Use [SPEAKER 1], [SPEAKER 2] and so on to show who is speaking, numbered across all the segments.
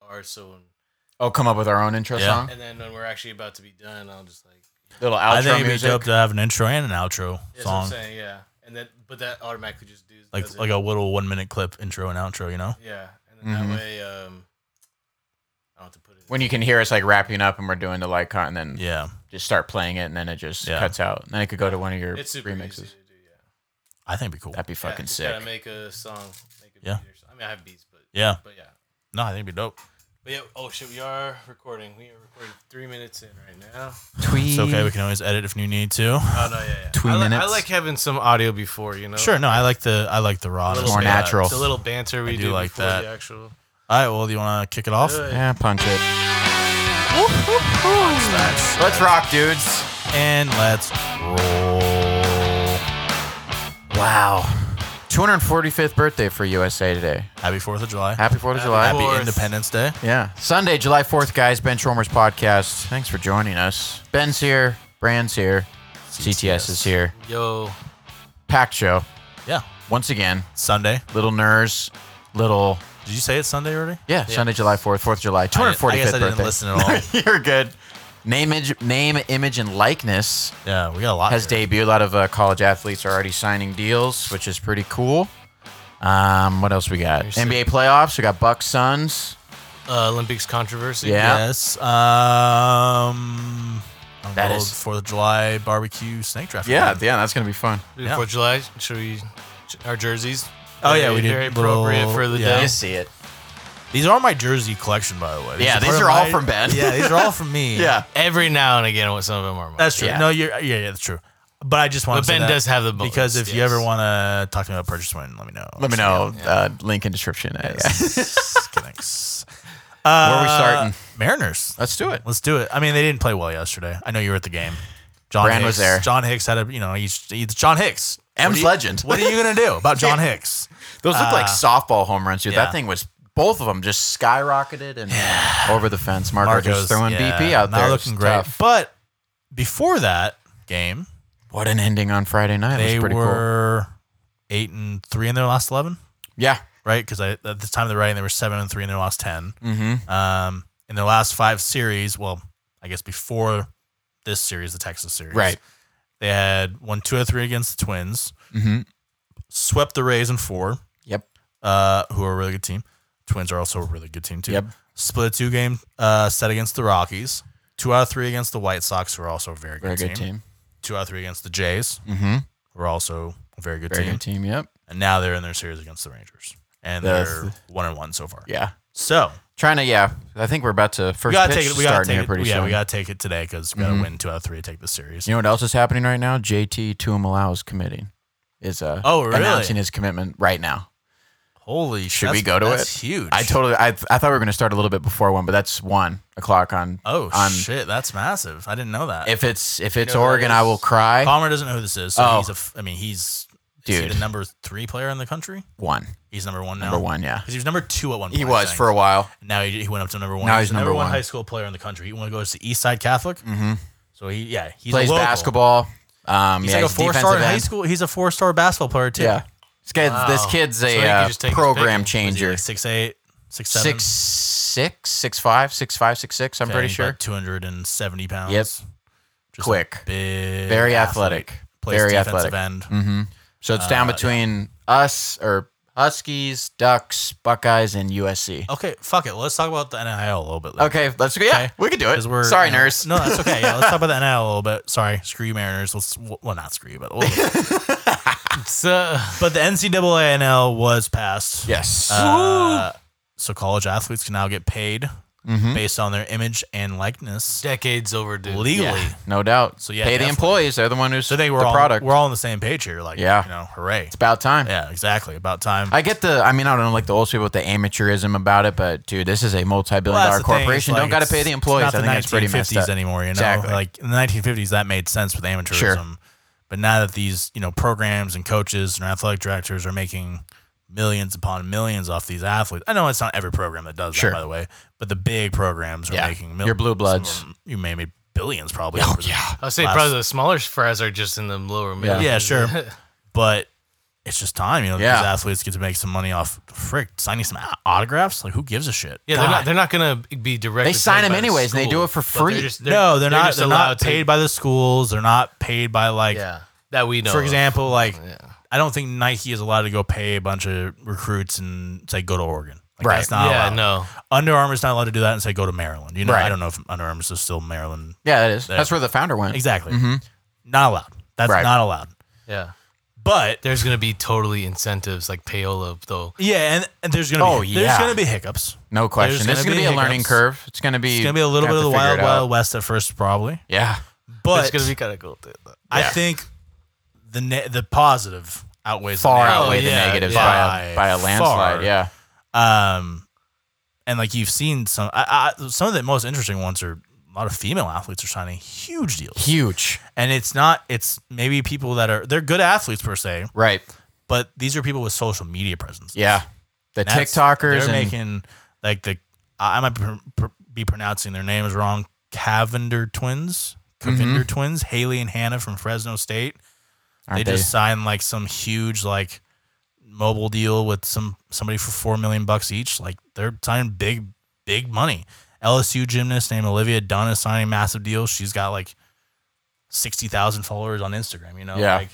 [SPEAKER 1] guitar soon,
[SPEAKER 2] Oh, come up with our own intro
[SPEAKER 3] Yeah.
[SPEAKER 2] song.
[SPEAKER 1] and then when we're actually about to be done, I'll just like
[SPEAKER 2] Little outro
[SPEAKER 3] I think it'd be
[SPEAKER 2] music.
[SPEAKER 3] dope to have an intro and an outro
[SPEAKER 1] that's what I'm
[SPEAKER 3] song,
[SPEAKER 1] saying, yeah. And then but that automatically just do does
[SPEAKER 3] like
[SPEAKER 1] it.
[SPEAKER 3] like a Mm-hmm. little one minute clip intro and outro. You know,
[SPEAKER 1] yeah, and then
[SPEAKER 2] Mhm.
[SPEAKER 1] that way um, I don't have to put it.
[SPEAKER 2] When you can hear us like wrapping up and we're doing the like cut and then
[SPEAKER 3] yeah.
[SPEAKER 2] just start playing it and then it just
[SPEAKER 3] Yeah.
[SPEAKER 2] cuts out. And then it could go to one of your
[SPEAKER 1] it's super
[SPEAKER 2] remixes.
[SPEAKER 1] easy to do, yeah.
[SPEAKER 3] I think it'd be cool.
[SPEAKER 2] That'd be
[SPEAKER 1] Yeah,
[SPEAKER 2] fucking
[SPEAKER 1] just
[SPEAKER 2] sick.
[SPEAKER 1] Gotta make a song, make a
[SPEAKER 3] Yeah.
[SPEAKER 1] beat or something. I mean, I have beats, but
[SPEAKER 3] Yeah.
[SPEAKER 1] but yeah,
[SPEAKER 3] No, I think it'd be dope.
[SPEAKER 1] but yeah. Oh shit, we are recording. We are recording three minutes in right now.
[SPEAKER 2] Tweet.
[SPEAKER 3] It's okay. We can always edit if you need to.
[SPEAKER 1] Oh no, yeah, yeah.
[SPEAKER 2] Three
[SPEAKER 1] I li- I
[SPEAKER 2] minutes.
[SPEAKER 1] like having some audio before, you know.
[SPEAKER 3] Sure. No, I like the I like the
[SPEAKER 1] A
[SPEAKER 3] raw.
[SPEAKER 1] little
[SPEAKER 2] More
[SPEAKER 1] bit-
[SPEAKER 3] Yeah.
[SPEAKER 2] natural.
[SPEAKER 1] The little banter we
[SPEAKER 3] I do
[SPEAKER 1] do,
[SPEAKER 3] like
[SPEAKER 1] like
[SPEAKER 3] that. Oh,
[SPEAKER 1] The actual.
[SPEAKER 3] All right. Well, do you want to kick it off?
[SPEAKER 1] Good.
[SPEAKER 2] Yeah, punch it. Let's rock, dudes.
[SPEAKER 3] And let's roll.
[SPEAKER 2] Wow. 245th birthday for USA today.
[SPEAKER 3] Happy Fourth of July.
[SPEAKER 2] Happy 4th of
[SPEAKER 1] Happy
[SPEAKER 2] July.
[SPEAKER 3] Happy
[SPEAKER 1] Fourth.
[SPEAKER 3] Independence Day.
[SPEAKER 2] Yeah. Sunday, July 4th, guys. Ben Schormer's podcast. Thanks for joining us. Ben's here. Brand's here. CTS is here.
[SPEAKER 1] Yo,
[SPEAKER 2] Packed show.
[SPEAKER 3] Yeah.
[SPEAKER 2] Once again,
[SPEAKER 3] Sunday.
[SPEAKER 2] little nurse, little.
[SPEAKER 3] Did you say it's Sunday already?
[SPEAKER 2] Yeah, Sunday, July 4th, 4th of July, 245th
[SPEAKER 3] I guess I didn't
[SPEAKER 2] birthday.
[SPEAKER 3] listen at all.
[SPEAKER 2] You're good. Name, image, name, image, and likeness
[SPEAKER 3] Yeah, we got a lot.
[SPEAKER 2] has
[SPEAKER 3] here.
[SPEAKER 2] debuted. A lot of uh, college athletes are already signing deals, which is pretty cool. Um, what else we got?
[SPEAKER 1] sick.
[SPEAKER 2] NBA playoffs. We got Bucks Suns.
[SPEAKER 1] uh, Olympics controversy.
[SPEAKER 2] Yeah.
[SPEAKER 3] Yes. Um.
[SPEAKER 2] That
[SPEAKER 3] That is
[SPEAKER 2] is-
[SPEAKER 3] Fourth of July barbecue snake draft.
[SPEAKER 2] Yeah, yeah, that's gonna be fun.
[SPEAKER 3] Yeah.
[SPEAKER 1] Fourth of July. Should we? Our jerseys.
[SPEAKER 3] Oh, yeah,
[SPEAKER 1] Very-
[SPEAKER 3] we did
[SPEAKER 1] Very
[SPEAKER 3] little-
[SPEAKER 1] appropriate for the
[SPEAKER 3] yeah.
[SPEAKER 1] day.
[SPEAKER 2] You see it.
[SPEAKER 3] These are my jersey collection, by the way.
[SPEAKER 2] Yeah,
[SPEAKER 3] part
[SPEAKER 2] these
[SPEAKER 3] of
[SPEAKER 2] are all
[SPEAKER 3] my-
[SPEAKER 2] from Ben.
[SPEAKER 3] Yeah, these are all from me.
[SPEAKER 2] Yeah.
[SPEAKER 1] Every now and again, what some of them are. mine.
[SPEAKER 3] that's true.
[SPEAKER 2] Yeah.
[SPEAKER 3] No, you're. Yeah, yeah, that's true. But I just want
[SPEAKER 1] But
[SPEAKER 3] to.
[SPEAKER 1] Ben does have the bullets,
[SPEAKER 3] because if you
[SPEAKER 1] yes.
[SPEAKER 3] ever want to talk to me about purchase one, let me know.
[SPEAKER 2] Let me
[SPEAKER 3] So,
[SPEAKER 2] know. Uh, link in description. Uh,
[SPEAKER 3] yeah, Thanks. Uh,
[SPEAKER 2] we starting?
[SPEAKER 3] Mariners.
[SPEAKER 2] Let's do it.
[SPEAKER 3] Let's do it. I mean, they didn't play well yesterday. I know you were at the game. John
[SPEAKER 2] Brand was
[SPEAKER 3] Hicks,
[SPEAKER 2] there.
[SPEAKER 3] John Hicks had a. You know, he's, he's John Hicks.
[SPEAKER 2] M's
[SPEAKER 3] What are you-
[SPEAKER 2] legend.
[SPEAKER 3] What are you gonna do about John Hicks?
[SPEAKER 2] Those look like
[SPEAKER 3] Uh,
[SPEAKER 2] softball home runs, dude.
[SPEAKER 3] yeah.
[SPEAKER 2] That thing was both of them just skyrocketed and over the fence. Marco
[SPEAKER 3] Marcos
[SPEAKER 2] just throwing
[SPEAKER 3] yeah,
[SPEAKER 2] BP out
[SPEAKER 3] not
[SPEAKER 2] there. It was
[SPEAKER 3] looking great.
[SPEAKER 2] tough.
[SPEAKER 3] But before that game,
[SPEAKER 2] What an ending on Friday night. It
[SPEAKER 3] they
[SPEAKER 2] was pretty cool.
[SPEAKER 3] were eight and three in their last eleven,
[SPEAKER 2] Yeah.
[SPEAKER 3] right? Because at the time of the writing, they were seven and three in their last ten.
[SPEAKER 2] Mm-hmm.
[SPEAKER 3] Um, in their last five series, well, I guess before this series, the Texas series,
[SPEAKER 2] Right.
[SPEAKER 3] They had won two out of three against the Twins,
[SPEAKER 2] Mm-hmm.
[SPEAKER 3] swept the Rays in four,
[SPEAKER 2] Yep.
[SPEAKER 3] uh, who are a really good team. Twins are also a really good team too.
[SPEAKER 2] Yep.
[SPEAKER 3] Split a two game uh, set against the Rockies. Two out of three against the White Sox, who are also a very
[SPEAKER 2] Very
[SPEAKER 3] good, team.
[SPEAKER 2] good team.
[SPEAKER 3] Two out of three against the Jays,
[SPEAKER 2] Mm-hmm.
[SPEAKER 3] who are also a very good
[SPEAKER 2] Very
[SPEAKER 3] team.
[SPEAKER 2] good team. Yep.
[SPEAKER 3] And now they're in their series against the Rangers, and
[SPEAKER 2] That's
[SPEAKER 3] they're one and one so far.
[SPEAKER 2] Yeah.
[SPEAKER 3] So
[SPEAKER 2] Trying to. Yeah. I think we're about to
[SPEAKER 3] we
[SPEAKER 2] first
[SPEAKER 3] gotta
[SPEAKER 2] pitch
[SPEAKER 3] take it. We gotta
[SPEAKER 2] starting
[SPEAKER 3] take
[SPEAKER 2] here
[SPEAKER 3] it.
[SPEAKER 2] pretty
[SPEAKER 3] yeah,
[SPEAKER 2] soon. Mm-hmm.
[SPEAKER 3] we gotta take it today because we gotta win two out of three to take the series.
[SPEAKER 2] you know what else is happening right now? JT Tuamalau is committing. Is uh
[SPEAKER 3] Oh, really?
[SPEAKER 2] announcing his commitment right now.
[SPEAKER 3] Holy,
[SPEAKER 2] Should
[SPEAKER 3] that's-
[SPEAKER 2] we go to
[SPEAKER 3] that's
[SPEAKER 2] it?
[SPEAKER 3] Huge.
[SPEAKER 2] I totally. I, I thought we were going to start a little bit before one, but that's one o'clock on.
[SPEAKER 3] Oh
[SPEAKER 2] on,
[SPEAKER 3] shit, that's massive. I didn't know that.
[SPEAKER 2] If it's if it's
[SPEAKER 1] know who that
[SPEAKER 2] Oregon, I will
[SPEAKER 1] is?
[SPEAKER 2] cry.
[SPEAKER 3] Palmer doesn't know who this is, so
[SPEAKER 2] Oh.
[SPEAKER 3] he's a. F- I mean, he's is he
[SPEAKER 2] Dude.
[SPEAKER 3] the number three player in the country.
[SPEAKER 2] One
[SPEAKER 3] He's number one now.
[SPEAKER 2] number one, yeah.
[SPEAKER 3] Because he was number two at one. point.
[SPEAKER 2] He was for a while.
[SPEAKER 3] Now he, he went up to number one.
[SPEAKER 2] Now
[SPEAKER 3] he's
[SPEAKER 2] he's
[SPEAKER 3] the number
[SPEAKER 2] number
[SPEAKER 3] one,
[SPEAKER 2] one.
[SPEAKER 3] high school player in the country. He went to go to Eastside Catholic.
[SPEAKER 2] Mhm.
[SPEAKER 3] So he yeah he's a
[SPEAKER 2] Plays
[SPEAKER 3] local.
[SPEAKER 2] basketball. Um,
[SPEAKER 3] He's
[SPEAKER 2] yeah,
[SPEAKER 3] like a
[SPEAKER 2] he's
[SPEAKER 3] four star in
[SPEAKER 2] defensive
[SPEAKER 3] high
[SPEAKER 2] end.
[SPEAKER 3] school. He's a four star basketball player too.
[SPEAKER 2] Yeah, this kid's, this
[SPEAKER 1] Wow.
[SPEAKER 2] kid's
[SPEAKER 1] So he
[SPEAKER 2] a
[SPEAKER 1] could
[SPEAKER 2] uh,
[SPEAKER 1] just take his
[SPEAKER 2] program
[SPEAKER 1] pick.
[SPEAKER 3] Was he
[SPEAKER 2] changer.
[SPEAKER 3] like six eight, six seven.
[SPEAKER 2] Six six six five six five six six. I'm pretty sure.
[SPEAKER 3] Two hundred and seventy pounds.
[SPEAKER 2] Yep.
[SPEAKER 3] Just a
[SPEAKER 2] Quick.
[SPEAKER 3] Big.
[SPEAKER 2] Very
[SPEAKER 3] athlete.
[SPEAKER 2] athletic.
[SPEAKER 3] Plays
[SPEAKER 2] Very athletic.
[SPEAKER 3] defensive end.
[SPEAKER 2] Mm-hmm. So it's down
[SPEAKER 3] Uh,
[SPEAKER 2] between us or Huskies, Ducks, Buckeyes, and USC.
[SPEAKER 3] Okay, fuck it. Let's talk about the NIL a little bit. later.
[SPEAKER 2] Okay, let's go. Yeah,
[SPEAKER 3] Oh. Okay.
[SPEAKER 2] we can do it.
[SPEAKER 3] Because we're
[SPEAKER 2] Sorry,
[SPEAKER 3] you know-
[SPEAKER 2] nurse.
[SPEAKER 3] No, that's okay. Yeah, let's talk about the NIL a little bit. Sorry, screw you, Mariners. Let's well, not screw you, but we'll-
[SPEAKER 1] It's, uh,
[SPEAKER 3] but the NCAA NIL was passed.
[SPEAKER 2] Yes.
[SPEAKER 3] Uh, so college athletes can now get paid
[SPEAKER 2] Mhm.
[SPEAKER 3] based on their image and likeness
[SPEAKER 1] decades overdue.
[SPEAKER 3] legally.
[SPEAKER 2] Yeah, no doubt.
[SPEAKER 3] So, yeah,
[SPEAKER 2] pay the
[SPEAKER 3] definitely.
[SPEAKER 2] employees. They're the one who's
[SPEAKER 3] So I think we're
[SPEAKER 2] the
[SPEAKER 3] all
[SPEAKER 2] product.
[SPEAKER 3] we're all on the same page here. Like,
[SPEAKER 2] Yeah.
[SPEAKER 3] you know, hooray.
[SPEAKER 2] it's about time.
[SPEAKER 3] Yeah, exactly. About time.
[SPEAKER 2] I get the. I mean, I don't know, like the old people with the amateurism about it, but dude, this is a multi-billion
[SPEAKER 3] Well, that's
[SPEAKER 2] dollar
[SPEAKER 3] the thing, it's
[SPEAKER 2] corporation.
[SPEAKER 3] like
[SPEAKER 2] don't got
[SPEAKER 3] it's-
[SPEAKER 2] to pay the
[SPEAKER 3] it's
[SPEAKER 2] employees. I
[SPEAKER 3] Not
[SPEAKER 2] think
[SPEAKER 3] the
[SPEAKER 2] that's pretty
[SPEAKER 3] 1950s
[SPEAKER 2] messed up.
[SPEAKER 3] anymore. You know,
[SPEAKER 2] Exactly.
[SPEAKER 3] like in the 1950s, that made sense with amateurism. But now that these you know programs and coaches and athletic directors are making millions upon millions off these athletes, I know it's not every program that does
[SPEAKER 2] Sure.
[SPEAKER 3] that, by the way. But the big programs are
[SPEAKER 2] Yeah.
[SPEAKER 3] making mil-
[SPEAKER 2] Your blue
[SPEAKER 3] some of
[SPEAKER 2] bloods.
[SPEAKER 3] them- You may make billions probably.
[SPEAKER 2] Oh
[SPEAKER 3] over the-
[SPEAKER 2] yeah.
[SPEAKER 1] I'll say
[SPEAKER 3] Last-
[SPEAKER 1] probably the smaller fries are just in the lower middle.
[SPEAKER 3] Yeah, sure. But it's just time. You know,
[SPEAKER 2] Yeah.
[SPEAKER 3] these athletes get to make some money off frick signing some au- autographs. Like, who gives a shit?
[SPEAKER 1] Yeah, they're
[SPEAKER 2] God.
[SPEAKER 1] not. They're not gonna be directly.
[SPEAKER 2] They sign
[SPEAKER 1] paid
[SPEAKER 2] them
[SPEAKER 1] by the
[SPEAKER 2] anyways, and they
[SPEAKER 1] school,
[SPEAKER 2] do it for
[SPEAKER 1] but they're
[SPEAKER 2] free.
[SPEAKER 1] just-
[SPEAKER 3] no, they're, not.
[SPEAKER 1] just
[SPEAKER 3] They're not
[SPEAKER 1] allowed to-
[SPEAKER 3] paid by the schools. They're not paid by like.
[SPEAKER 2] Yeah.
[SPEAKER 1] that we know.
[SPEAKER 3] For
[SPEAKER 1] of.
[SPEAKER 3] example, like
[SPEAKER 1] Yeah.
[SPEAKER 3] I don't think Nike is allowed to go pay a bunch of recruits and say go to Oregon. Like,
[SPEAKER 2] Right.
[SPEAKER 3] That's not
[SPEAKER 1] yeah,
[SPEAKER 3] allowed.
[SPEAKER 1] no.
[SPEAKER 3] Under Armour's not allowed to do that and say go to Maryland. You know,
[SPEAKER 2] Right.
[SPEAKER 3] I don't know if Under Armour's is still Maryland.
[SPEAKER 2] Yeah, it is.
[SPEAKER 3] There.
[SPEAKER 2] That's where the founder went.
[SPEAKER 3] Exactly.
[SPEAKER 1] Mm-hmm.
[SPEAKER 3] Not allowed. That's
[SPEAKER 2] Right.
[SPEAKER 3] not allowed.
[SPEAKER 1] Yeah,
[SPEAKER 3] But
[SPEAKER 1] there's gonna be totally incentives like payola though.
[SPEAKER 3] yeah, and, and there's gonna be
[SPEAKER 2] Oh,
[SPEAKER 3] there's
[SPEAKER 2] yeah.
[SPEAKER 3] gonna be hiccups.
[SPEAKER 2] No question.
[SPEAKER 3] There's
[SPEAKER 2] This is
[SPEAKER 3] gonna
[SPEAKER 2] going to be,
[SPEAKER 3] be
[SPEAKER 2] a learning
[SPEAKER 3] hiccups.
[SPEAKER 2] curve. It's going to be
[SPEAKER 3] It's gonna be a little
[SPEAKER 2] gonna
[SPEAKER 3] bit of the
[SPEAKER 2] have to figure
[SPEAKER 3] wild
[SPEAKER 2] it out.
[SPEAKER 3] wild west at first, probably.
[SPEAKER 2] Yeah.
[SPEAKER 3] But
[SPEAKER 1] it's gonna be kind of cool. Dude.
[SPEAKER 3] I
[SPEAKER 2] yeah.
[SPEAKER 3] think the ne- the positive outweighs
[SPEAKER 2] Far
[SPEAKER 3] the
[SPEAKER 2] outweigh
[SPEAKER 1] Oh, yeah,
[SPEAKER 2] the negatives by,
[SPEAKER 3] yeah.
[SPEAKER 2] a, by a
[SPEAKER 3] By
[SPEAKER 2] landslide.
[SPEAKER 3] far.
[SPEAKER 2] Yeah.
[SPEAKER 3] out. Um, and like you've seen some, I, I, some of the most interesting ones are a lot of female athletes are signing huge deals,
[SPEAKER 2] Huge.
[SPEAKER 3] and it's not it's maybe people that are they're good athletes per se,
[SPEAKER 2] Right.
[SPEAKER 3] but these are people with social media presence.
[SPEAKER 2] Yeah. The
[SPEAKER 3] That's-
[SPEAKER 2] TikTokers
[SPEAKER 3] They're
[SPEAKER 2] and
[SPEAKER 3] making like the I I might pr- pr- be pronouncing their names wrong. Cavender twins,
[SPEAKER 2] Mm-hmm.
[SPEAKER 3] Cavender twins, Haley and Hannah from Fresno State. They,
[SPEAKER 2] aren't
[SPEAKER 3] just signed like some huge like mobile deal with some somebody for four million bucks each. Like they're signing big big money. LSU gymnast named Olivia Dunn is signing massive deals. She's got like sixty thousand followers on Instagram. You know,
[SPEAKER 2] Yeah.
[SPEAKER 3] Like,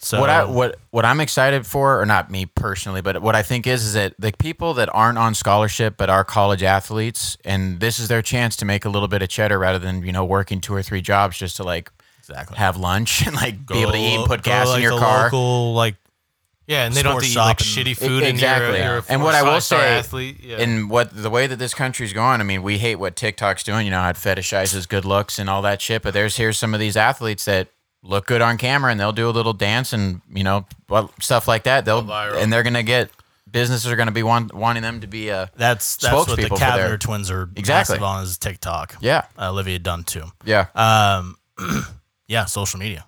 [SPEAKER 3] so
[SPEAKER 2] what I what what I'm excited for, or not me personally, but what I think is is that the people that aren't on scholarship but are college athletes, and this is their chance to make a little bit of cheddar rather than you know working two or three jobs just to like
[SPEAKER 3] exactly
[SPEAKER 2] have lunch and like be able to eat and put
[SPEAKER 3] Go,
[SPEAKER 2] gas
[SPEAKER 3] like,
[SPEAKER 2] in your
[SPEAKER 3] the
[SPEAKER 2] car.
[SPEAKER 3] Local like
[SPEAKER 1] Yeah, and they don't have to eat like
[SPEAKER 3] Sports shop
[SPEAKER 1] shitty
[SPEAKER 3] and-
[SPEAKER 1] food.
[SPEAKER 2] Exactly.
[SPEAKER 1] And you're, you're a
[SPEAKER 2] And what I will
[SPEAKER 1] five-star
[SPEAKER 2] say
[SPEAKER 1] athlete. Yeah.
[SPEAKER 2] And what the way that this country's going, I mean, we hate what TikTok's doing. You know, how it fetishizes good looks and all that shit. But there's here's some of these athletes that look good on camera and they'll do a little dance and you know well, stuff like that. They'll
[SPEAKER 1] Viral.
[SPEAKER 2] and they're gonna get businesses are gonna be want, wanting them to be uh, a
[SPEAKER 3] That's that's what the
[SPEAKER 2] Spokespeople for their-
[SPEAKER 3] Cavender twins are
[SPEAKER 2] Exactly.
[SPEAKER 3] massive on is TikTok.
[SPEAKER 2] yeah
[SPEAKER 3] Uh, Olivia Dunn too.
[SPEAKER 2] yeah
[SPEAKER 3] Um, yeah, social media.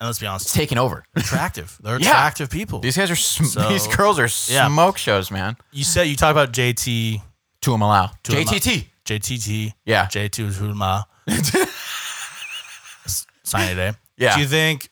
[SPEAKER 3] And let's be honest,
[SPEAKER 2] taking over.
[SPEAKER 3] attractive. They're
[SPEAKER 2] Yeah.
[SPEAKER 3] attractive people.
[SPEAKER 2] These guys are sm-
[SPEAKER 3] So-
[SPEAKER 2] these girls are
[SPEAKER 3] Yeah.
[SPEAKER 2] smoke shows, man.
[SPEAKER 3] You said you talk about JT,
[SPEAKER 2] To them allow
[SPEAKER 3] To 'em
[SPEAKER 2] JTT.
[SPEAKER 3] JTT,
[SPEAKER 2] Yeah,
[SPEAKER 3] J2 Hulma. Sign today.
[SPEAKER 2] Yeah.
[SPEAKER 3] Do you think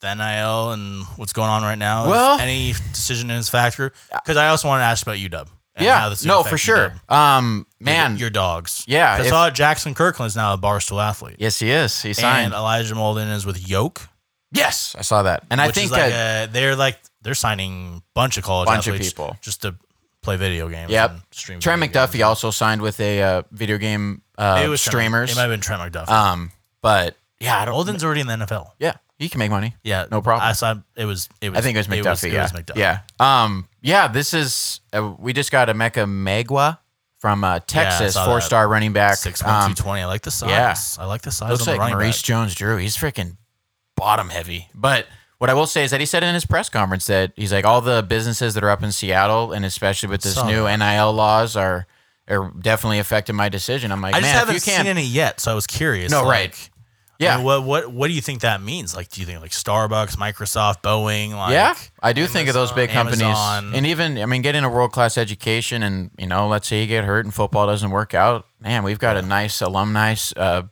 [SPEAKER 3] the NIL and what's going on right now? is
[SPEAKER 2] Well-
[SPEAKER 3] any decision in this factor? Because I also want to ask about UW. and how
[SPEAKER 2] yeah.
[SPEAKER 3] this is
[SPEAKER 2] No,
[SPEAKER 3] gonna
[SPEAKER 2] for
[SPEAKER 3] affect
[SPEAKER 2] sure.
[SPEAKER 3] UW.
[SPEAKER 2] Um, man.
[SPEAKER 3] your, your dogs.
[SPEAKER 2] Yeah,
[SPEAKER 3] 'Cause I
[SPEAKER 2] if-
[SPEAKER 3] saw Jackson Kirkland is now a barstool athlete.
[SPEAKER 2] yes, he is. He
[SPEAKER 3] and uh,
[SPEAKER 2] signed.
[SPEAKER 3] Elijah Molden is with Yoke.
[SPEAKER 2] yes, I saw that, and I
[SPEAKER 3] which
[SPEAKER 2] think
[SPEAKER 3] is like
[SPEAKER 2] that.
[SPEAKER 3] uh, they're like they're signing bunch of college
[SPEAKER 2] Bunch of
[SPEAKER 3] athletes
[SPEAKER 2] people.
[SPEAKER 3] just to play video games.
[SPEAKER 2] Yep.
[SPEAKER 3] and stream
[SPEAKER 2] Trent
[SPEAKER 3] video games.
[SPEAKER 2] McDuffie also signed with a uh, video game uh,
[SPEAKER 3] It was Trent-
[SPEAKER 2] streamers.
[SPEAKER 3] It might have been Trent McDuffie.
[SPEAKER 2] um, but yeah, I don't.
[SPEAKER 3] Molden's already in the NFL.
[SPEAKER 2] Yeah, he can make money.
[SPEAKER 3] Yeah,
[SPEAKER 2] no problem.
[SPEAKER 3] I saw it was. It was.
[SPEAKER 2] I think it was McDuffie.
[SPEAKER 3] it
[SPEAKER 2] yeah,
[SPEAKER 3] was McDuffie.
[SPEAKER 2] yeah. Um, yeah. This is uh, we just got Emeka Megwa from uh, Texas,
[SPEAKER 3] saw that.
[SPEAKER 2] four star running back.
[SPEAKER 3] Six one
[SPEAKER 2] Um,
[SPEAKER 3] two twenty. I like the size.
[SPEAKER 2] yeah.
[SPEAKER 3] I like the size.
[SPEAKER 2] looks
[SPEAKER 3] on
[SPEAKER 2] like
[SPEAKER 3] the running
[SPEAKER 2] Maurice
[SPEAKER 3] back.
[SPEAKER 2] Jones-Drew. He's freaking bottom heavy. But what I will say is that he said in his press conference that he's like all the businesses that are up in Seattle, and especially with this
[SPEAKER 3] Saw
[SPEAKER 2] new NIL laws, are are definitely affecting my decision. I'm like,
[SPEAKER 3] I just
[SPEAKER 2] man,
[SPEAKER 3] haven't
[SPEAKER 2] if you can't,
[SPEAKER 3] seen any yet, so I was curious.
[SPEAKER 2] No,
[SPEAKER 3] like,
[SPEAKER 2] right.
[SPEAKER 3] I
[SPEAKER 2] yeah,
[SPEAKER 3] mean, what what what do you think that means? Like, do you think like Starbucks, Microsoft, Boeing? Like,
[SPEAKER 2] yeah, I do think of those
[SPEAKER 1] Amazon,
[SPEAKER 2] big companies,
[SPEAKER 3] Amazon.
[SPEAKER 2] and even I mean, getting a world class education, and you know, let's say you get hurt and football doesn't work out, man, we've got a nice alumni uh,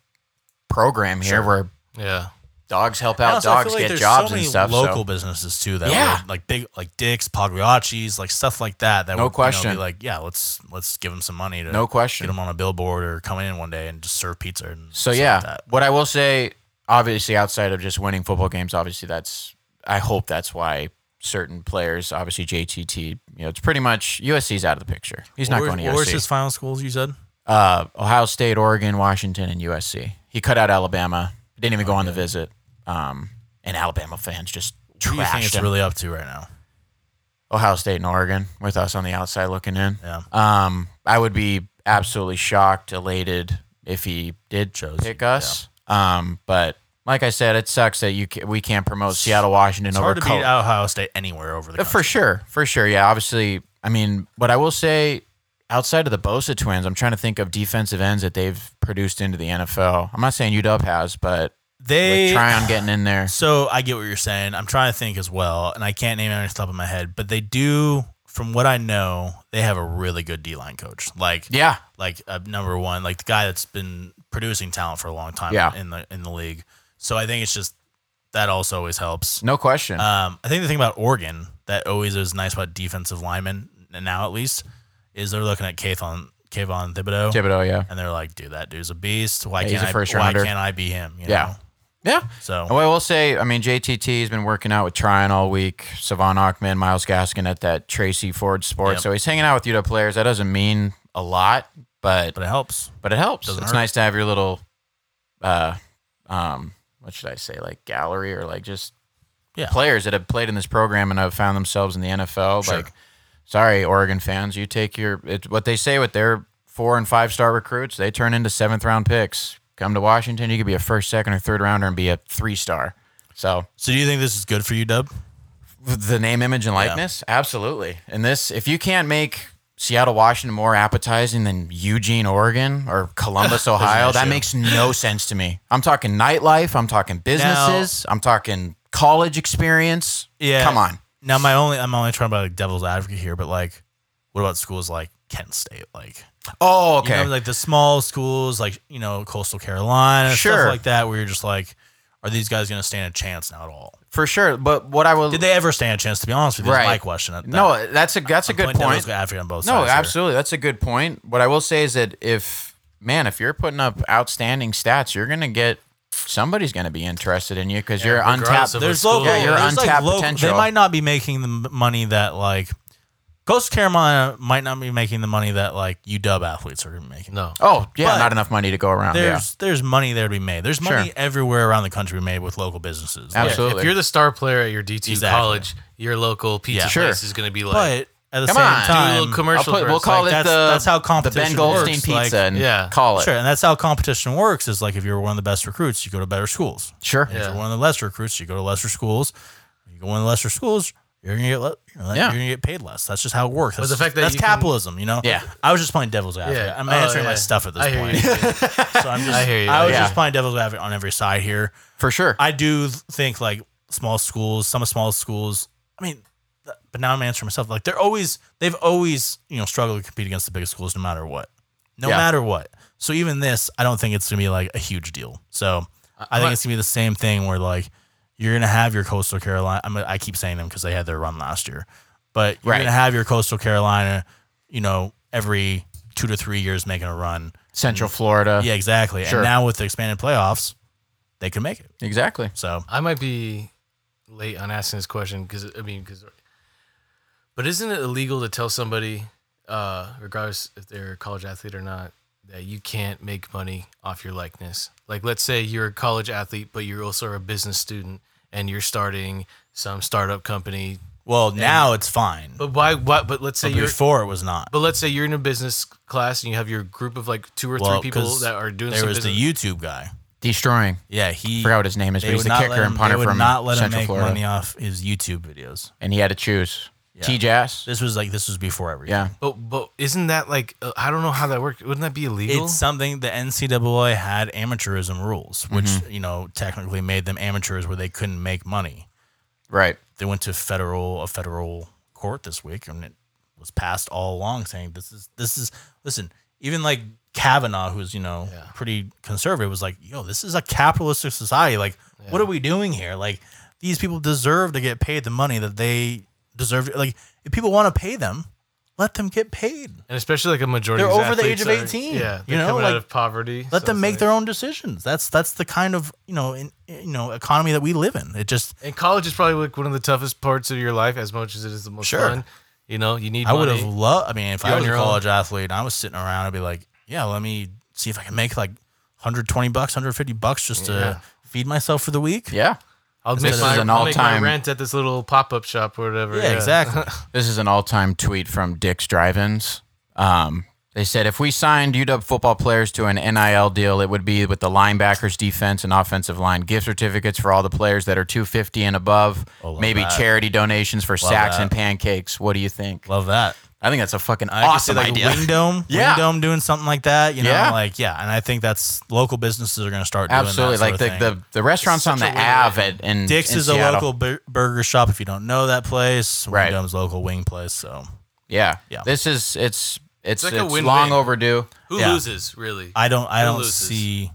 [SPEAKER 2] program here where
[SPEAKER 1] yeah.
[SPEAKER 2] dogs help
[SPEAKER 3] I
[SPEAKER 2] out,
[SPEAKER 3] also feel
[SPEAKER 2] dogs
[SPEAKER 3] like
[SPEAKER 2] get
[SPEAKER 3] there's
[SPEAKER 2] jobs
[SPEAKER 3] so
[SPEAKER 2] and
[SPEAKER 3] many
[SPEAKER 2] stuff. so-
[SPEAKER 3] Local businesses too that
[SPEAKER 2] Yeah.
[SPEAKER 3] would, like big like Dicks, Pagliacci's, like stuff like that. That
[SPEAKER 2] No
[SPEAKER 3] would, you know,
[SPEAKER 2] question.
[SPEAKER 3] be like yeah, let's let's give them some money to
[SPEAKER 2] no
[SPEAKER 3] get
[SPEAKER 2] question.
[SPEAKER 3] them on a billboard or come in one day and just serve pizza. And
[SPEAKER 2] So
[SPEAKER 3] stuff like
[SPEAKER 2] yeah,
[SPEAKER 3] that.
[SPEAKER 2] what I will say, obviously, outside of just winning football games, obviously that's I hope that's why certain players, obviously JTT, you know, it's pretty much USC's out of the picture. He's not
[SPEAKER 3] What
[SPEAKER 2] going to
[SPEAKER 3] was- What was
[SPEAKER 2] USC.
[SPEAKER 3] his final schools? You said
[SPEAKER 2] uh, Ohio State, Oregon, Washington, and USC. He cut out Alabama. Didn't even go on the visit. Um, and Alabama fans just
[SPEAKER 3] Who do you think
[SPEAKER 2] trashed
[SPEAKER 3] it's
[SPEAKER 2] him.
[SPEAKER 3] really up to right now?
[SPEAKER 2] Ohio State and Oregon with us on the outside looking in.
[SPEAKER 3] Yeah.
[SPEAKER 2] Um, I would be absolutely shocked, elated if he did
[SPEAKER 3] Chose
[SPEAKER 2] pick us. Um, but like I said, it sucks that you ca- we can't promote Seattle, Washington
[SPEAKER 3] It's
[SPEAKER 2] over
[SPEAKER 3] hard to
[SPEAKER 2] Col-
[SPEAKER 3] beat Ohio State anywhere over the
[SPEAKER 2] Uh, For
[SPEAKER 3] country.
[SPEAKER 2] sure, for sure. Yeah, obviously. I mean, but I will say, outside of the Bosa twins, I'm trying to think of defensive ends that they've produced into the NFL. I'm not saying UW has, but
[SPEAKER 3] They
[SPEAKER 2] with Tryon getting in there,
[SPEAKER 3] So I get what you're saying. I'm trying to think as well, and I can't name it off the top of my head, but they do. From what I know, they have a really good D line coach. Like
[SPEAKER 2] yeah,
[SPEAKER 3] like uh, number one, like the guy that's been producing talent for a long time
[SPEAKER 2] Yeah.
[SPEAKER 3] in the in the league. So I think it's just that also always helps.
[SPEAKER 2] no question.
[SPEAKER 3] Uh, Um, I think the thing about Oregon that always is nice about defensive linemen and now at least is they're looking at Kayvon Kayvon Thibodeau
[SPEAKER 2] Thibodeau, yeah.
[SPEAKER 3] and they're like, dude, that dude's a beast. Why
[SPEAKER 2] Yeah, he's
[SPEAKER 3] can't
[SPEAKER 2] a
[SPEAKER 3] I?
[SPEAKER 2] first
[SPEAKER 3] why
[SPEAKER 2] rounder.
[SPEAKER 3] can't I be him? You
[SPEAKER 2] Yeah.
[SPEAKER 3] know?
[SPEAKER 2] Yeah.
[SPEAKER 3] So
[SPEAKER 2] Well, I will say, I mean, JTT has been working out with Tryon all week, Savon Achman, Miles Gaskin at that Tracy Ford Sports.
[SPEAKER 3] Yep.
[SPEAKER 2] So he's hanging out with UW players. That doesn't mean a lot, but
[SPEAKER 3] but it helps.
[SPEAKER 2] but it helps.
[SPEAKER 3] doesn't
[SPEAKER 2] It's
[SPEAKER 3] hurt.
[SPEAKER 2] nice to have your little, uh, um, what should I say, like gallery or like just
[SPEAKER 3] Yeah.
[SPEAKER 2] players that have played in this program and have found themselves in the NFL.
[SPEAKER 3] Sure.
[SPEAKER 2] Like, sorry, Oregon fans, you take your it's what they say with their four and five star recruits, they turn into seventh round picks. Come to Washington, you could be a first, second, or third rounder and be a three star. So
[SPEAKER 3] So do you think this is good for you, Dub?
[SPEAKER 2] the name, image, and likeness, absolutely. And this, if you can't make Seattle, Washington more appetizing than Eugene, Oregon, or Columbus, Ohio, that
[SPEAKER 3] issue.
[SPEAKER 2] makes no sense to me. I'm talking nightlife. I'm talking businesses. I'm talking college experience.
[SPEAKER 3] Yeah.
[SPEAKER 2] come on.
[SPEAKER 3] Now my only I'm only trying to be like devil's advocate here, but like, what about schools like Kent State? Like,
[SPEAKER 2] Oh,
[SPEAKER 3] you
[SPEAKER 2] okay.
[SPEAKER 3] know, like the small schools, like you know, coastal Carolina,
[SPEAKER 2] Sure.
[SPEAKER 3] stuff like that, where you're just like, are these guys going to stand a chance now at all?
[SPEAKER 2] For sure, but what I will
[SPEAKER 3] Did they ever stand a chance? To be honest with you,
[SPEAKER 2] Right.
[SPEAKER 3] that's my question. At that.
[SPEAKER 2] no, that's a that's a good
[SPEAKER 3] Playing devil's
[SPEAKER 2] point.
[SPEAKER 3] advocate on both
[SPEAKER 2] No,
[SPEAKER 3] sides here.
[SPEAKER 2] absolutely, that's a good point. What I will say is that if man, if you're putting up outstanding stats, you're gonna get somebody's gonna be interested in you because you're
[SPEAKER 1] regardless
[SPEAKER 2] untapped.
[SPEAKER 1] of
[SPEAKER 3] There's
[SPEAKER 1] what
[SPEAKER 3] local.
[SPEAKER 1] school
[SPEAKER 2] Yeah,
[SPEAKER 1] it
[SPEAKER 2] you're
[SPEAKER 1] is.
[SPEAKER 3] there's
[SPEAKER 2] untapped
[SPEAKER 3] local-
[SPEAKER 2] potential.
[SPEAKER 3] They might not be making the m- money that like Coastal Carolina might not be making the money that like UW athletes are making.
[SPEAKER 1] No.
[SPEAKER 2] Oh yeah,
[SPEAKER 3] But
[SPEAKER 2] not enough money to go around. Yeah,
[SPEAKER 3] There's there's money there to be made. There's money
[SPEAKER 2] Sure.
[SPEAKER 3] everywhere around the country made with local businesses. Like,
[SPEAKER 2] absolutely.
[SPEAKER 1] If you're the star player at your D2
[SPEAKER 3] Exactly.
[SPEAKER 1] college, your local pizza
[SPEAKER 3] Yeah.
[SPEAKER 2] Sure.
[SPEAKER 1] place is going to be like,
[SPEAKER 3] But at the
[SPEAKER 2] Come
[SPEAKER 3] same
[SPEAKER 1] do a
[SPEAKER 2] on.
[SPEAKER 1] little
[SPEAKER 3] time,
[SPEAKER 2] I'll
[SPEAKER 1] commercial.
[SPEAKER 2] put-
[SPEAKER 1] for
[SPEAKER 2] we'll
[SPEAKER 1] us,
[SPEAKER 2] call
[SPEAKER 1] like,
[SPEAKER 2] it
[SPEAKER 3] that's-
[SPEAKER 2] the
[SPEAKER 3] that's how
[SPEAKER 2] the Ben
[SPEAKER 3] competition
[SPEAKER 2] Goldstein
[SPEAKER 3] works,
[SPEAKER 2] pizza
[SPEAKER 3] like-
[SPEAKER 2] and
[SPEAKER 1] Yeah.
[SPEAKER 2] call it
[SPEAKER 3] sure, and that's how competition works. Is like if you're one of the best recruits, you go to better schools.
[SPEAKER 2] Sure.
[SPEAKER 3] If
[SPEAKER 1] Yeah.
[SPEAKER 3] you're one of the lesser recruits, you go to lesser schools. You go to one of the lesser schools, you're gonna get le- you know,
[SPEAKER 2] Yeah.
[SPEAKER 3] you're gonna get paid less. That's just how it works. That's,
[SPEAKER 1] the fact that
[SPEAKER 3] that's
[SPEAKER 1] you can-
[SPEAKER 3] capitalism, you know.
[SPEAKER 2] Yeah.
[SPEAKER 3] I was just playing devil's advocate.
[SPEAKER 1] Yeah.
[SPEAKER 3] I'm
[SPEAKER 1] Oh,
[SPEAKER 3] answering my
[SPEAKER 1] yeah.
[SPEAKER 3] stuff at this
[SPEAKER 1] I hear you.
[SPEAKER 3] point. so I'm just I,
[SPEAKER 1] hear you.
[SPEAKER 3] was
[SPEAKER 2] Yeah.
[SPEAKER 3] just playing devil's advocate on every side here.
[SPEAKER 2] for sure.
[SPEAKER 3] I do think like small schools, some small schools. I mean, th- but now I'm answering myself. Like they're always they've always you know struggled to compete against the biggest schools no matter what, no
[SPEAKER 2] Yeah.
[SPEAKER 3] matter what. So even this, I don't think it's gonna be like a huge deal. So I think it's gonna be the same thing where like you're gonna have your Coastal Carolina. I'm gonna, I keep saying them because they had their run last year, but you're
[SPEAKER 2] Right.
[SPEAKER 3] gonna have your Coastal Carolina. You know every two to three years making a run.
[SPEAKER 2] Central Florida.
[SPEAKER 3] Yeah, exactly.
[SPEAKER 2] Sure.
[SPEAKER 3] And now with the expanded playoffs, they can make it.
[SPEAKER 2] exactly.
[SPEAKER 3] So
[SPEAKER 1] I might be late on asking this question because I mean, because, but isn't it illegal to tell somebody, uh, regardless if they're a college athlete or not, that you can't make money off your likeness? Like, let's say you're a college athlete, but you're also a business student and you're starting some startup company.
[SPEAKER 3] Well, now it's fine. But,
[SPEAKER 1] But why? What? But let's say you're.
[SPEAKER 3] before it was not.
[SPEAKER 1] But let's say you're in a business class and you have your group of like two or
[SPEAKER 3] Well,
[SPEAKER 1] three people
[SPEAKER 3] 'cause
[SPEAKER 1] that are doing
[SPEAKER 3] There
[SPEAKER 1] some
[SPEAKER 3] was
[SPEAKER 1] business.
[SPEAKER 3] the YouTube guy.
[SPEAKER 2] Destroying.
[SPEAKER 3] Yeah, he
[SPEAKER 2] Forgot what his name is,
[SPEAKER 3] they
[SPEAKER 2] but he's
[SPEAKER 3] would
[SPEAKER 2] the
[SPEAKER 3] not
[SPEAKER 2] kicker
[SPEAKER 3] let
[SPEAKER 2] and
[SPEAKER 3] him-
[SPEAKER 2] punter
[SPEAKER 3] they would
[SPEAKER 2] from
[SPEAKER 3] not let
[SPEAKER 2] Central
[SPEAKER 3] him make
[SPEAKER 2] Florida.
[SPEAKER 3] money off his YouTube videos.
[SPEAKER 2] and he had to choose T Jazz.
[SPEAKER 3] This was like this was before everything.
[SPEAKER 2] Yeah,
[SPEAKER 1] but but isn't that like uh, I don't know how that works? Wouldn't that be illegal?
[SPEAKER 3] It's something the NCAA had amateurism rules, which
[SPEAKER 2] Mm-hmm.
[SPEAKER 3] you know technically made them amateurs where they couldn't make money.
[SPEAKER 2] right.
[SPEAKER 3] They went to federal a federal court this week, and it was passed all along saying this is this is listen. Even like Kavanaugh, who's you know
[SPEAKER 1] Yeah.
[SPEAKER 3] pretty conservative, was like, "Yo, this is a capitalistic society. Like, what are we doing here? Like, these people deserve to get paid the money that they deserve. Like, if people want to pay them, let them get paid.
[SPEAKER 1] and especially like a majority
[SPEAKER 3] They're
[SPEAKER 1] of these
[SPEAKER 3] over the age
[SPEAKER 1] athletes
[SPEAKER 3] of
[SPEAKER 1] are-
[SPEAKER 3] 18,
[SPEAKER 1] yeah,
[SPEAKER 3] you
[SPEAKER 1] they're
[SPEAKER 3] know,
[SPEAKER 1] coming
[SPEAKER 3] like,
[SPEAKER 1] out of poverty.
[SPEAKER 3] Let
[SPEAKER 1] so
[SPEAKER 3] them
[SPEAKER 1] it's
[SPEAKER 3] make
[SPEAKER 1] like-
[SPEAKER 3] their own decisions. That's that's the kind of you know in, you know economy that we live in. It just
[SPEAKER 1] And college is probably like one of the toughest parts of your life, as much as it is the most
[SPEAKER 3] Sure.
[SPEAKER 1] fun. You know, you need.
[SPEAKER 3] I would have
[SPEAKER 1] money.
[SPEAKER 3] loved. I mean, if
[SPEAKER 1] You're
[SPEAKER 3] I
[SPEAKER 1] on
[SPEAKER 3] was a
[SPEAKER 1] your own.
[SPEAKER 3] college athlete and I was sitting around, I'd be like, yeah, let me see if I can make like 120 bucks, 150 bucks just to feed myself for the week.
[SPEAKER 2] Yeah,
[SPEAKER 1] I'll
[SPEAKER 2] This
[SPEAKER 1] make
[SPEAKER 2] is
[SPEAKER 1] my,
[SPEAKER 2] an
[SPEAKER 1] I'll make my
[SPEAKER 2] all-time-
[SPEAKER 1] rent at this little pop up shop or whatever.
[SPEAKER 3] Yeah, exactly.
[SPEAKER 2] this is an all-time tweet from Dick's Drive-Ins. Um, they said if we signed UW football players to an NIL deal, it would be with the linebackers, defense, and offensive line. Gift certificates for all the players that are 250 and above.
[SPEAKER 3] Oh, love
[SPEAKER 2] Maybe
[SPEAKER 3] that.
[SPEAKER 2] charity donations for sacks
[SPEAKER 3] that.
[SPEAKER 2] and pancakes. What do you think?
[SPEAKER 3] Love that.
[SPEAKER 2] I think that's a fucking
[SPEAKER 3] I could see,
[SPEAKER 2] awesome
[SPEAKER 3] like
[SPEAKER 2] idea.
[SPEAKER 3] Wing Dome,
[SPEAKER 2] Yeah.
[SPEAKER 3] Wing Dome doing something like that. You know,
[SPEAKER 2] Yeah.
[SPEAKER 3] like yeah, and I think that's local businesses are going to start doing
[SPEAKER 2] Absolutely,
[SPEAKER 3] That sort
[SPEAKER 2] like
[SPEAKER 3] of
[SPEAKER 2] the,
[SPEAKER 3] thing.
[SPEAKER 2] the the restaurants on the Ave at, in
[SPEAKER 3] Dick's
[SPEAKER 2] in
[SPEAKER 3] is
[SPEAKER 2] Seattle.
[SPEAKER 3] a local bur- burger shop. If you don't know that place,
[SPEAKER 2] Right.
[SPEAKER 3] Wing Dome's local wing place. So
[SPEAKER 2] Yeah,
[SPEAKER 3] Yeah.
[SPEAKER 2] This is it's it's
[SPEAKER 1] like
[SPEAKER 2] it's,
[SPEAKER 1] a win-win.
[SPEAKER 2] long overdue.
[SPEAKER 1] Who
[SPEAKER 3] Yeah.
[SPEAKER 1] loses really?
[SPEAKER 3] I don't, I
[SPEAKER 1] Who
[SPEAKER 3] don't
[SPEAKER 1] loses?
[SPEAKER 3] see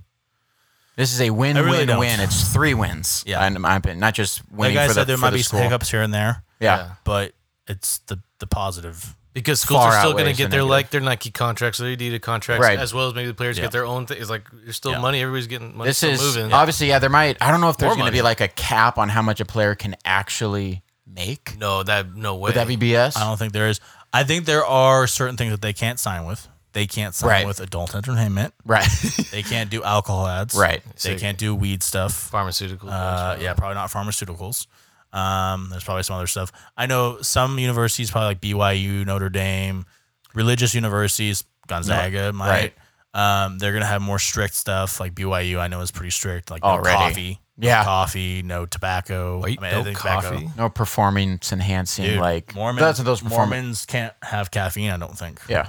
[SPEAKER 2] This is a win,
[SPEAKER 3] really
[SPEAKER 2] win,
[SPEAKER 3] don't.
[SPEAKER 2] win. It's three wins.
[SPEAKER 3] Yeah.
[SPEAKER 2] in my opinion, not just
[SPEAKER 3] Like
[SPEAKER 2] winning
[SPEAKER 3] I
[SPEAKER 2] for the
[SPEAKER 3] said, there
[SPEAKER 2] for
[SPEAKER 3] might
[SPEAKER 2] the
[SPEAKER 3] be
[SPEAKER 2] school.
[SPEAKER 3] some hiccups here and there.
[SPEAKER 2] Yeah.
[SPEAKER 3] but it's the the positive.
[SPEAKER 1] Because schools
[SPEAKER 2] Far
[SPEAKER 1] are still going to
[SPEAKER 2] outweighs the
[SPEAKER 1] get their
[SPEAKER 2] negative.
[SPEAKER 1] like their Nike contracts, their Adidas contracts,
[SPEAKER 2] Right.
[SPEAKER 1] as well as maybe the players
[SPEAKER 3] Yeah.
[SPEAKER 1] get their own thing. It's like there's still
[SPEAKER 3] Yeah.
[SPEAKER 1] money. Everybody's getting money.
[SPEAKER 2] This
[SPEAKER 1] still
[SPEAKER 2] is
[SPEAKER 1] moving.
[SPEAKER 2] obviously yeah. There might I don't know if there's
[SPEAKER 1] More
[SPEAKER 2] going
[SPEAKER 1] money.
[SPEAKER 2] to be like a cap on how much a player can actually make.
[SPEAKER 1] No, that no way.
[SPEAKER 2] Would that be BS?
[SPEAKER 3] I don't think there is. I think there are certain things that they can't sign with. They can't sign
[SPEAKER 2] Right.
[SPEAKER 3] with adult entertainment.
[SPEAKER 2] Right.
[SPEAKER 3] They can't do alcohol ads.
[SPEAKER 2] right.
[SPEAKER 3] They can't do weed stuff.
[SPEAKER 1] pharmaceutical?
[SPEAKER 3] Uh, yeah, probably not pharmaceuticals. Um, there's probably some other stuff. I know some universities, probably like BYU, Notre Dame, religious universities, Gonzaga, might. Um, they're gonna have more strict stuff. Like BYU, I know is pretty strict. Like no
[SPEAKER 2] Already.
[SPEAKER 3] coffee,
[SPEAKER 2] Yeah.
[SPEAKER 3] coffee, no tobacco.
[SPEAKER 1] Wait,
[SPEAKER 3] I mean,
[SPEAKER 1] no
[SPEAKER 3] I think
[SPEAKER 1] coffee.
[SPEAKER 2] No performance enhancing
[SPEAKER 3] Dude,
[SPEAKER 2] like
[SPEAKER 3] Mormons,
[SPEAKER 2] That's what those performance.
[SPEAKER 3] Mormons can't have caffeine. I don't think.
[SPEAKER 2] Yeah.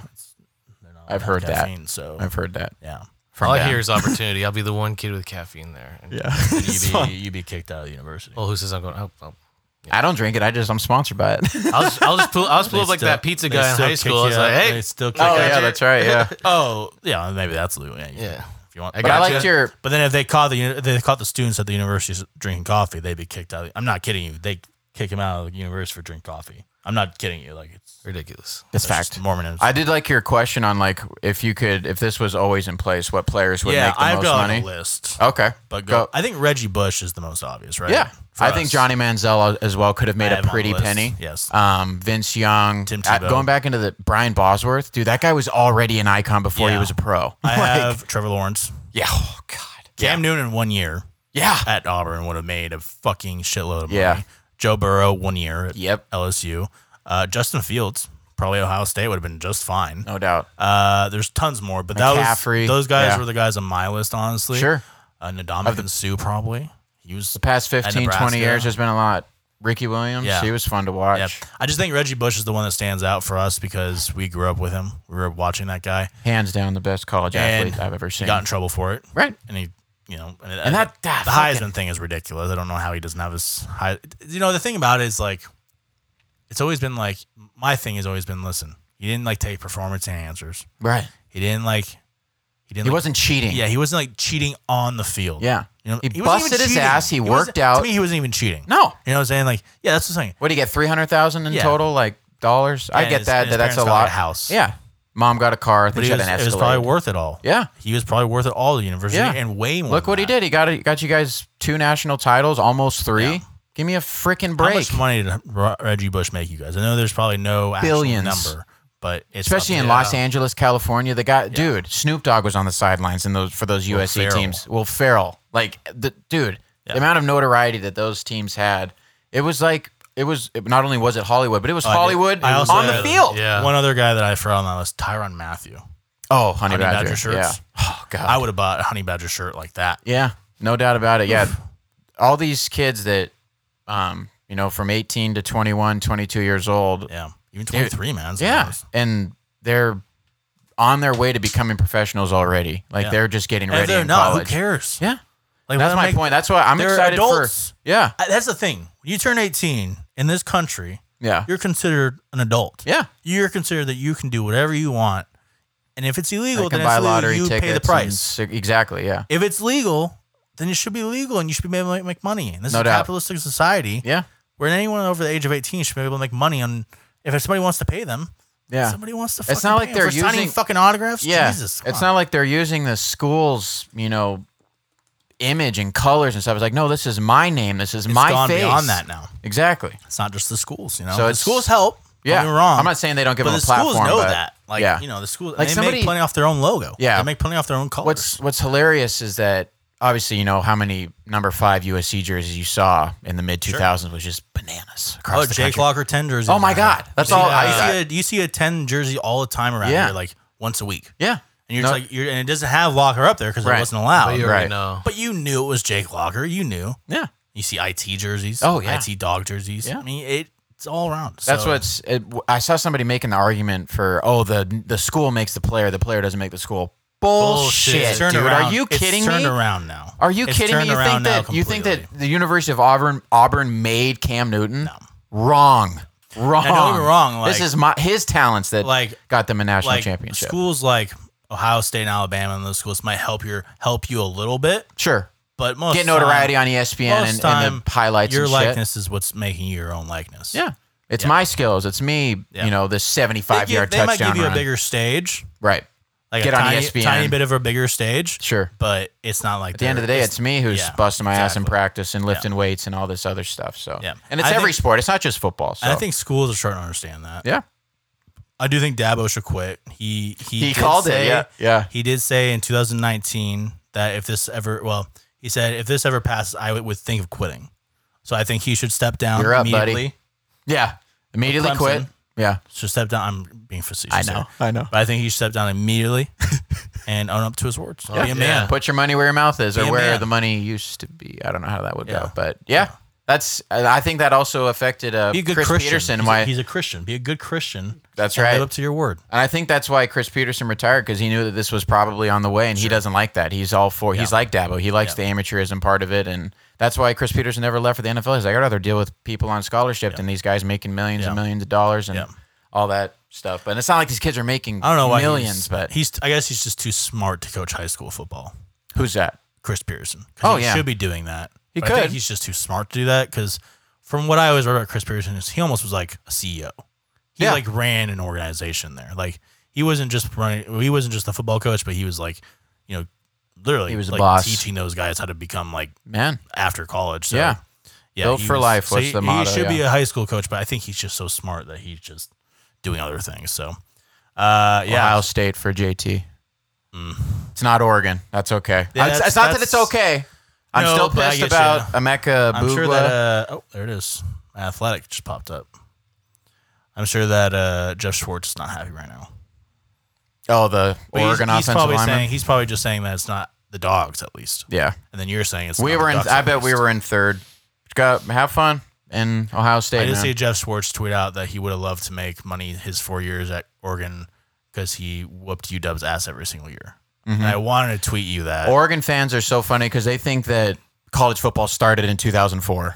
[SPEAKER 3] They're not
[SPEAKER 2] I've
[SPEAKER 3] allowed
[SPEAKER 2] heard that.
[SPEAKER 3] caffeine, So
[SPEAKER 2] I've heard that
[SPEAKER 3] yeah,
[SPEAKER 2] from
[SPEAKER 1] All I
[SPEAKER 2] them.
[SPEAKER 1] hear is opportunity. I'll be the one kid with caffeine there. And,
[SPEAKER 2] Yeah. E
[SPEAKER 3] you be you be kicked out of university.
[SPEAKER 1] Well, who says I'm going? Oh, well.
[SPEAKER 2] I don't drink it. I just I'm sponsored by it.
[SPEAKER 1] I'll just, I'll just pull. I'll just pull
[SPEAKER 3] They
[SPEAKER 1] up like
[SPEAKER 3] still-
[SPEAKER 1] that pizza
[SPEAKER 3] they
[SPEAKER 1] guy in
[SPEAKER 3] still
[SPEAKER 1] high
[SPEAKER 3] kick
[SPEAKER 1] school. I was
[SPEAKER 3] you out.
[SPEAKER 1] like,
[SPEAKER 3] They
[SPEAKER 1] hey,
[SPEAKER 3] still kick
[SPEAKER 2] oh
[SPEAKER 3] you out.
[SPEAKER 2] yeah, that's right. Yeah.
[SPEAKER 3] Oh yeah, maybe that's legal. Yeah, you can-
[SPEAKER 1] Yeah.
[SPEAKER 3] If you want,
[SPEAKER 1] I
[SPEAKER 2] but I
[SPEAKER 1] Gotcha.
[SPEAKER 2] liked your
[SPEAKER 3] But then if they caught the uni- if they caught the students at the university s- drinking coffee, they'd be kicked out. I'm not kidding you. They kick him out of the university for drinking coffee. I'm not kidding you. Like it's
[SPEAKER 1] ridiculous.
[SPEAKER 2] this
[SPEAKER 3] that's
[SPEAKER 2] fact.
[SPEAKER 3] just Mormonism.
[SPEAKER 2] I did like your question on like if you could if this was always in place, what players would
[SPEAKER 3] yeah,
[SPEAKER 2] make the
[SPEAKER 3] I've
[SPEAKER 2] most
[SPEAKER 3] got
[SPEAKER 2] money?
[SPEAKER 3] a list.
[SPEAKER 2] Okay,
[SPEAKER 3] But go,
[SPEAKER 2] go.
[SPEAKER 3] I think Reggie Bush is the most obvious, right?
[SPEAKER 2] yeah,
[SPEAKER 3] For
[SPEAKER 2] I think
[SPEAKER 3] us.
[SPEAKER 2] Johnny Manziel as well could have made
[SPEAKER 3] I
[SPEAKER 2] a
[SPEAKER 3] have him on the
[SPEAKER 2] pretty
[SPEAKER 3] list.
[SPEAKER 2] penny.
[SPEAKER 3] Yes.
[SPEAKER 2] Um, Vince Young,
[SPEAKER 3] Tim
[SPEAKER 2] Uh,
[SPEAKER 3] Tebow.
[SPEAKER 2] going back into the Brian Bosworth, dude, that guy was already an icon before he
[SPEAKER 3] Yeah.
[SPEAKER 2] was a pro.
[SPEAKER 3] I
[SPEAKER 2] Like,
[SPEAKER 3] have Trevor Lawrence.
[SPEAKER 2] yeah, oh god,
[SPEAKER 3] Cam Newton in one year
[SPEAKER 2] yeah,
[SPEAKER 3] at Auburn would have made a fucking shitload of money.
[SPEAKER 2] Yeah.
[SPEAKER 3] Joe Burrow one year at
[SPEAKER 2] Yep.
[SPEAKER 3] LSU. Uh, Justin Fields, probably Ohio State would have been just fine.
[SPEAKER 2] no doubt.
[SPEAKER 3] Uh, there's tons more, but that
[SPEAKER 2] Oh. McCaffrey,
[SPEAKER 3] was those guys
[SPEAKER 2] yeah.
[SPEAKER 3] were the guys on my list, honestly.
[SPEAKER 2] Sure,
[SPEAKER 3] Uh, Ndamukong Sue probably. He was
[SPEAKER 2] the past 15, 20
[SPEAKER 3] Nebraska.
[SPEAKER 2] years, there's been a lot. Ricky Williams,
[SPEAKER 3] Yeah.
[SPEAKER 2] he was fun to watch.
[SPEAKER 3] yeah. I just think Reggie Bush is the one that stands out for us because we grew up with him. We were watching that guy.
[SPEAKER 2] Hands down, the best college
[SPEAKER 3] And
[SPEAKER 2] athlete I've ever
[SPEAKER 3] He
[SPEAKER 2] seen.
[SPEAKER 3] got in trouble for it.
[SPEAKER 2] right,
[SPEAKER 3] And he you know and,
[SPEAKER 2] and that, that
[SPEAKER 3] the
[SPEAKER 2] fucking-
[SPEAKER 3] Heisman thing is ridiculous. I don't know how he doesn't have his high you know, the thing about it is like it's always been like my thing has always been listen, he didn't like take performance enhancers.
[SPEAKER 2] right.
[SPEAKER 3] He didn't like he didn't
[SPEAKER 2] He
[SPEAKER 3] like,
[SPEAKER 2] wasn't cheating.
[SPEAKER 3] Yeah, he wasn't like cheating on the field.
[SPEAKER 2] Yeah.
[SPEAKER 3] You know,
[SPEAKER 2] he,
[SPEAKER 3] wasn't even
[SPEAKER 2] busted his
[SPEAKER 3] cheating.
[SPEAKER 2] ass. He,
[SPEAKER 3] wasn't-
[SPEAKER 2] worked out.
[SPEAKER 3] To me, he wasn't even cheating.
[SPEAKER 2] no.
[SPEAKER 3] You know what I'm saying? Like, yeah, that's the thing.
[SPEAKER 2] What do you get? 300,000 in
[SPEAKER 3] Yeah.
[SPEAKER 2] total like dollars? I
[SPEAKER 3] And
[SPEAKER 2] get
[SPEAKER 3] his-
[SPEAKER 2] that.
[SPEAKER 3] and his
[SPEAKER 2] that's
[SPEAKER 3] parents
[SPEAKER 2] a
[SPEAKER 3] got, like,
[SPEAKER 2] lot.
[SPEAKER 3] a house.
[SPEAKER 2] Yeah. Mom got a car. I think
[SPEAKER 3] But
[SPEAKER 2] she
[SPEAKER 3] he
[SPEAKER 2] had
[SPEAKER 3] was,
[SPEAKER 2] an
[SPEAKER 3] it was
[SPEAKER 2] Escalade.
[SPEAKER 3] probably worth it all.
[SPEAKER 2] Yeah.
[SPEAKER 3] He was probably worth it all at university
[SPEAKER 2] Yeah.
[SPEAKER 3] and way more.
[SPEAKER 2] Look
[SPEAKER 3] than
[SPEAKER 2] what he
[SPEAKER 3] that.
[SPEAKER 2] did. He got got you guys two national titles, almost 3.
[SPEAKER 3] Yeah.
[SPEAKER 2] Give me a freaking
[SPEAKER 3] How
[SPEAKER 2] break.
[SPEAKER 3] much money did Ro- Reggie Bush make you guys? I know there's probably no actual
[SPEAKER 2] Billions.
[SPEAKER 3] number, but it's
[SPEAKER 2] Especially in
[SPEAKER 3] something-
[SPEAKER 2] Los Angeles, California, the guy, dude, Snoop Dogg was on the sidelines in those for those USC
[SPEAKER 3] Ferrell.
[SPEAKER 2] teams. Will Ferrell, like the dude,
[SPEAKER 3] Yeah.
[SPEAKER 2] the amount of notoriety that those teams had, it was like it was. It, not only was it Hollywood, but it was
[SPEAKER 3] Oh, I did-
[SPEAKER 2] Hollywood
[SPEAKER 3] I also
[SPEAKER 2] on the
[SPEAKER 3] had-
[SPEAKER 2] field.
[SPEAKER 1] Yeah.
[SPEAKER 3] One other guy that I forgot on that was Tyron Matthew.
[SPEAKER 2] Oh, honey,
[SPEAKER 3] Honey
[SPEAKER 2] badger,
[SPEAKER 3] Badger shirts.
[SPEAKER 2] Yeah. Oh god.
[SPEAKER 3] I would have bought a Honey Badger shirt like that.
[SPEAKER 2] Yeah, no doubt about it. Yeah. All these kids that, um, you know, from 18 to 21, 22 years old.
[SPEAKER 3] Yeah. Even 23, man.
[SPEAKER 2] Yeah.
[SPEAKER 3] sometimes.
[SPEAKER 2] And they're on their way to becoming professionals already. Like
[SPEAKER 3] Yeah.
[SPEAKER 2] they're just getting
[SPEAKER 3] And if
[SPEAKER 2] ready
[SPEAKER 3] they're
[SPEAKER 2] in
[SPEAKER 3] not,
[SPEAKER 2] college.
[SPEAKER 3] who cares?
[SPEAKER 2] Yeah.
[SPEAKER 3] Like,
[SPEAKER 2] That's
[SPEAKER 3] let
[SPEAKER 2] my
[SPEAKER 3] them make-
[SPEAKER 2] point. That's why I'm
[SPEAKER 3] they're
[SPEAKER 2] excited
[SPEAKER 3] adults.
[SPEAKER 2] for. Yeah.
[SPEAKER 3] I- That's the thing. When you turn 18 in this country,
[SPEAKER 2] Yeah.
[SPEAKER 3] you're considered an adult.
[SPEAKER 2] Yeah.
[SPEAKER 3] You're considered that you can do whatever you want. And if it's illegal,
[SPEAKER 2] They
[SPEAKER 3] then
[SPEAKER 2] can
[SPEAKER 3] it's
[SPEAKER 2] buy
[SPEAKER 3] legal,
[SPEAKER 2] lottery
[SPEAKER 3] you
[SPEAKER 2] tickets.
[SPEAKER 3] pay the
[SPEAKER 2] and
[SPEAKER 3] price.
[SPEAKER 2] sig- exactly. Yeah.
[SPEAKER 3] If it's legal, then it should be legal and you should be able to make money. And this
[SPEAKER 2] No
[SPEAKER 3] is a
[SPEAKER 2] doubt.
[SPEAKER 3] capitalistic society
[SPEAKER 2] Yeah.
[SPEAKER 3] where anyone over the age of 18 should be able to make money on if somebody wants to pay them.
[SPEAKER 2] Yeah.
[SPEAKER 3] Somebody wants to fucking
[SPEAKER 2] It's not like
[SPEAKER 3] pay
[SPEAKER 2] they're
[SPEAKER 3] them for signing
[SPEAKER 2] using-
[SPEAKER 3] fucking autographs.
[SPEAKER 2] Yeah.
[SPEAKER 3] Jesus. come
[SPEAKER 2] it's
[SPEAKER 3] on.
[SPEAKER 2] not like they're using the school's, you know, image and colors and stuff. It's like, no, this is my name. This is
[SPEAKER 3] It's
[SPEAKER 2] my
[SPEAKER 3] gone
[SPEAKER 2] face.
[SPEAKER 3] beyond that now.
[SPEAKER 2] Exactly.
[SPEAKER 3] It's not just the schools, you know.
[SPEAKER 2] So
[SPEAKER 3] So the
[SPEAKER 2] it's-
[SPEAKER 3] schools help.
[SPEAKER 2] Yeah,
[SPEAKER 3] Don't get me wrong.
[SPEAKER 2] I'm not saying they don't give
[SPEAKER 3] but
[SPEAKER 2] them
[SPEAKER 3] the
[SPEAKER 2] a platform.
[SPEAKER 3] schools know
[SPEAKER 2] but-
[SPEAKER 3] that. Like
[SPEAKER 2] yeah.
[SPEAKER 3] you know, the schools
[SPEAKER 2] Like
[SPEAKER 3] they
[SPEAKER 2] somebody-
[SPEAKER 3] make plenty off their own logo.
[SPEAKER 2] Yeah.
[SPEAKER 3] They make plenty off their own colors.
[SPEAKER 2] what's what's hilarious is that obviously you know how many number five USC jerseys you saw in the mid 2000s was just bananas across
[SPEAKER 3] Oh,
[SPEAKER 2] the
[SPEAKER 3] Jake
[SPEAKER 2] country.
[SPEAKER 3] Locker ten jerseys.
[SPEAKER 2] Oh my
[SPEAKER 3] around
[SPEAKER 2] God,
[SPEAKER 3] here.
[SPEAKER 2] that's
[SPEAKER 3] You see
[SPEAKER 2] all
[SPEAKER 3] that-
[SPEAKER 2] I
[SPEAKER 3] you see, a, you see a ten jersey all the time around
[SPEAKER 2] Yeah.
[SPEAKER 3] here, like once a week.
[SPEAKER 2] Yeah,
[SPEAKER 3] and you're
[SPEAKER 2] No-
[SPEAKER 3] just like, you're, and it doesn't have Locker up there because
[SPEAKER 2] Right.
[SPEAKER 3] it wasn't
[SPEAKER 1] But
[SPEAKER 3] allowed.
[SPEAKER 1] you
[SPEAKER 3] But,
[SPEAKER 1] already
[SPEAKER 2] Right.
[SPEAKER 1] know.
[SPEAKER 3] you knew it was Jake Locker. You knew.
[SPEAKER 2] yeah.
[SPEAKER 3] You see IT jerseys.
[SPEAKER 2] Oh, yeah.
[SPEAKER 3] IT dog jerseys.
[SPEAKER 2] Yeah.
[SPEAKER 3] I mean, it, it's all around.
[SPEAKER 2] That's
[SPEAKER 3] So,
[SPEAKER 2] what's. It, I saw somebody making the argument for oh the the school makes the player, the player doesn't make the school. Bullshit,
[SPEAKER 3] It's turned
[SPEAKER 2] dude.
[SPEAKER 3] around.
[SPEAKER 2] Are you
[SPEAKER 3] It's
[SPEAKER 2] kidding
[SPEAKER 3] turned
[SPEAKER 2] me?
[SPEAKER 3] around now.
[SPEAKER 2] Are you
[SPEAKER 3] It's
[SPEAKER 2] kidding me?
[SPEAKER 3] turned
[SPEAKER 2] You
[SPEAKER 3] around
[SPEAKER 2] think
[SPEAKER 3] now
[SPEAKER 2] that you think that
[SPEAKER 3] completely.
[SPEAKER 2] the University of Auburn Auburn made Cam Newton?
[SPEAKER 3] No.
[SPEAKER 2] Wrong. Wrong.
[SPEAKER 3] get me wrong,
[SPEAKER 2] this
[SPEAKER 3] like-
[SPEAKER 2] is my his talents that
[SPEAKER 3] like
[SPEAKER 2] got them a national
[SPEAKER 3] like
[SPEAKER 2] championship.
[SPEAKER 3] schools like Ohio State and Alabama and those schools might help your help you a little bit,
[SPEAKER 2] sure.
[SPEAKER 3] but most
[SPEAKER 2] Get notoriety
[SPEAKER 3] time,
[SPEAKER 2] on E ESPN
[SPEAKER 3] most
[SPEAKER 2] and, and the
[SPEAKER 3] time,
[SPEAKER 2] highlights
[SPEAKER 3] your
[SPEAKER 2] and shit.
[SPEAKER 3] likeness is what's making you your own likeness.
[SPEAKER 2] Yeah. It's my skills. It's me.
[SPEAKER 3] Yeah.
[SPEAKER 2] You know, this seventy-five
[SPEAKER 3] they,
[SPEAKER 2] yard
[SPEAKER 3] give- they might
[SPEAKER 2] touchdown
[SPEAKER 3] give you
[SPEAKER 2] run.
[SPEAKER 3] a bigger stage,
[SPEAKER 2] right.
[SPEAKER 3] like
[SPEAKER 2] Get
[SPEAKER 3] a
[SPEAKER 2] on E
[SPEAKER 3] tiny,
[SPEAKER 2] ESPN.
[SPEAKER 3] tiny bit of a bigger stage.
[SPEAKER 2] Sure.
[SPEAKER 3] but it's not like
[SPEAKER 2] At the end of the day, it's me who's
[SPEAKER 3] yeah,
[SPEAKER 2] busting my ass in
[SPEAKER 3] exactly.
[SPEAKER 2] practice and lifting weights and all this other stuff. So,
[SPEAKER 3] Yeah.
[SPEAKER 2] and it's
[SPEAKER 3] I
[SPEAKER 2] every
[SPEAKER 3] think-
[SPEAKER 2] sport. It's not just football. So,
[SPEAKER 3] And I think schools are starting to understand that.
[SPEAKER 2] yeah,
[SPEAKER 3] I do think Dabo should quit. He he,
[SPEAKER 2] He
[SPEAKER 3] did
[SPEAKER 2] called it, yeah, yeah.
[SPEAKER 3] He did say in 2019 that if this ever, well, he said if this ever passes, I would, would think of quitting. So I think he should step down
[SPEAKER 2] You're up, buddy.
[SPEAKER 3] immediately.
[SPEAKER 2] yeah. Immediately
[SPEAKER 3] Clemson.
[SPEAKER 2] quit. Yeah,
[SPEAKER 3] Should step down. I'm being facetious.
[SPEAKER 2] I know.
[SPEAKER 3] here.
[SPEAKER 2] I know.
[SPEAKER 3] but I think he should step down immediately and own up to his words. Be a man.
[SPEAKER 2] Put your money where your mouth is,
[SPEAKER 3] Be
[SPEAKER 2] or
[SPEAKER 3] a
[SPEAKER 2] where
[SPEAKER 3] man.
[SPEAKER 2] the money used to be. I don't know how that would
[SPEAKER 3] Yeah.
[SPEAKER 2] go, but yeah, that's. I I think that also affected uh,
[SPEAKER 3] Be a good
[SPEAKER 2] Chris
[SPEAKER 3] Christian.
[SPEAKER 2] Peterson.
[SPEAKER 3] He's,
[SPEAKER 2] why?
[SPEAKER 3] a, he's a Christian. Be a good Christian.
[SPEAKER 2] That's
[SPEAKER 3] and
[SPEAKER 2] right.
[SPEAKER 3] Live up to your word.
[SPEAKER 2] and I think that's why Chris Peterson retired because he knew that this was probably on the way, and he doesn't like that. He's all for. He's like Dabo. He likes the amateurism part of it, and that's why Chris Peterson never left for the NFL. He's like, I'd rather deal with people on scholarship than these guys making millions and
[SPEAKER 3] Yeah.
[SPEAKER 2] millions of dollars and
[SPEAKER 3] Yeah.
[SPEAKER 2] all that stuff. But it's not like these kids are making
[SPEAKER 3] I don't know why
[SPEAKER 2] millions.
[SPEAKER 3] he's,
[SPEAKER 2] But
[SPEAKER 3] he's. I guess he's just too smart to coach high school football.
[SPEAKER 2] who's that?
[SPEAKER 3] Chris Peterson. 'Cause
[SPEAKER 2] Oh,
[SPEAKER 3] he
[SPEAKER 2] yeah.
[SPEAKER 3] should be doing that.
[SPEAKER 2] He
[SPEAKER 3] But I think
[SPEAKER 2] could.
[SPEAKER 3] he's just too smart to do that because from what I always read about Chris Peterson is he almost was like a CEO. He
[SPEAKER 2] Yeah.
[SPEAKER 3] like ran an organization there. Like he wasn't just running. He wasn't just a football coach, but he was like, you know, literally
[SPEAKER 2] He was the
[SPEAKER 3] like
[SPEAKER 2] boss.
[SPEAKER 3] teaching those guys how to become like
[SPEAKER 2] Man,
[SPEAKER 3] after college. So,
[SPEAKER 2] yeah.
[SPEAKER 3] yeah.
[SPEAKER 2] Built
[SPEAKER 3] he
[SPEAKER 2] for life was
[SPEAKER 3] he,
[SPEAKER 2] the motto,
[SPEAKER 3] He should be
[SPEAKER 2] yeah.
[SPEAKER 3] a high school coach, but I think he's just so smart that he's just doing other things. So, uh, yeah. Mm.
[SPEAKER 2] Ohio State for JT. It's not Oregon. That's okay.
[SPEAKER 3] Yeah,
[SPEAKER 2] it's,
[SPEAKER 3] that's-
[SPEAKER 2] it's not that it's
[SPEAKER 3] that's-
[SPEAKER 2] okay. I'm
[SPEAKER 3] No,
[SPEAKER 2] still
[SPEAKER 3] but I
[SPEAKER 2] pissed
[SPEAKER 3] get
[SPEAKER 2] about
[SPEAKER 3] you.
[SPEAKER 2] Emeka Bugla.
[SPEAKER 3] I'm sure that uh, oh, there it is. Athletic just popped up. I'm sure that uh, Jeff Schwartz is not happy right now.
[SPEAKER 2] oh, the
[SPEAKER 3] But he's-
[SPEAKER 2] Oregon
[SPEAKER 3] he's,
[SPEAKER 2] offensive
[SPEAKER 3] probably
[SPEAKER 2] lineman.
[SPEAKER 3] saying he's probably just saying that it's not the dogs at least,
[SPEAKER 2] yeah,
[SPEAKER 3] and then you're saying it's.
[SPEAKER 2] we
[SPEAKER 3] not
[SPEAKER 2] were
[SPEAKER 3] the
[SPEAKER 2] in.
[SPEAKER 3] Ducks,
[SPEAKER 2] I
[SPEAKER 3] at
[SPEAKER 2] bet we
[SPEAKER 3] least.
[SPEAKER 2] were in third. Go have fun in Ohio
[SPEAKER 3] I
[SPEAKER 2] State.
[SPEAKER 3] did
[SPEAKER 2] man.
[SPEAKER 3] see Jeff Schwartz tweet out that he would have loved to make money his four years at Oregon because he whooped UW's ass every single year.
[SPEAKER 2] Mm-hmm.
[SPEAKER 3] And I wanted to tweet you that.
[SPEAKER 2] Oregon fans are so funny because they think that college football started in 2004.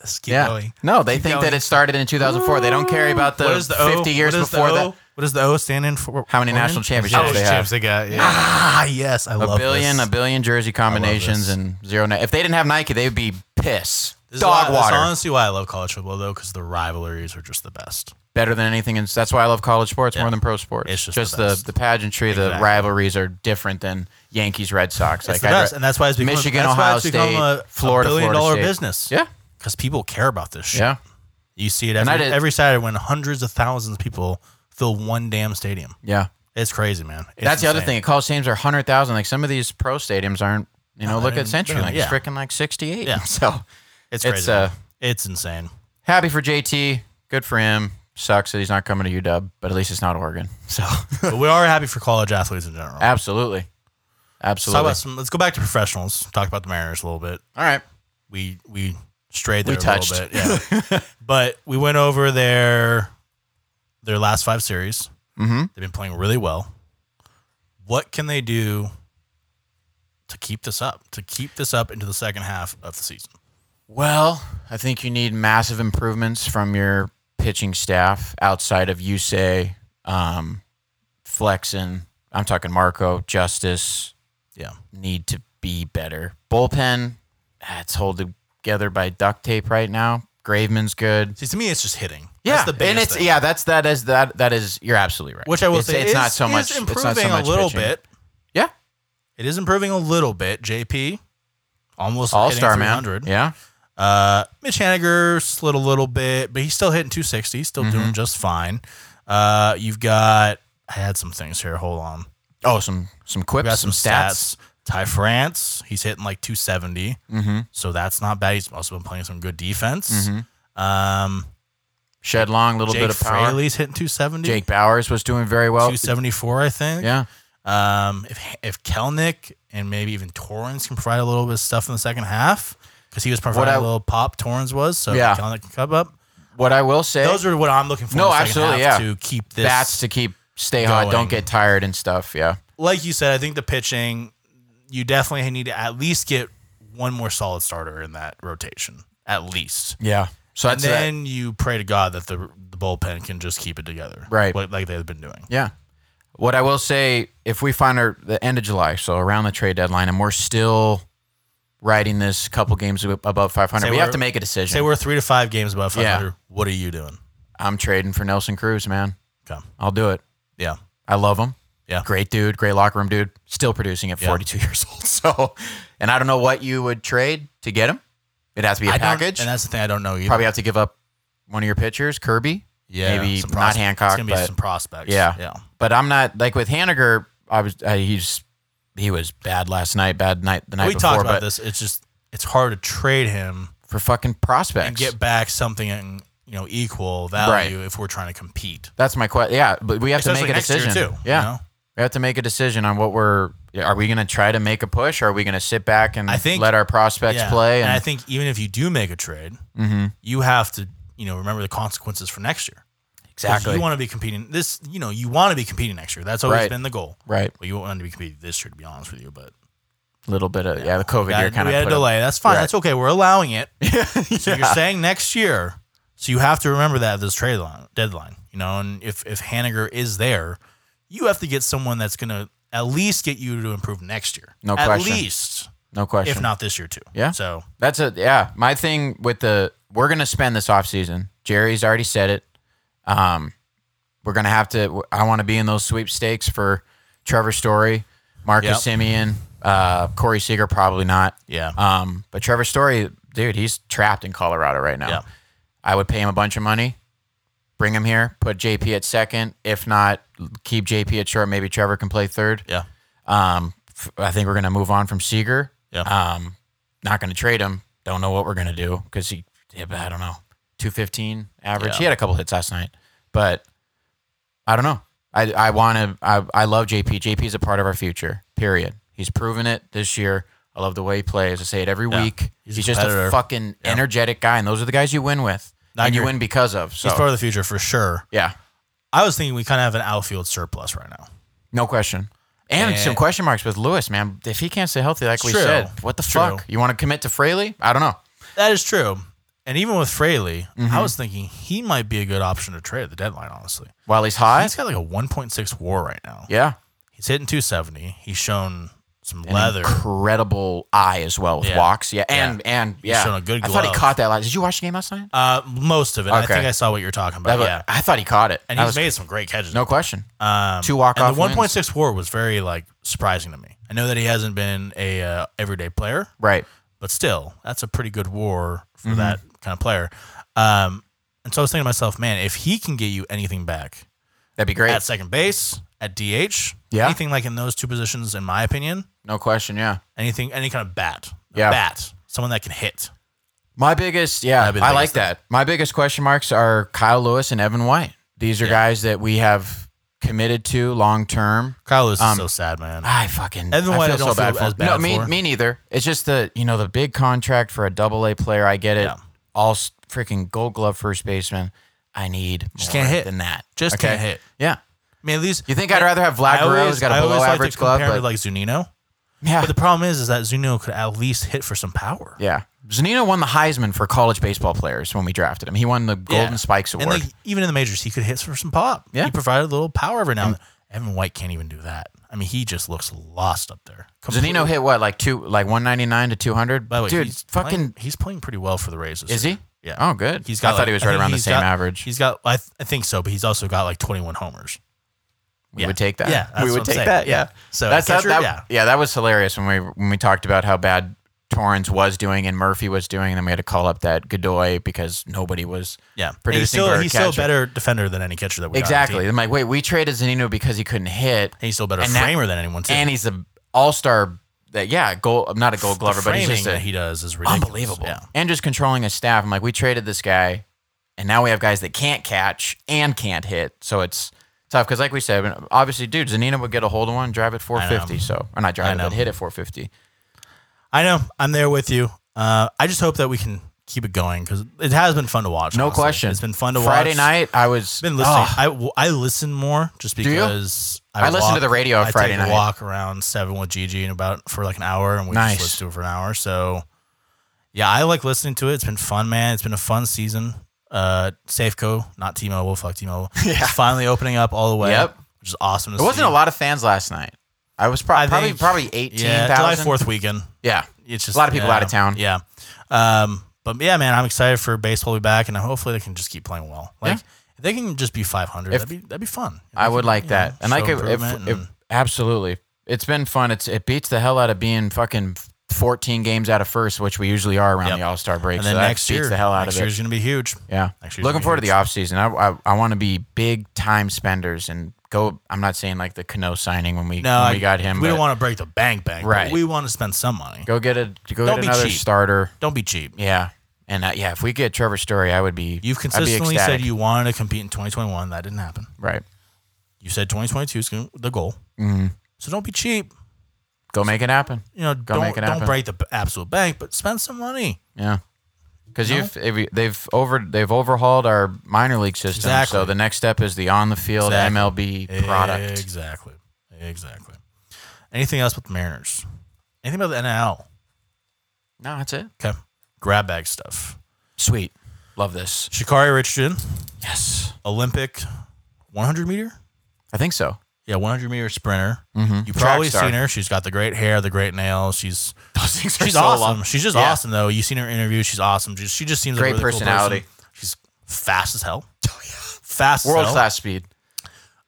[SPEAKER 3] Let's keep
[SPEAKER 2] Yeah,
[SPEAKER 3] going.
[SPEAKER 2] no, they
[SPEAKER 3] Keep
[SPEAKER 2] think
[SPEAKER 3] going.
[SPEAKER 2] that it started in 2004. They don't care about the
[SPEAKER 3] What is the
[SPEAKER 2] 50
[SPEAKER 3] o?
[SPEAKER 2] years
[SPEAKER 3] What is the
[SPEAKER 2] before
[SPEAKER 3] O?
[SPEAKER 2] that.
[SPEAKER 3] What does the O stand in for?
[SPEAKER 2] How many
[SPEAKER 3] Oregon?
[SPEAKER 2] national championships
[SPEAKER 1] How
[SPEAKER 2] they
[SPEAKER 1] many
[SPEAKER 2] have?
[SPEAKER 1] chips they got? Yeah.
[SPEAKER 3] Ah, yes, I
[SPEAKER 2] A
[SPEAKER 3] love
[SPEAKER 2] billion,
[SPEAKER 3] this.
[SPEAKER 2] a billion jersey combinations
[SPEAKER 3] this.
[SPEAKER 2] and zero. Ni- if they didn't have Nike, they would be piss.
[SPEAKER 3] This is
[SPEAKER 2] Dog
[SPEAKER 3] why- that's
[SPEAKER 2] water.
[SPEAKER 3] honestly why I love college football though, because the rivalries are just the best.
[SPEAKER 2] Better than anything. And that's why I love college sports more than pro sports.
[SPEAKER 3] It's just the
[SPEAKER 2] the,
[SPEAKER 3] best.
[SPEAKER 2] the pageantry, the
[SPEAKER 3] Exactly.
[SPEAKER 2] rivalries are different than Yankees, Red Sox.
[SPEAKER 3] It's the
[SPEAKER 2] I'd
[SPEAKER 3] best,
[SPEAKER 2] ra-
[SPEAKER 3] and that's why it's become
[SPEAKER 2] Michigan,
[SPEAKER 3] that's why
[SPEAKER 2] Ohio
[SPEAKER 3] it's become
[SPEAKER 2] State,
[SPEAKER 3] a,
[SPEAKER 2] Florida,
[SPEAKER 3] a billion
[SPEAKER 2] Florida
[SPEAKER 3] dollar
[SPEAKER 2] State.
[SPEAKER 3] business.
[SPEAKER 2] Yeah.
[SPEAKER 3] because people care about this shit.
[SPEAKER 2] Yeah.
[SPEAKER 3] you see it
[SPEAKER 2] And I
[SPEAKER 3] every,
[SPEAKER 2] did-
[SPEAKER 3] every Saturday when hundreds of thousands of people fill one damn stadium.
[SPEAKER 2] Yeah.
[SPEAKER 3] It's crazy, man. It's
[SPEAKER 2] that's the other
[SPEAKER 3] insane.
[SPEAKER 2] thing. College teams are 100,000. Like some of these pro stadiums aren't, you know,
[SPEAKER 3] No,
[SPEAKER 2] look at
[SPEAKER 3] they're not even-
[SPEAKER 2] Century. Like it's
[SPEAKER 3] yeah.
[SPEAKER 2] freaking like 68.
[SPEAKER 3] Yeah.
[SPEAKER 2] So
[SPEAKER 3] It's
[SPEAKER 2] it's,
[SPEAKER 3] crazy.
[SPEAKER 2] uh,
[SPEAKER 3] it's insane.
[SPEAKER 2] happy for JT. Good for him. Sucks that he's not coming to UW, but at least it's not Oregon. So
[SPEAKER 3] but we are happy for college athletes in general.
[SPEAKER 2] absolutely.
[SPEAKER 3] Let's, talk
[SPEAKER 2] Absolutely.
[SPEAKER 3] about some, let's go back to professionals. Talk about the Mariners a little bit.
[SPEAKER 2] All right.
[SPEAKER 3] we we strayed
[SPEAKER 2] We
[SPEAKER 3] there
[SPEAKER 2] touched.
[SPEAKER 3] a little bit. Yeah. but we went over their their last five series.
[SPEAKER 2] Mm-hmm.
[SPEAKER 3] They've been playing really well. What can they do to keep this up? To keep this up into the second half of the season?
[SPEAKER 2] Well, I think you need massive improvements from your pitching staff outside of Yusei, um, Flexen. I'm talking Marco, Justice
[SPEAKER 3] Yeah.
[SPEAKER 2] need to be better. Bullpen, ah, it's held together by duct tape right now. Graveman's good.
[SPEAKER 3] See, to me, it's just hitting.
[SPEAKER 2] Yeah,
[SPEAKER 3] That's the
[SPEAKER 2] and
[SPEAKER 3] biggest
[SPEAKER 2] it's
[SPEAKER 3] thing.
[SPEAKER 2] yeah, that's that is that that is you're absolutely right.
[SPEAKER 3] Which I will
[SPEAKER 2] It's-
[SPEAKER 3] say,
[SPEAKER 2] it's
[SPEAKER 3] is-
[SPEAKER 2] not so
[SPEAKER 3] is
[SPEAKER 2] much
[SPEAKER 3] Improving
[SPEAKER 2] it's not so much
[SPEAKER 3] a little
[SPEAKER 2] pitching.
[SPEAKER 3] bit.
[SPEAKER 2] Yeah,
[SPEAKER 3] It is improving a little bit. JP, almost
[SPEAKER 2] all star man.
[SPEAKER 3] hundred.
[SPEAKER 2] Yeah,
[SPEAKER 3] Uh, Mitch Haniger slid a little bit, but he's still hitting 260, still
[SPEAKER 2] Mm-hmm.
[SPEAKER 3] doing just fine. Uh, you've got I had some things here. Hold on,
[SPEAKER 2] oh some some
[SPEAKER 3] we got
[SPEAKER 2] quips,
[SPEAKER 3] some, stats. Ty France, he's hitting like 270,
[SPEAKER 2] Mm-hmm.
[SPEAKER 3] so that's not bad. He's also been playing some good defense. Um,
[SPEAKER 2] Shed long, Mm-hmm. a little
[SPEAKER 3] Jake
[SPEAKER 2] bit of power.
[SPEAKER 3] Fraley's hitting 270,
[SPEAKER 2] Jake Bowers was doing very well.
[SPEAKER 3] 274, I think.
[SPEAKER 2] Yeah,
[SPEAKER 3] Um, if if Kelnick and maybe even Torrens can provide a little bit of stuff in the second half because he was providing
[SPEAKER 2] I-
[SPEAKER 3] a little pop. Torrens was so
[SPEAKER 2] Yeah.
[SPEAKER 3] Kelnick can come up.
[SPEAKER 2] What I will say,
[SPEAKER 3] those are what I'm looking for.
[SPEAKER 2] Eh? No,
[SPEAKER 3] in the second
[SPEAKER 2] absolutely,
[SPEAKER 3] half
[SPEAKER 2] yeah.
[SPEAKER 3] To keep this,
[SPEAKER 2] that's to keep stay hot,
[SPEAKER 3] going.
[SPEAKER 2] don't get tired and stuff. Yeah,
[SPEAKER 3] like you said, I think the pitching, you definitely need to at least get one more solid starter in that rotation, at least.
[SPEAKER 2] yeah. So
[SPEAKER 3] And
[SPEAKER 2] that's that.
[SPEAKER 3] then you pray to God that the the bullpen can just keep it together,
[SPEAKER 2] Right.
[SPEAKER 3] Like, like they've been doing.
[SPEAKER 2] Yeah. What I will say, if we find our the end of July, so around the trade deadline, and we're still riding this couple games ab- above 500,
[SPEAKER 3] Say
[SPEAKER 2] we have
[SPEAKER 3] we're-
[SPEAKER 2] to make a decision.
[SPEAKER 3] Say we're three to five games above
[SPEAKER 2] Yeah.
[SPEAKER 3] 500. What are you doing?
[SPEAKER 2] I'm trading for Nelson Cruz, man.
[SPEAKER 3] Okay.
[SPEAKER 2] I'll do it.
[SPEAKER 3] Yeah.
[SPEAKER 2] I love him.
[SPEAKER 3] Yeah.
[SPEAKER 2] Great dude, great locker room dude. Still producing at
[SPEAKER 3] Yeah.
[SPEAKER 2] 42 years old. So, and I don't know what you would trade to get him. It'd have to be a
[SPEAKER 3] I don't-
[SPEAKER 2] package.
[SPEAKER 3] And that's the thing I don't know either.
[SPEAKER 2] Probably have to give up one of your pitchers, Kirby.
[SPEAKER 3] yeah,
[SPEAKER 2] maybe
[SPEAKER 3] some
[SPEAKER 2] not
[SPEAKER 3] prospects.
[SPEAKER 2] Hancock,
[SPEAKER 3] It's gonna be
[SPEAKER 2] but-
[SPEAKER 3] some prospects.
[SPEAKER 2] Yeah.
[SPEAKER 3] yeah.
[SPEAKER 2] But I'm not like with Haniger. I was uh, he's he was bad last night. Bad night the night
[SPEAKER 3] we
[SPEAKER 2] before.
[SPEAKER 3] talked about
[SPEAKER 2] but
[SPEAKER 3] this. It's just it's hard to trade him
[SPEAKER 2] for fucking prospects.
[SPEAKER 3] and get back something in, you know equal value if we're trying to compete.
[SPEAKER 2] That's my question. Yeah, but we have
[SPEAKER 3] Especially
[SPEAKER 2] to make a
[SPEAKER 3] next year,
[SPEAKER 2] decision.
[SPEAKER 3] too,
[SPEAKER 2] yeah,
[SPEAKER 3] you know?
[SPEAKER 2] we have to make a decision on what we're. Are we going to try to make a push? Or are we going to sit back and
[SPEAKER 3] I think-
[SPEAKER 2] let our prospects
[SPEAKER 3] Yeah.
[SPEAKER 2] play? Mm-hmm.
[SPEAKER 3] and I think even if you do make a trade, you have to you know remember the consequences for next year. 'Cause
[SPEAKER 2] exactly
[SPEAKER 3] You want to be competing this. You know you want to be competing next year. That's always
[SPEAKER 2] Right.
[SPEAKER 3] been the goal.
[SPEAKER 2] right.
[SPEAKER 3] Well, you want to be competing this year, to be honest with you, but
[SPEAKER 2] A little bit of yeah. the COVID
[SPEAKER 3] we
[SPEAKER 2] year
[SPEAKER 3] had,
[SPEAKER 2] kind
[SPEAKER 3] we
[SPEAKER 2] of
[SPEAKER 3] had a delay. That's fine.
[SPEAKER 2] Right.
[SPEAKER 3] That's okay. We're allowing it. So you're saying next year. So you have to remember that at this trade line, deadline, you know, and if if Haniger is there, you have to get someone that's going to at least get you to improve next year.
[SPEAKER 2] No
[SPEAKER 3] at
[SPEAKER 2] question.
[SPEAKER 3] least,
[SPEAKER 2] No question.
[SPEAKER 3] if not this year too.
[SPEAKER 2] Yeah.
[SPEAKER 3] So
[SPEAKER 2] That's a yeah. My thing with the we're gonna spend this off season. Jerry's already said it. Um, we're gonna have to. I want to be in those sweepstakes for Trevor Story, Marcus
[SPEAKER 3] Yep.
[SPEAKER 2] Simeon, uh, Corey Seager, probably not.
[SPEAKER 3] yeah,
[SPEAKER 2] Um, but Trevor Story, dude, he's trapped in Colorado right now.
[SPEAKER 3] Yeah.
[SPEAKER 2] I would pay him a bunch of money, bring him here, put JP at second. If not, keep JP at short. Maybe Trevor can play third.
[SPEAKER 3] yeah,
[SPEAKER 2] Um, f- I think we're going to move on from Seager.
[SPEAKER 3] Yeah.
[SPEAKER 2] Um, not going to trade him. Don't know what we're going to do because he, yeah, but I don't know, 215 average.
[SPEAKER 3] Yeah.
[SPEAKER 2] He had a couple hits last night, but I don't know. I, I want to, I, I love JP. JP is a part of our future, period. He's proven it this year. I love the way he plays. I say it every
[SPEAKER 3] Yeah.
[SPEAKER 2] week.
[SPEAKER 3] He's
[SPEAKER 2] He's,
[SPEAKER 3] a
[SPEAKER 2] just
[SPEAKER 3] competitor.
[SPEAKER 2] a fucking energetic guy, and those are the guys you win with,
[SPEAKER 3] I
[SPEAKER 2] and you
[SPEAKER 3] agree.
[SPEAKER 2] win because of. So
[SPEAKER 3] he's part of the future for sure.
[SPEAKER 2] yeah,
[SPEAKER 3] I was thinking we kind of have an outfield surplus right now.
[SPEAKER 2] no question. And,
[SPEAKER 3] And-
[SPEAKER 2] some question marks with Lewis, man. If he can't stay healthy, like we
[SPEAKER 3] True.
[SPEAKER 2] said, what the
[SPEAKER 3] True.
[SPEAKER 2] fuck? You want to commit to Fraley? I don't know.
[SPEAKER 3] That is true. And even with Fraley,
[SPEAKER 2] Mm-hmm.
[SPEAKER 3] I was thinking he might be a good option to trade at the deadline. Honestly,
[SPEAKER 2] While he's hot,
[SPEAKER 3] he's got like a 1.6 WAR right now.
[SPEAKER 2] yeah,
[SPEAKER 3] He's hitting 270. He's shown some
[SPEAKER 2] An
[SPEAKER 3] leather.
[SPEAKER 2] incredible eye as well with
[SPEAKER 3] Yeah.
[SPEAKER 2] walks. Yeah, and and yeah,
[SPEAKER 3] shown a good
[SPEAKER 2] I thought he
[SPEAKER 3] glove.
[SPEAKER 2] caught that last. Did you watch the game last night?
[SPEAKER 3] Uh, most of it. I
[SPEAKER 2] Okay.
[SPEAKER 3] think I saw what you're talking
[SPEAKER 2] That
[SPEAKER 3] about.
[SPEAKER 2] was-
[SPEAKER 3] yeah,
[SPEAKER 2] I thought he caught it.
[SPEAKER 3] and
[SPEAKER 2] That
[SPEAKER 3] he's
[SPEAKER 2] was-
[SPEAKER 3] made some great catches.
[SPEAKER 2] no question.
[SPEAKER 3] um,
[SPEAKER 2] two walk-off
[SPEAKER 3] and The
[SPEAKER 2] wins.
[SPEAKER 3] 1.6 WAR was very like surprising to me. I know that he hasn't been a uh, everyday player,
[SPEAKER 2] Right.
[SPEAKER 3] but still, that's a pretty good WAR for
[SPEAKER 2] Mm-hmm.
[SPEAKER 3] that kind of player. Um, and so I was thinking to myself, man, if he can get you anything back
[SPEAKER 2] That'd be great.
[SPEAKER 3] at second base, at DH,
[SPEAKER 2] Yeah.
[SPEAKER 3] anything like in those two positions, in my opinion,
[SPEAKER 2] no question. Yeah.
[SPEAKER 3] anything, any kind of bat, a
[SPEAKER 2] Yeah.
[SPEAKER 3] bat, someone that can hit.
[SPEAKER 2] My biggest, yeah, I
[SPEAKER 3] That'd be the
[SPEAKER 2] like
[SPEAKER 3] biggest
[SPEAKER 2] that. My biggest question marks are Kyle Lewis and Evan White. These are guys that we have committed to long term.
[SPEAKER 3] Kyle Lewis is
[SPEAKER 2] Um,
[SPEAKER 3] so sad, man.
[SPEAKER 2] I fucking
[SPEAKER 3] Evan
[SPEAKER 2] I
[SPEAKER 3] White,
[SPEAKER 2] feel
[SPEAKER 3] I
[SPEAKER 2] so
[SPEAKER 3] don't
[SPEAKER 2] bad
[SPEAKER 3] feel
[SPEAKER 2] for.
[SPEAKER 3] as bad
[SPEAKER 2] no, me,
[SPEAKER 3] for.
[SPEAKER 2] me neither. It's just the you know the big contract for a double A player. I get it.
[SPEAKER 3] Yeah.
[SPEAKER 2] All s- freaking Gold Glove first baseman. I need
[SPEAKER 3] Just
[SPEAKER 2] more
[SPEAKER 3] can't hit.
[SPEAKER 2] than that.
[SPEAKER 3] Just
[SPEAKER 2] Okay?
[SPEAKER 3] can't hit.
[SPEAKER 2] Yeah.
[SPEAKER 3] I mean, at least
[SPEAKER 2] You think I'd rather have Vlad
[SPEAKER 3] I
[SPEAKER 2] Guerrero,
[SPEAKER 3] always-
[SPEAKER 2] who's got a
[SPEAKER 3] I
[SPEAKER 2] below
[SPEAKER 3] always like
[SPEAKER 2] average
[SPEAKER 3] to
[SPEAKER 2] glove,
[SPEAKER 3] compare him
[SPEAKER 2] but
[SPEAKER 3] to, like Zunino.
[SPEAKER 2] yeah,
[SPEAKER 3] But the problem is, is that Zunino could at least hit for some power.
[SPEAKER 2] yeah. Zanino won the Heisman for college baseball players when we drafted him. He won the
[SPEAKER 3] Yeah.
[SPEAKER 2] Golden Spikes award.
[SPEAKER 3] And like even in the majors, he could hit for some pop.
[SPEAKER 2] Yeah.
[SPEAKER 3] he provided a little power every now and then. Evan White can't even do that. I mean, he just looks lost up there. Completely.
[SPEAKER 2] Zanino hit what like two, like one ninety nine to two hundred.
[SPEAKER 3] By the way,
[SPEAKER 2] Dude,
[SPEAKER 3] he's
[SPEAKER 2] fucking
[SPEAKER 3] playing, he's playing pretty well for the Rays. this
[SPEAKER 2] is
[SPEAKER 3] year.
[SPEAKER 2] he?
[SPEAKER 3] Yeah.
[SPEAKER 2] Oh, good.
[SPEAKER 3] He's got.
[SPEAKER 2] I thought
[SPEAKER 3] like-
[SPEAKER 2] he was right
[SPEAKER 3] think
[SPEAKER 2] around the
[SPEAKER 3] he's
[SPEAKER 2] same
[SPEAKER 3] got-
[SPEAKER 2] average.
[SPEAKER 3] He's got. I, th- I think so, but he's also got like 21 homers.
[SPEAKER 2] We
[SPEAKER 3] yeah.
[SPEAKER 2] would take that.
[SPEAKER 3] Yeah, that's
[SPEAKER 2] we
[SPEAKER 3] what
[SPEAKER 2] would
[SPEAKER 3] I'm
[SPEAKER 2] take
[SPEAKER 3] saying.
[SPEAKER 2] that. Yeah.
[SPEAKER 3] So
[SPEAKER 2] that's
[SPEAKER 3] catcher,
[SPEAKER 2] that,
[SPEAKER 3] yeah.
[SPEAKER 2] that, yeah. that was hilarious when we when we talked about how bad Torrance was doing and Murphy was doing, and then we had to call up that Godoy because nobody was
[SPEAKER 3] Yeah, And
[SPEAKER 2] producing
[SPEAKER 3] He's still
[SPEAKER 2] for a
[SPEAKER 3] he's still a
[SPEAKER 2] catcher.
[SPEAKER 3] better defender than any catcher that we got on the
[SPEAKER 2] exactly.
[SPEAKER 3] team.
[SPEAKER 2] I'm like, wait, we traded Zanino because he couldn't hit,
[SPEAKER 3] And he's still a better
[SPEAKER 2] And that-
[SPEAKER 3] framer than anyone too.
[SPEAKER 2] and he's the All Star. That yeah, goal not a Gold
[SPEAKER 3] the
[SPEAKER 2] Glover, but he's
[SPEAKER 3] framing
[SPEAKER 2] just a,
[SPEAKER 3] that he does is ridiculous.
[SPEAKER 2] unbelievable.
[SPEAKER 3] Yeah.
[SPEAKER 2] And just controlling his staff. I'm like, we traded this guy, and now we have guys that can't catch and can't hit. So it's tough because, like we said, obviously, dude, Zanino would get a hold of one, drive it 450. So or not
[SPEAKER 3] I
[SPEAKER 2] drive it,
[SPEAKER 3] know.
[SPEAKER 2] but hit it 450.
[SPEAKER 3] I know. I'm there with you. Uh, I just hope that we can keep it going because it has been fun to watch.
[SPEAKER 2] No
[SPEAKER 3] honestly.
[SPEAKER 2] question.
[SPEAKER 3] It's been fun to
[SPEAKER 2] Friday
[SPEAKER 3] watch.
[SPEAKER 2] night, I was
[SPEAKER 3] I've been listening.
[SPEAKER 2] Oh,
[SPEAKER 3] I w I I, listen more just
[SPEAKER 2] you?
[SPEAKER 3] because
[SPEAKER 2] I listen to the radio on
[SPEAKER 3] I
[SPEAKER 2] Friday
[SPEAKER 3] take
[SPEAKER 2] night.
[SPEAKER 3] A walk around seven with Gigi and about for like an hour, and we
[SPEAKER 2] Nice.
[SPEAKER 3] just listen to it for an hour. So, yeah, I like listening to it. It's been fun, man. It's been a fun season. Uh, Safeco, not T-Mobile. Fuck T-Mobile. It's finally opening up all the way.
[SPEAKER 2] Yep.
[SPEAKER 3] which is awesome. To
[SPEAKER 2] there wasn't
[SPEAKER 3] see.
[SPEAKER 2] a lot of fans last night. I was pro-
[SPEAKER 3] I
[SPEAKER 2] probably
[SPEAKER 3] think-
[SPEAKER 2] probably eighteen
[SPEAKER 3] Yeah, July
[SPEAKER 2] thousand.
[SPEAKER 3] Fourth weekend.
[SPEAKER 2] Yeah,
[SPEAKER 3] it's just
[SPEAKER 2] A lot of people
[SPEAKER 3] yeah,
[SPEAKER 2] out of town.
[SPEAKER 3] Yeah. Um, but yeah, man, I'm excited for baseball to be back, and hopefully they can just keep playing well. Like
[SPEAKER 2] Yeah.
[SPEAKER 3] if They can just be 500.
[SPEAKER 2] If-
[SPEAKER 3] that'd be that'd be fun.
[SPEAKER 2] I would like
[SPEAKER 3] You know,
[SPEAKER 2] that, and I
[SPEAKER 3] show
[SPEAKER 2] could if,
[SPEAKER 3] improvement
[SPEAKER 2] if
[SPEAKER 3] and-
[SPEAKER 2] absolutely. It's been fun. It's it beats the hell out of being fucking fourteen games out of first, which we usually are around
[SPEAKER 3] Yep.
[SPEAKER 2] the All Star break.
[SPEAKER 3] and
[SPEAKER 2] so
[SPEAKER 3] then
[SPEAKER 2] that
[SPEAKER 3] next
[SPEAKER 2] beats
[SPEAKER 3] year,
[SPEAKER 2] the hell out
[SPEAKER 3] next
[SPEAKER 2] of it.
[SPEAKER 3] year's gonna be huge.
[SPEAKER 2] Yeah.
[SPEAKER 3] Next
[SPEAKER 2] Looking
[SPEAKER 3] year's gonna be
[SPEAKER 2] forward to the
[SPEAKER 3] huge.
[SPEAKER 2] off season. I I, I want to be big time spenders and go. I'm not saying like the Cano signing when we
[SPEAKER 3] No,
[SPEAKER 2] when
[SPEAKER 3] I-
[SPEAKER 2] we got him.
[SPEAKER 3] We
[SPEAKER 2] but
[SPEAKER 3] don't want to break the bank bank. but
[SPEAKER 2] Right.
[SPEAKER 3] We want to spend some money.
[SPEAKER 2] go get a go
[SPEAKER 3] Don't
[SPEAKER 2] get
[SPEAKER 3] be
[SPEAKER 2] another
[SPEAKER 3] cheap.
[SPEAKER 2] starter.
[SPEAKER 3] Don't be cheap.
[SPEAKER 2] Yeah. And uh, yeah, if we get Trevor Story, I would be.
[SPEAKER 3] You've
[SPEAKER 2] I'd be
[SPEAKER 3] consistently said
[SPEAKER 2] ecstatic.
[SPEAKER 3] you wanted to compete in 2021. That didn't happen.
[SPEAKER 2] right.
[SPEAKER 3] You said 2022 is gonna- the goal.
[SPEAKER 2] Mm-hmm.
[SPEAKER 3] So don't be cheap.
[SPEAKER 2] Go make it happen.
[SPEAKER 3] You know,
[SPEAKER 2] make
[SPEAKER 3] don't
[SPEAKER 2] it
[SPEAKER 3] don't
[SPEAKER 2] happen.
[SPEAKER 3] break the b- absolute bank, but spend some money.
[SPEAKER 2] Yeah. Because you've if you- they've over they've overhauled our minor league system,
[SPEAKER 3] Exactly.
[SPEAKER 2] so the next step is the on the field
[SPEAKER 3] Exactly.
[SPEAKER 2] MLB product.
[SPEAKER 3] Exactly. Exactly. Anything else with the Mariners? Anything about the NL?
[SPEAKER 2] No, that's it.
[SPEAKER 3] Okay. Grab bag stuff.
[SPEAKER 2] Sweet, love this.
[SPEAKER 3] Shikari Richardson,
[SPEAKER 2] Yes,
[SPEAKER 3] Olympic 100 meter?
[SPEAKER 2] I think so.
[SPEAKER 3] Yeah, 100 meter sprinter.
[SPEAKER 2] Mhm.
[SPEAKER 3] You've
[SPEAKER 2] Track
[SPEAKER 3] probably
[SPEAKER 2] star.
[SPEAKER 3] seen her. She's got the great hair, the great nails. She's
[SPEAKER 2] Those things
[SPEAKER 3] she's awesome. She's just
[SPEAKER 2] Yeah.
[SPEAKER 3] awesome though. You've seen her interview. She's awesome. She, she just seems
[SPEAKER 2] Great
[SPEAKER 3] like a really
[SPEAKER 2] personality. Oh,
[SPEAKER 3] Cool person. She's fast as hell. Fast
[SPEAKER 2] World class speed.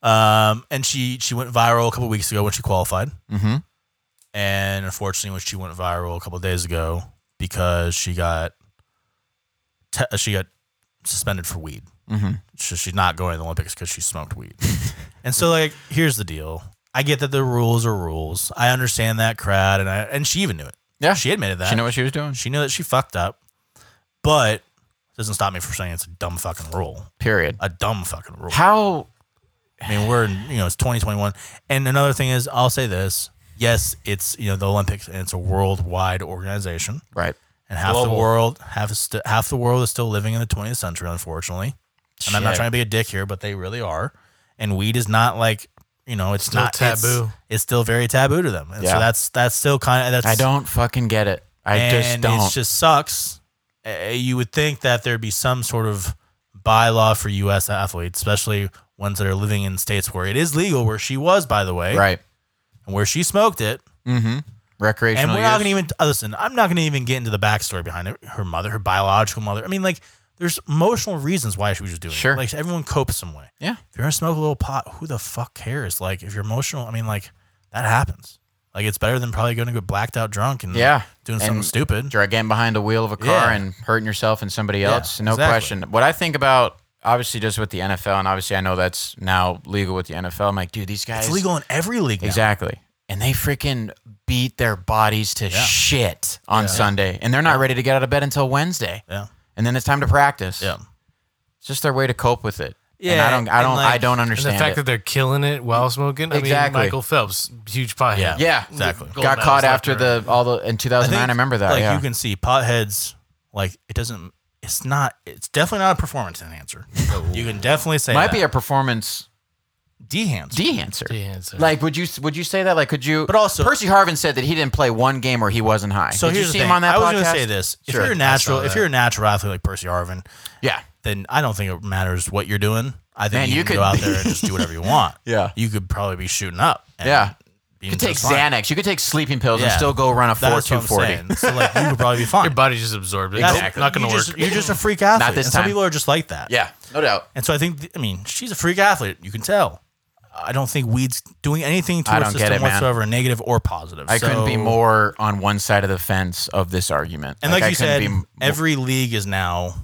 [SPEAKER 3] Um, and she she went viral a couple weeks ago when she qualified.
[SPEAKER 2] Mhm.
[SPEAKER 3] And unfortunately, when she went viral a couple days ago because she got te- she got suspended for weed.
[SPEAKER 2] Mhm.
[SPEAKER 3] So she's not going to the Olympics because she smoked weed. and so like, here's the deal. I get that the rules are rules. I understand that crowd, and I and she even knew it.
[SPEAKER 2] Yeah.
[SPEAKER 3] she admitted that.
[SPEAKER 2] She knew what she was doing.
[SPEAKER 3] She knew that she fucked up, but it doesn't stop me from saying it's a dumb fucking rule.
[SPEAKER 2] Period.
[SPEAKER 3] A dumb fucking rule.
[SPEAKER 2] How?
[SPEAKER 3] I mean, we're in, you know, it's 2021. And another thing is, I'll say this. Yes, it's, you know, the Olympics and it's a worldwide organization.
[SPEAKER 2] Right.
[SPEAKER 3] And half
[SPEAKER 2] Global.
[SPEAKER 3] the world, half, is st- half the world is still living in the 20th century, unfortunately. And I'm not
[SPEAKER 2] Shit.
[SPEAKER 3] trying to be a dick here, but they really are. And weed is not like, you know, it's
[SPEAKER 1] Still
[SPEAKER 3] not it's-
[SPEAKER 1] taboo.
[SPEAKER 3] It's, still very taboo to them. And so
[SPEAKER 2] Yeah.
[SPEAKER 3] that's, that's still kind of, that's,
[SPEAKER 2] I don't fucking get it. I just
[SPEAKER 3] and
[SPEAKER 2] don't.
[SPEAKER 3] It just sucks. Uh, You would think that there'd be some sort of bylaw for U.S. athletes, especially ones that are living in states where it is legal, where she was, by the way,
[SPEAKER 2] right.
[SPEAKER 3] and where she smoked it.
[SPEAKER 2] Mm-hmm. Recreational.
[SPEAKER 3] And we're not
[SPEAKER 2] use.
[SPEAKER 3] going to even uh, listen. I'm not going to even get into the backstory behind it. Her mother, her biological mother. I mean, like, there's emotional reasons why she was just doing
[SPEAKER 2] Sure.
[SPEAKER 3] it. Like, everyone copes some way.
[SPEAKER 2] Yeah.
[SPEAKER 3] If you're gonna smoke a little pot, who the fuck cares? Like, if you're emotional, I mean, like, that happens. Like, it's better than probably going to get blacked out drunk and
[SPEAKER 2] Yeah.
[SPEAKER 3] doing
[SPEAKER 2] And
[SPEAKER 3] something stupid.
[SPEAKER 2] dr- getting behind the wheel of a car
[SPEAKER 3] Yeah.
[SPEAKER 2] and hurting yourself and somebody
[SPEAKER 3] Yeah,
[SPEAKER 2] else. No
[SPEAKER 3] exactly.
[SPEAKER 2] question. What I think about, obviously, just with the NFL, and obviously I know that's now legal with the NFL. I'm like, dude, these guys.
[SPEAKER 3] It's legal in every league. Now.
[SPEAKER 2] Exactly. And they freaking beat their bodies to
[SPEAKER 3] Yeah.
[SPEAKER 2] shit on Sunday, and they're not ready to get out of bed until Wednesday.
[SPEAKER 3] Yeah.
[SPEAKER 2] And then it's time to practice.
[SPEAKER 3] Yeah.
[SPEAKER 2] It's just their way to cope with it. And
[SPEAKER 3] Yeah,
[SPEAKER 2] I don't. I
[SPEAKER 3] and
[SPEAKER 2] don't. I
[SPEAKER 3] like-
[SPEAKER 2] don't
[SPEAKER 1] And
[SPEAKER 2] understand
[SPEAKER 1] the fact
[SPEAKER 2] it.
[SPEAKER 1] that they're killing it while smoking. I
[SPEAKER 2] Exactly.
[SPEAKER 1] mean, Michael Phelps, huge pothead.
[SPEAKER 3] Yeah.
[SPEAKER 2] yeah.
[SPEAKER 3] Exactly.
[SPEAKER 1] Gold
[SPEAKER 2] Got
[SPEAKER 1] medals
[SPEAKER 2] caught
[SPEAKER 1] left
[SPEAKER 2] after
[SPEAKER 1] and right.
[SPEAKER 2] the all the in 2009. I,
[SPEAKER 3] think,
[SPEAKER 2] remember that.
[SPEAKER 3] Like
[SPEAKER 2] yeah.
[SPEAKER 3] you can see potheads, like it doesn't it's not it's definitely not a performance enhancer. you can definitely say
[SPEAKER 2] Might
[SPEAKER 3] that.
[SPEAKER 2] be a performance
[SPEAKER 3] dehancer.
[SPEAKER 2] dehancer.
[SPEAKER 1] The answer.
[SPEAKER 2] Like, would you would you say that? Like, could you?
[SPEAKER 3] But also-
[SPEAKER 2] Percy Harvin said that he didn't play one game where he wasn't high.
[SPEAKER 3] so
[SPEAKER 2] Did you
[SPEAKER 3] here's the
[SPEAKER 2] see
[SPEAKER 3] thing.
[SPEAKER 2] him on that
[SPEAKER 3] I was gonna
[SPEAKER 2] podcast?
[SPEAKER 3] say this. If
[SPEAKER 2] Sure.
[SPEAKER 3] you're a natural if
[SPEAKER 1] that.
[SPEAKER 3] you're a natural athlete like Percy Arvin,
[SPEAKER 2] Yeah,
[SPEAKER 3] then I don't think it matters what you're doing. I think
[SPEAKER 2] Man,
[SPEAKER 3] you,
[SPEAKER 2] you
[SPEAKER 3] can
[SPEAKER 2] could-
[SPEAKER 3] go out there and just do whatever you want.
[SPEAKER 2] Yeah.
[SPEAKER 3] You could probably be shooting up. and
[SPEAKER 2] Yeah.
[SPEAKER 3] being
[SPEAKER 2] you could take
[SPEAKER 3] just fine.
[SPEAKER 2] Xanax. You could take sleeping pills and
[SPEAKER 3] Yeah.
[SPEAKER 2] still go run a four
[SPEAKER 3] That's
[SPEAKER 2] two
[SPEAKER 3] what I'm
[SPEAKER 2] forty.
[SPEAKER 3] saying. So like you could probably be fine.
[SPEAKER 1] Your body just absorbed it.
[SPEAKER 3] That's-
[SPEAKER 1] It's Not going
[SPEAKER 3] you
[SPEAKER 1] to work.
[SPEAKER 3] just- You're just a freak athlete.
[SPEAKER 2] this
[SPEAKER 3] and some
[SPEAKER 2] time.
[SPEAKER 3] people are just like that.
[SPEAKER 2] Yeah, no doubt.
[SPEAKER 3] And so I think, I mean, she's a freak athlete. You can tell. I don't think weed's doing anything to
[SPEAKER 2] I
[SPEAKER 3] her
[SPEAKER 2] don't get
[SPEAKER 3] system
[SPEAKER 2] it, man.
[SPEAKER 3] whatsoever, negative or positive.
[SPEAKER 2] I couldn't be
[SPEAKER 3] So-
[SPEAKER 2] more on one side of the fence of this argument.
[SPEAKER 3] And like,
[SPEAKER 2] I
[SPEAKER 3] you
[SPEAKER 2] couldn't
[SPEAKER 3] said,
[SPEAKER 2] be m-
[SPEAKER 3] every league is now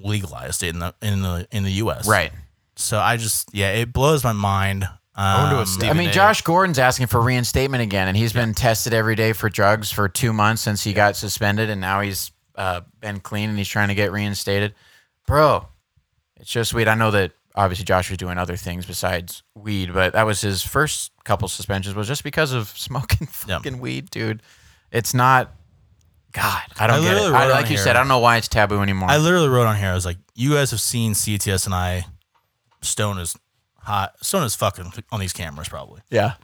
[SPEAKER 3] legalized in the in the in the U.S.
[SPEAKER 2] right.
[SPEAKER 3] So I just, yeah, it blows my mind. Um,
[SPEAKER 1] wonder what Steve-
[SPEAKER 2] I mean,
[SPEAKER 1] A.
[SPEAKER 2] Josh Gordon's asking for reinstatement again, and he's been tested every day for drugs for two months since he got suspended, and now he's uh, been clean and he's trying to get reinstated. Bro, it's just weed. I know that obviously Josh was doing other things besides weed, but that was his first couple suspensions was just because of smoking
[SPEAKER 3] Yeah.
[SPEAKER 2] fucking weed, dude. It's not. God, I don't
[SPEAKER 3] I
[SPEAKER 2] get
[SPEAKER 3] literally
[SPEAKER 2] it. I,
[SPEAKER 3] wrote on
[SPEAKER 2] like you
[SPEAKER 3] here-
[SPEAKER 2] said, I don't know why it's taboo anymore.
[SPEAKER 3] I literally wrote on here. I was like, you guys have seen CTS and I, Stone is hot. Stone is fucking on these cameras probably.
[SPEAKER 2] yeah,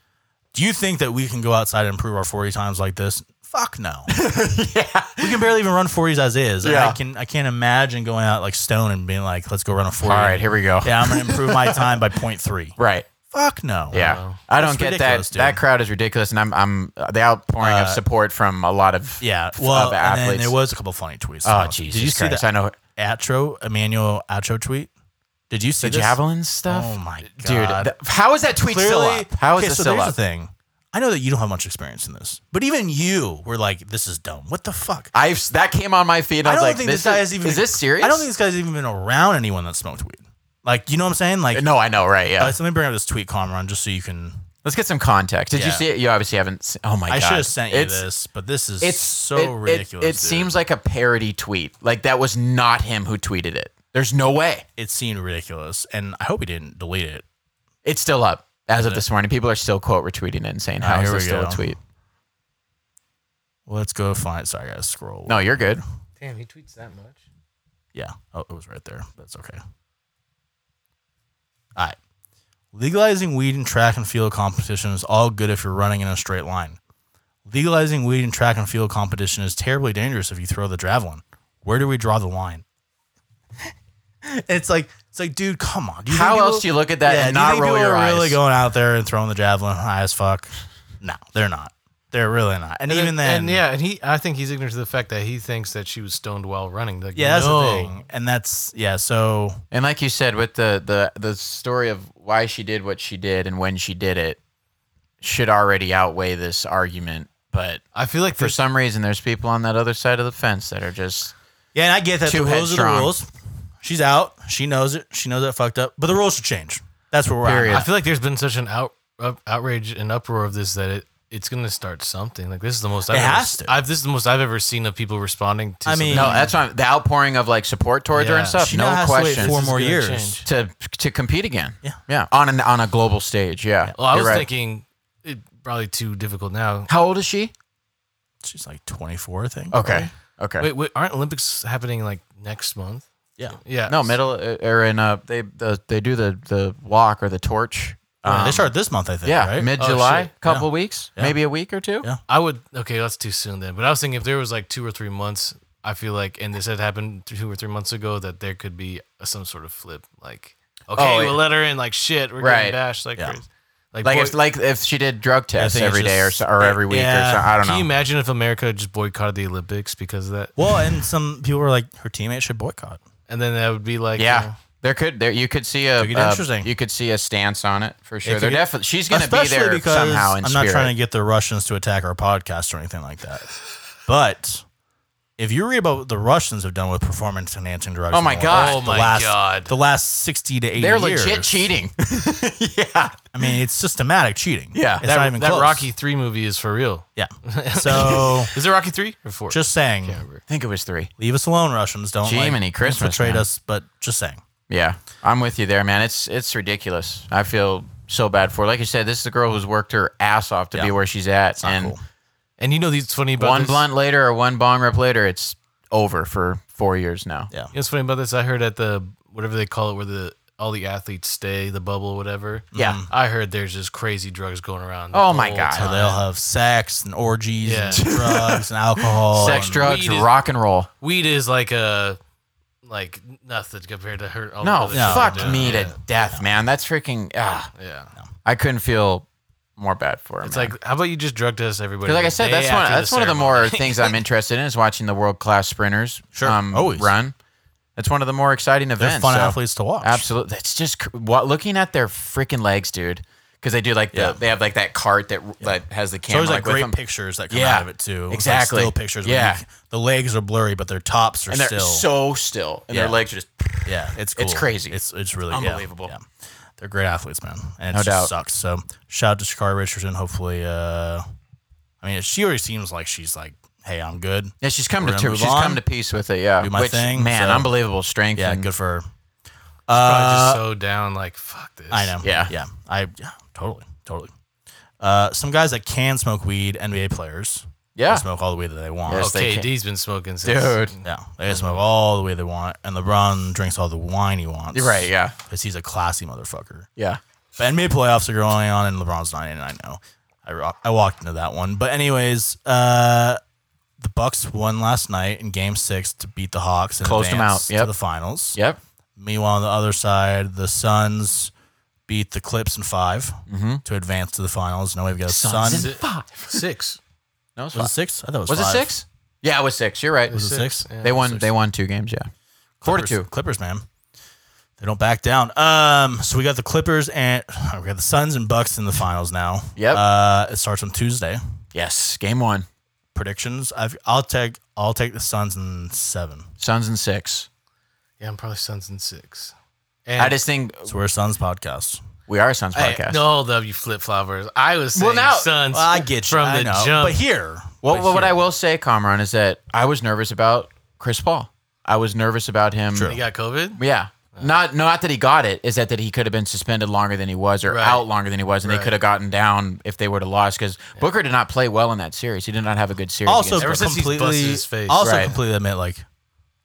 [SPEAKER 3] Do you think that we can go outside and improve our 40 times like this? Fuck no. We can barely even run 40s as is. And
[SPEAKER 2] Yeah.
[SPEAKER 3] I can I can't imagine going out like Stone and being like, let's go run a 40.
[SPEAKER 2] All right, here we go.
[SPEAKER 3] Yeah, I'm going to improve my time by 0.3.
[SPEAKER 2] Right.
[SPEAKER 3] Fuck no.
[SPEAKER 2] Yeah, I don't
[SPEAKER 3] Oh. That's
[SPEAKER 2] get that.
[SPEAKER 3] ridiculous, dude. Uh,
[SPEAKER 2] That crowd is ridiculous, and I'm I'm the outpouring of support from a lot of
[SPEAKER 3] Yeah.
[SPEAKER 2] f-
[SPEAKER 3] Well,
[SPEAKER 2] of
[SPEAKER 3] and then
[SPEAKER 2] athletes.
[SPEAKER 3] there was a couple funny tweets.
[SPEAKER 2] oh
[SPEAKER 3] Did
[SPEAKER 2] Jesus
[SPEAKER 3] you see
[SPEAKER 2] Christ!
[SPEAKER 3] the
[SPEAKER 2] I know.
[SPEAKER 3] Atro, Emmanuel Atro tweet? Did you see
[SPEAKER 2] the
[SPEAKER 3] this?
[SPEAKER 2] javelin stuff.
[SPEAKER 3] Oh my
[SPEAKER 2] dude,
[SPEAKER 3] god,
[SPEAKER 2] th- how is that tweet still up? How is
[SPEAKER 3] okay,
[SPEAKER 2] this
[SPEAKER 3] so
[SPEAKER 2] still
[SPEAKER 3] there's
[SPEAKER 2] up?
[SPEAKER 3] the thing. I know that you don't have much experience in this, but even you were like, "This is dumb. What the fuck?"
[SPEAKER 2] I've s- that came on my feed. And I,
[SPEAKER 3] I
[SPEAKER 2] was
[SPEAKER 3] don't
[SPEAKER 2] like,
[SPEAKER 3] think
[SPEAKER 2] this,
[SPEAKER 3] this, guy
[SPEAKER 2] is,
[SPEAKER 3] is even.
[SPEAKER 2] Is this serious?
[SPEAKER 3] I don't think this guy's even been around anyone that smoked weed. Like, you know what I'm saying? Like,
[SPEAKER 2] No, I know, right? Yeah.
[SPEAKER 3] uh, so let me bring up this tweet, Comron, just so you can.
[SPEAKER 2] Let's get some context. Did you
[SPEAKER 3] Yeah.
[SPEAKER 2] see it? You obviously haven't. Seen, oh my
[SPEAKER 3] I
[SPEAKER 2] god!
[SPEAKER 3] should have sent you
[SPEAKER 2] It's-
[SPEAKER 3] this, but this is
[SPEAKER 2] It's
[SPEAKER 3] so
[SPEAKER 2] it- it-
[SPEAKER 3] ridiculous.
[SPEAKER 2] It,
[SPEAKER 3] dude.
[SPEAKER 2] seems like a parody tweet. Like that was not him who tweeted it. There's no way.
[SPEAKER 3] it seemed ridiculous, and I hope he didn't delete it.
[SPEAKER 2] It's still up as of this morning. People are still quote retweeting it and saying,
[SPEAKER 3] Ah,
[SPEAKER 2] "How is
[SPEAKER 3] here
[SPEAKER 2] this
[SPEAKER 3] we
[SPEAKER 2] still
[SPEAKER 3] go.
[SPEAKER 2] a tweet?"
[SPEAKER 3] Let's go find. Sorry, I gotta scroll.
[SPEAKER 2] No, you're good.
[SPEAKER 1] Damn, he tweets that much.
[SPEAKER 3] Yeah. Oh, it was right there. That's okay. All right. Legalizing weed in track and field competition is all good if you're running in a straight line. Legalizing weed in track and field competition is terribly dangerous if you throw the javelin. Where do we draw the line? it's like it's like, dude, come on. Do you
[SPEAKER 2] How
[SPEAKER 3] think
[SPEAKER 2] else do you look at that
[SPEAKER 3] yeah,
[SPEAKER 2] and
[SPEAKER 3] do you
[SPEAKER 2] not
[SPEAKER 3] think
[SPEAKER 2] roll
[SPEAKER 3] people
[SPEAKER 2] your
[SPEAKER 3] are
[SPEAKER 2] eyes?
[SPEAKER 3] really going out there and throwing the javelin high as fuck? No, they're not. They're really not. And, even then,
[SPEAKER 1] and yeah, and he, I think he's ignorant to the fact that he thinks that she was stoned while running. Like,
[SPEAKER 3] yeah, that's the
[SPEAKER 1] no.
[SPEAKER 3] thing. And that's yeah. So
[SPEAKER 2] and like you said, with the the the story of why she did what she did and when she did it, should already outweigh this argument. But
[SPEAKER 1] I feel like
[SPEAKER 2] for
[SPEAKER 1] there's
[SPEAKER 2] some reason, there's people on that other side of the fence that are just
[SPEAKER 3] Yeah, and I get that.
[SPEAKER 2] Too
[SPEAKER 3] the rules are
[SPEAKER 2] headstrong.
[SPEAKER 3] the rules. She's out. She knows it. She knows that fucked up. But the rules should change. That's where we're
[SPEAKER 2] Period.
[SPEAKER 1] I
[SPEAKER 3] at.
[SPEAKER 1] feel like there's been such an out, up, outrage and uproar of this that it it's gonna start something. Like this is the most I've
[SPEAKER 3] It
[SPEAKER 1] ever,
[SPEAKER 3] has to.
[SPEAKER 1] I've this is the most I've ever seen of people responding to.
[SPEAKER 3] I
[SPEAKER 1] something.
[SPEAKER 3] mean-
[SPEAKER 2] no. That's why the outpouring of like support towards her
[SPEAKER 1] Yeah.
[SPEAKER 2] and stuff.
[SPEAKER 3] She
[SPEAKER 2] no
[SPEAKER 3] now has to
[SPEAKER 2] question.
[SPEAKER 3] wait four
[SPEAKER 1] This is
[SPEAKER 3] more
[SPEAKER 1] gonna
[SPEAKER 3] years.
[SPEAKER 1] change.
[SPEAKER 2] to to compete again.
[SPEAKER 3] Yeah.
[SPEAKER 2] yeah, on an on a global stage. Yeah.
[SPEAKER 1] Well, I
[SPEAKER 2] You're
[SPEAKER 1] was
[SPEAKER 2] right.
[SPEAKER 1] thinking it probably too difficult now.
[SPEAKER 2] how old is she?
[SPEAKER 3] She's like 24, I think.
[SPEAKER 2] Okay, okay.
[SPEAKER 1] Wait, wait, aren't Olympics happening like next month?
[SPEAKER 3] Yeah.
[SPEAKER 1] Yeah.
[SPEAKER 2] No, middle uh, or in uh, they the, they do the the walk or the torch.
[SPEAKER 3] they
[SPEAKER 2] um,
[SPEAKER 3] start this month, I think.
[SPEAKER 2] yeah,
[SPEAKER 3] Right? Oh,
[SPEAKER 2] mid July,
[SPEAKER 1] shit.
[SPEAKER 2] couple weeks,
[SPEAKER 3] Yeah.
[SPEAKER 2] maybe a week or two.
[SPEAKER 3] Yeah.
[SPEAKER 1] I would okay, that's too soon then. But I was thinking if there was like two or three months, I feel like, and this had happened two or three months ago, that there could be some sort of flip. Like, okay,
[SPEAKER 2] Oh,
[SPEAKER 1] we'll
[SPEAKER 2] yeah.
[SPEAKER 1] let her in. Like, shit, we're
[SPEAKER 2] Right.
[SPEAKER 1] getting bashed. Like,
[SPEAKER 3] Yeah.
[SPEAKER 1] crazy. like,
[SPEAKER 2] Like
[SPEAKER 1] boy-
[SPEAKER 2] if like if she did drug tests
[SPEAKER 3] think it's
[SPEAKER 2] every day or
[SPEAKER 3] just-
[SPEAKER 2] so, or every week
[SPEAKER 3] yeah.
[SPEAKER 2] or so, I don't
[SPEAKER 1] can you
[SPEAKER 2] know.
[SPEAKER 1] imagine if America just boycotted the Olympics because of that?
[SPEAKER 3] Well, and some people were like, her teammates should boycott.
[SPEAKER 1] And then that would be like,
[SPEAKER 2] yeah.
[SPEAKER 1] you know,
[SPEAKER 2] There could there you could see a
[SPEAKER 3] Could get
[SPEAKER 2] uh,
[SPEAKER 3] interesting.
[SPEAKER 2] you could see a stance on it for sure.
[SPEAKER 3] could
[SPEAKER 2] They're
[SPEAKER 3] get-
[SPEAKER 2] definitely she's gonna be
[SPEAKER 3] Especially
[SPEAKER 2] there
[SPEAKER 3] because
[SPEAKER 2] somehow in
[SPEAKER 3] I'm
[SPEAKER 2] spirit.
[SPEAKER 3] not trying to get the Russians to attack our podcast or anything like that. but if you read about what the Russians have done with performance enhancing drugs,
[SPEAKER 2] Oh
[SPEAKER 3] in
[SPEAKER 2] my
[SPEAKER 3] the
[SPEAKER 2] God.
[SPEAKER 3] last-
[SPEAKER 1] Oh
[SPEAKER 3] the
[SPEAKER 1] my
[SPEAKER 3] last-
[SPEAKER 1] God.
[SPEAKER 3] the last 60 to 80
[SPEAKER 2] They're
[SPEAKER 3] years,
[SPEAKER 2] legit cheating. yeah,
[SPEAKER 3] I mean, it's systematic cheating.
[SPEAKER 2] Yeah.
[SPEAKER 3] it's
[SPEAKER 1] that,
[SPEAKER 3] not even
[SPEAKER 1] that
[SPEAKER 3] close.
[SPEAKER 1] Rocky Three movie is for real.
[SPEAKER 3] Yeah. So
[SPEAKER 1] Is it Rocky Three or Four?
[SPEAKER 3] just saying,
[SPEAKER 2] I think it was three.
[SPEAKER 3] leave us alone, Russians. Don't
[SPEAKER 2] Jiminy
[SPEAKER 3] like
[SPEAKER 2] Christmas,
[SPEAKER 3] infiltrate
[SPEAKER 2] man.
[SPEAKER 3] us. But just saying,
[SPEAKER 2] Yeah, I'm with you there, man. It's it's ridiculous. I feel so bad for. Her. Like you said, this is the girl who's worked her ass off to
[SPEAKER 3] Yeah.
[SPEAKER 2] be where she's at,
[SPEAKER 3] not
[SPEAKER 2] and
[SPEAKER 3] cool.
[SPEAKER 1] and you know, these funny about
[SPEAKER 2] one
[SPEAKER 1] this?
[SPEAKER 2] blunt later or one bong rip later, it's over for four years now.
[SPEAKER 3] yeah,
[SPEAKER 1] You know what's funny about this? I heard at the whatever they call it, where the all the athletes stay, the bubble, whatever.
[SPEAKER 2] Yeah.
[SPEAKER 3] Mm-hmm.
[SPEAKER 1] I heard there's just crazy drugs going around. the
[SPEAKER 2] Oh my
[SPEAKER 1] whole
[SPEAKER 2] God.
[SPEAKER 1] time.
[SPEAKER 3] they'll have sex and orgies and
[SPEAKER 1] Yeah.
[SPEAKER 3] drugs and alcohol.
[SPEAKER 2] Sex,
[SPEAKER 3] and-
[SPEAKER 2] drugs,
[SPEAKER 1] weed is-
[SPEAKER 2] rock and roll.
[SPEAKER 1] Weed is like a like nothing compared to her. All
[SPEAKER 2] No,
[SPEAKER 1] the other
[SPEAKER 2] fuck
[SPEAKER 1] shit they're
[SPEAKER 2] me
[SPEAKER 1] doing.
[SPEAKER 2] to death, man. That's freaking. Ah,
[SPEAKER 1] Yeah. yeah.
[SPEAKER 2] I couldn't feel more bad for her.
[SPEAKER 1] It's
[SPEAKER 2] man.
[SPEAKER 1] like, how about you just drug test everybody?
[SPEAKER 2] 'Cause like I said,
[SPEAKER 1] day
[SPEAKER 2] that's one.
[SPEAKER 1] after
[SPEAKER 2] That's one of the
[SPEAKER 1] ceremony?
[SPEAKER 2] more things I'm interested in is watching the world class sprinters
[SPEAKER 3] Sure,
[SPEAKER 2] um,
[SPEAKER 3] always.
[SPEAKER 2] run. That's one of the more exciting
[SPEAKER 3] They're
[SPEAKER 2] events.
[SPEAKER 3] fun
[SPEAKER 2] so-
[SPEAKER 3] athletes to watch.
[SPEAKER 2] Absolutely. That's just cr- what looking at their freaking legs, dude. Because they do like the,
[SPEAKER 3] Yeah.
[SPEAKER 2] they have like that cart that that has the
[SPEAKER 3] It's
[SPEAKER 2] camera
[SPEAKER 3] always like
[SPEAKER 2] like, with
[SPEAKER 3] great
[SPEAKER 2] them.
[SPEAKER 3] pictures that come
[SPEAKER 2] Yeah,
[SPEAKER 3] out of it too. It's like
[SPEAKER 2] exactly.
[SPEAKER 3] still pictures. where
[SPEAKER 2] Yeah.
[SPEAKER 3] you c- the legs are blurry, but their tops are
[SPEAKER 2] and they're
[SPEAKER 3] still.
[SPEAKER 2] so still, and
[SPEAKER 3] Yeah.
[SPEAKER 2] their legs are just.
[SPEAKER 3] yeah, it's cool.
[SPEAKER 2] it's crazy.
[SPEAKER 3] It's it's really
[SPEAKER 2] Unbelievable.
[SPEAKER 3] Yeah, yeah. They're great athletes, man, and it
[SPEAKER 2] No
[SPEAKER 3] just
[SPEAKER 2] doubt.
[SPEAKER 3] sucks. So shout out to Shakari Richardson. Hopefully, uh, I mean, she already seems like she's like, hey, I'm good.
[SPEAKER 2] Yeah, she's come
[SPEAKER 3] We're
[SPEAKER 2] to
[SPEAKER 3] gonna
[SPEAKER 2] ter-
[SPEAKER 3] move
[SPEAKER 2] she's
[SPEAKER 3] on,
[SPEAKER 2] come to peace with it. Yeah,
[SPEAKER 3] do my
[SPEAKER 2] Which,
[SPEAKER 3] thing,
[SPEAKER 2] Man,
[SPEAKER 3] so-
[SPEAKER 2] unbelievable strength.
[SPEAKER 3] Yeah,
[SPEAKER 2] and-
[SPEAKER 3] good for her.
[SPEAKER 1] Probably
[SPEAKER 3] Uh,
[SPEAKER 1] just so down. Like fuck this.
[SPEAKER 3] I know.
[SPEAKER 2] Yeah.
[SPEAKER 3] yeah. I yeah, totally, totally. Uh, some guys that can smoke weed, NBA players,
[SPEAKER 2] Yeah,
[SPEAKER 3] they smoke all the weed that they want.
[SPEAKER 2] Ah.
[SPEAKER 3] Oh,
[SPEAKER 2] Yes. they
[SPEAKER 1] Okay,
[SPEAKER 2] can.
[SPEAKER 1] D's been smoking since.
[SPEAKER 2] dude.
[SPEAKER 3] Yeah, they can smoke all the way they want, and LeBron drinks all the wine he wants.
[SPEAKER 2] You're right. Yeah,
[SPEAKER 3] because he's a classy motherfucker.
[SPEAKER 2] yeah.
[SPEAKER 3] But NBA playoffs are going on, and LeBron's not in. I know. I, ro- I walked into that one, but anyways, uh, the Bucks won last night in Game Six to beat the Hawks and
[SPEAKER 2] Closed 'em
[SPEAKER 3] advance
[SPEAKER 2] out, yep.
[SPEAKER 3] to the finals.
[SPEAKER 2] Yep.
[SPEAKER 3] Meanwhile, on the other side, the Suns beat the Clips in 5 to advance to the finals. Now we've got a Sun.
[SPEAKER 2] Mm-hmm. Suns
[SPEAKER 3] Was
[SPEAKER 2] in-
[SPEAKER 3] it
[SPEAKER 1] Si- Six.
[SPEAKER 2] No, it's
[SPEAKER 3] six? I thought it was,
[SPEAKER 2] Was it
[SPEAKER 3] five.
[SPEAKER 2] six? Yeah, it was six. You're right.
[SPEAKER 3] Was it six?
[SPEAKER 1] Yeah.
[SPEAKER 2] They won. They won two games. Yeah, four to
[SPEAKER 3] Clippers,
[SPEAKER 2] two.
[SPEAKER 3] Clippers, man. They don't back down. Um, so we got the Clippers and we got the Suns and Bucks in the finals now.
[SPEAKER 2] Yep.
[SPEAKER 3] Uh, it starts on Tuesday.
[SPEAKER 2] Yes, game one.
[SPEAKER 3] Predictions. I've, I'll take I'll take the Suns in seven.
[SPEAKER 2] Suns and six.
[SPEAKER 1] Yeah, I'm probably Suns and six. And
[SPEAKER 2] I just think
[SPEAKER 3] So we're a Suns podcast.
[SPEAKER 2] we are a Suns
[SPEAKER 1] Hey,
[SPEAKER 2] podcast.
[SPEAKER 1] no, hold up, you flip floppers. I was saying
[SPEAKER 2] Well, now-
[SPEAKER 1] Suns.
[SPEAKER 3] Well, I get you
[SPEAKER 1] from
[SPEAKER 3] I
[SPEAKER 1] the
[SPEAKER 3] know.
[SPEAKER 1] jump.
[SPEAKER 3] but here
[SPEAKER 2] Well,
[SPEAKER 1] But
[SPEAKER 2] well, what
[SPEAKER 1] shit.
[SPEAKER 2] I will say, Comron, is that I was nervous about Chris Paul. I was nervous about him.
[SPEAKER 3] True.
[SPEAKER 1] he got COVID.
[SPEAKER 2] Yeah. Not not that he got it, is that, that he could have been suspended longer than he was or
[SPEAKER 1] Right.
[SPEAKER 2] out longer than he was, and
[SPEAKER 1] Right.
[SPEAKER 2] they could have gotten down if they would have lost because Booker did not play well in that series. He did not have a good series.
[SPEAKER 3] also
[SPEAKER 2] against-
[SPEAKER 1] Ever since he's
[SPEAKER 3] completely
[SPEAKER 1] busted his face.
[SPEAKER 3] also
[SPEAKER 2] Right.
[SPEAKER 3] completely admit like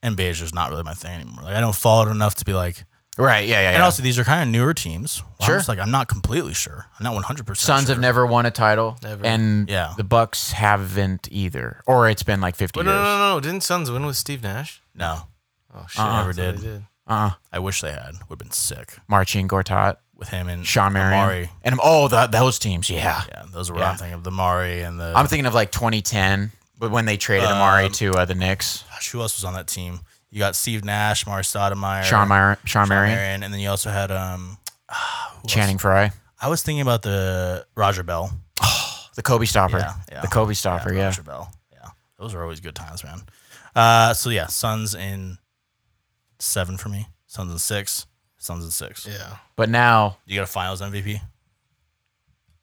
[SPEAKER 3] NBA is just not really my thing anymore. Like I don't follow it enough to be like.
[SPEAKER 2] right, yeah, yeah.
[SPEAKER 3] And
[SPEAKER 2] yeah.
[SPEAKER 3] also these are kind of newer teams. Well,
[SPEAKER 2] Sure.
[SPEAKER 3] I'm just like I'm not completely sure. I'm not 100. percent
[SPEAKER 2] Suns have never won a title,
[SPEAKER 1] Never.
[SPEAKER 2] and
[SPEAKER 3] Yeah.
[SPEAKER 2] the Bucks haven't either, or it's been like fifty
[SPEAKER 1] But no,
[SPEAKER 2] years.
[SPEAKER 1] no, no, no. Didn't Suns win with Steve Nash?
[SPEAKER 3] No,
[SPEAKER 1] Oh shit,
[SPEAKER 3] Uh-uh.
[SPEAKER 1] that's
[SPEAKER 3] Never
[SPEAKER 1] what
[SPEAKER 3] did.
[SPEAKER 1] they did.
[SPEAKER 2] Uh,
[SPEAKER 3] I wish they had. Would have been sick
[SPEAKER 2] Marching Gortat,
[SPEAKER 3] with him and
[SPEAKER 2] Sean Marion,
[SPEAKER 3] Amari.
[SPEAKER 2] and oh, the, those teams, yeah.
[SPEAKER 3] Yeah, those were
[SPEAKER 2] Yeah.
[SPEAKER 3] I'm thinking of the Mari and the
[SPEAKER 2] I'm thinking of like 2010, but when they traded
[SPEAKER 3] Um,
[SPEAKER 2] Amari to uh, the Knicks,
[SPEAKER 3] gosh, who else was on that team? You got Steve Nash, Mari Stoudemire,
[SPEAKER 2] Sean, Myron, Sean,
[SPEAKER 3] Sean
[SPEAKER 2] Marion,
[SPEAKER 3] Marion, and then you also had um. who else?
[SPEAKER 2] Channing Frye,
[SPEAKER 3] I was thinking about the Roger Bell.
[SPEAKER 2] the Kobe stopper,
[SPEAKER 3] Yeah, yeah.
[SPEAKER 2] the Kobe stopper, yeah.
[SPEAKER 3] Roger Bell. Yeah, those are always good times, man. Uh, so yeah, Suns in seven for me. Suns in six. Suns in six.
[SPEAKER 1] Yeah,
[SPEAKER 2] But now
[SPEAKER 3] You got a Finals MVP.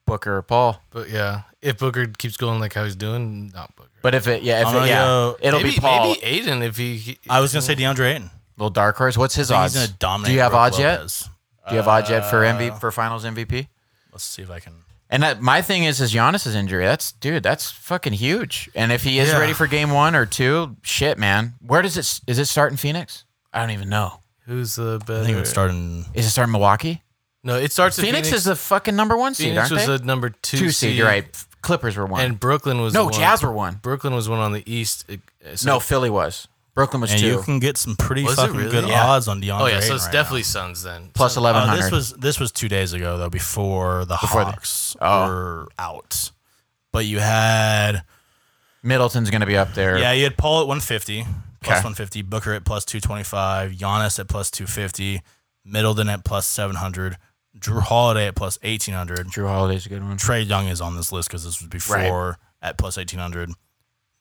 [SPEAKER 2] Booker or Paul.
[SPEAKER 1] but yeah, if Booker keeps going like how he's doing, not Booker.
[SPEAKER 2] But if it, yeah, if
[SPEAKER 3] I'm
[SPEAKER 2] it,
[SPEAKER 3] gonna
[SPEAKER 2] yeah,
[SPEAKER 3] go-
[SPEAKER 2] it'll
[SPEAKER 1] maybe,
[SPEAKER 2] be Paul.
[SPEAKER 1] Maybe Aiden if he. he-
[SPEAKER 3] I was gonna say DeAndre Ayton.
[SPEAKER 2] Little dark horse. What's his
[SPEAKER 3] I think
[SPEAKER 2] odds?
[SPEAKER 3] he's gonna dominate.
[SPEAKER 2] Do you have
[SPEAKER 3] Brook
[SPEAKER 2] odds yet?
[SPEAKER 3] Lopez. Uh,
[SPEAKER 2] Do you have odds yet for MVP for Finals MVP?
[SPEAKER 3] Let's see if I can.
[SPEAKER 2] And that, my thing is, is Giannis's injury. That's dude. That's fucking huge. And if he is
[SPEAKER 1] Yeah.
[SPEAKER 2] ready for Game One or two, shit, man. Where does it? s- Is it start in Phoenix? I don't even know.
[SPEAKER 1] who's the better.
[SPEAKER 3] I think it would start in.
[SPEAKER 2] Is it start in Milwaukee?
[SPEAKER 1] No, it starts. with
[SPEAKER 2] Phoenix,
[SPEAKER 1] Phoenix
[SPEAKER 2] is the fucking number one seed,
[SPEAKER 1] Phoenix
[SPEAKER 2] aren't
[SPEAKER 1] was
[SPEAKER 2] they?
[SPEAKER 1] the number two,
[SPEAKER 2] Two seed. You're right. Clippers were one.
[SPEAKER 1] And Brooklyn was the
[SPEAKER 2] no,
[SPEAKER 1] one.
[SPEAKER 2] Jazz were one.
[SPEAKER 1] Brooklyn was one on the East. It- uh, so-
[SPEAKER 2] no, Philly was. Brooklyn was
[SPEAKER 3] And
[SPEAKER 2] two.
[SPEAKER 3] you can get some pretty
[SPEAKER 1] Was it
[SPEAKER 3] fucking
[SPEAKER 1] really?
[SPEAKER 3] good
[SPEAKER 1] Yeah.
[SPEAKER 3] odds on DeAndre.
[SPEAKER 1] Oh yeah, so
[SPEAKER 3] Ayton
[SPEAKER 1] it's
[SPEAKER 3] right
[SPEAKER 1] definitely Suns then.
[SPEAKER 2] plus
[SPEAKER 1] Suns-
[SPEAKER 2] eleven
[SPEAKER 3] now. Uh,
[SPEAKER 2] hundred.
[SPEAKER 3] this was this was two days ago though, before the
[SPEAKER 2] the-
[SPEAKER 3] Hawks
[SPEAKER 2] Oh.
[SPEAKER 3] were out. But you had
[SPEAKER 2] Middleton's gonna be up there.
[SPEAKER 3] Yeah, you had Paul at 150, plus
[SPEAKER 2] Okay.
[SPEAKER 3] 150, Booker at plus 225, Giannis at plus 250, Middleton at plus 700, Drew Holiday at plus 1800.
[SPEAKER 2] Drew Holiday's a good one.
[SPEAKER 3] Trey Young is on this list because this was before at plus 1800.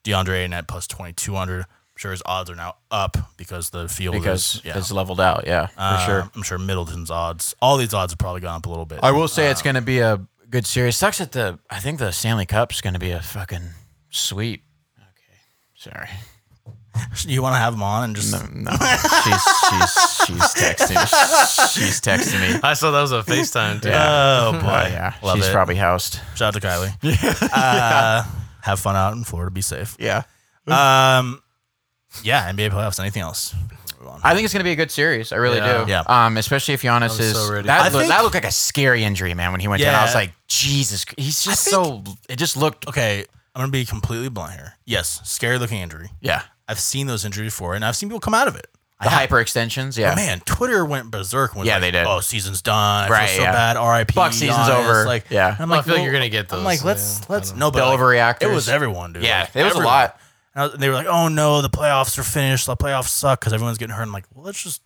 [SPEAKER 3] DeAndre Ayton at plus 2200. I'm sure his odds are now up because the field
[SPEAKER 2] Because
[SPEAKER 3] is. Yeah.
[SPEAKER 2] it's leveled out. Yeah, for
[SPEAKER 3] Uh,
[SPEAKER 2] sure.
[SPEAKER 3] I'm sure Middleton's odds, all these odds have probably gone up a little bit.
[SPEAKER 2] I will say it's going to be a good series. Sucks that the I think the Stanley Cup's going to be a fucking sweep. Okay, sorry.
[SPEAKER 3] you want to have him on and just.
[SPEAKER 2] Um, No, she's she's she's texting. She's texting me.
[SPEAKER 1] I saw that was a FaceTime. Too.
[SPEAKER 2] Yeah.
[SPEAKER 3] Oh, boy.
[SPEAKER 2] Oh, yeah,
[SPEAKER 3] Love
[SPEAKER 2] she's
[SPEAKER 3] it.
[SPEAKER 2] probably housed.
[SPEAKER 3] Shout out to Kylie. Uh, have fun out in Florida. Be safe.
[SPEAKER 2] Yeah,
[SPEAKER 3] Um, yeah, NBA playoffs. Anything else? Move on.
[SPEAKER 2] I think it's going to be a good series. I really
[SPEAKER 1] Yeah.
[SPEAKER 2] do.
[SPEAKER 3] Yeah.
[SPEAKER 2] Um, especially if Giannis
[SPEAKER 1] I'm
[SPEAKER 2] is
[SPEAKER 1] so ready.
[SPEAKER 2] that.
[SPEAKER 3] I
[SPEAKER 2] look-
[SPEAKER 3] think-
[SPEAKER 2] that looked like a scary injury, man. When he went down, I was
[SPEAKER 3] Yeah.
[SPEAKER 2] like, Jesus. Christ. He's just so. It just looked.
[SPEAKER 3] Okay, I'm gonna be completely blunt here. Yes, scary looking injury.
[SPEAKER 2] Yeah.
[SPEAKER 3] I've seen those injuries before, and I've seen people come out of it.
[SPEAKER 2] The
[SPEAKER 3] I have.
[SPEAKER 2] hyperextensions. Yeah.
[SPEAKER 3] But man, Twitter went berserk when
[SPEAKER 2] Yeah,
[SPEAKER 3] like,
[SPEAKER 2] they did.
[SPEAKER 3] Oh, season's done. I
[SPEAKER 2] Right,
[SPEAKER 3] feel so
[SPEAKER 2] yeah.
[SPEAKER 3] bad. R.I.P.
[SPEAKER 2] Fuck, season's
[SPEAKER 3] Giannis.
[SPEAKER 2] over.
[SPEAKER 3] Like,
[SPEAKER 2] Yeah.
[SPEAKER 3] I'm
[SPEAKER 1] Well, I
[SPEAKER 3] like,
[SPEAKER 1] feel like
[SPEAKER 3] well,
[SPEAKER 1] you're gonna get those.
[SPEAKER 3] I'm like, let's
[SPEAKER 1] yeah.
[SPEAKER 3] let's
[SPEAKER 1] I
[SPEAKER 3] no,
[SPEAKER 2] the
[SPEAKER 3] but like,
[SPEAKER 2] overreactors.
[SPEAKER 3] It was everyone, dude.
[SPEAKER 2] Yeah,
[SPEAKER 3] Like,
[SPEAKER 2] it was a
[SPEAKER 3] everyone.
[SPEAKER 2] lot.
[SPEAKER 3] And I was- they were like, "Oh no, the playoffs are finished. The playoffs suck because everyone's getting hurt." I'm like, "Well, let's just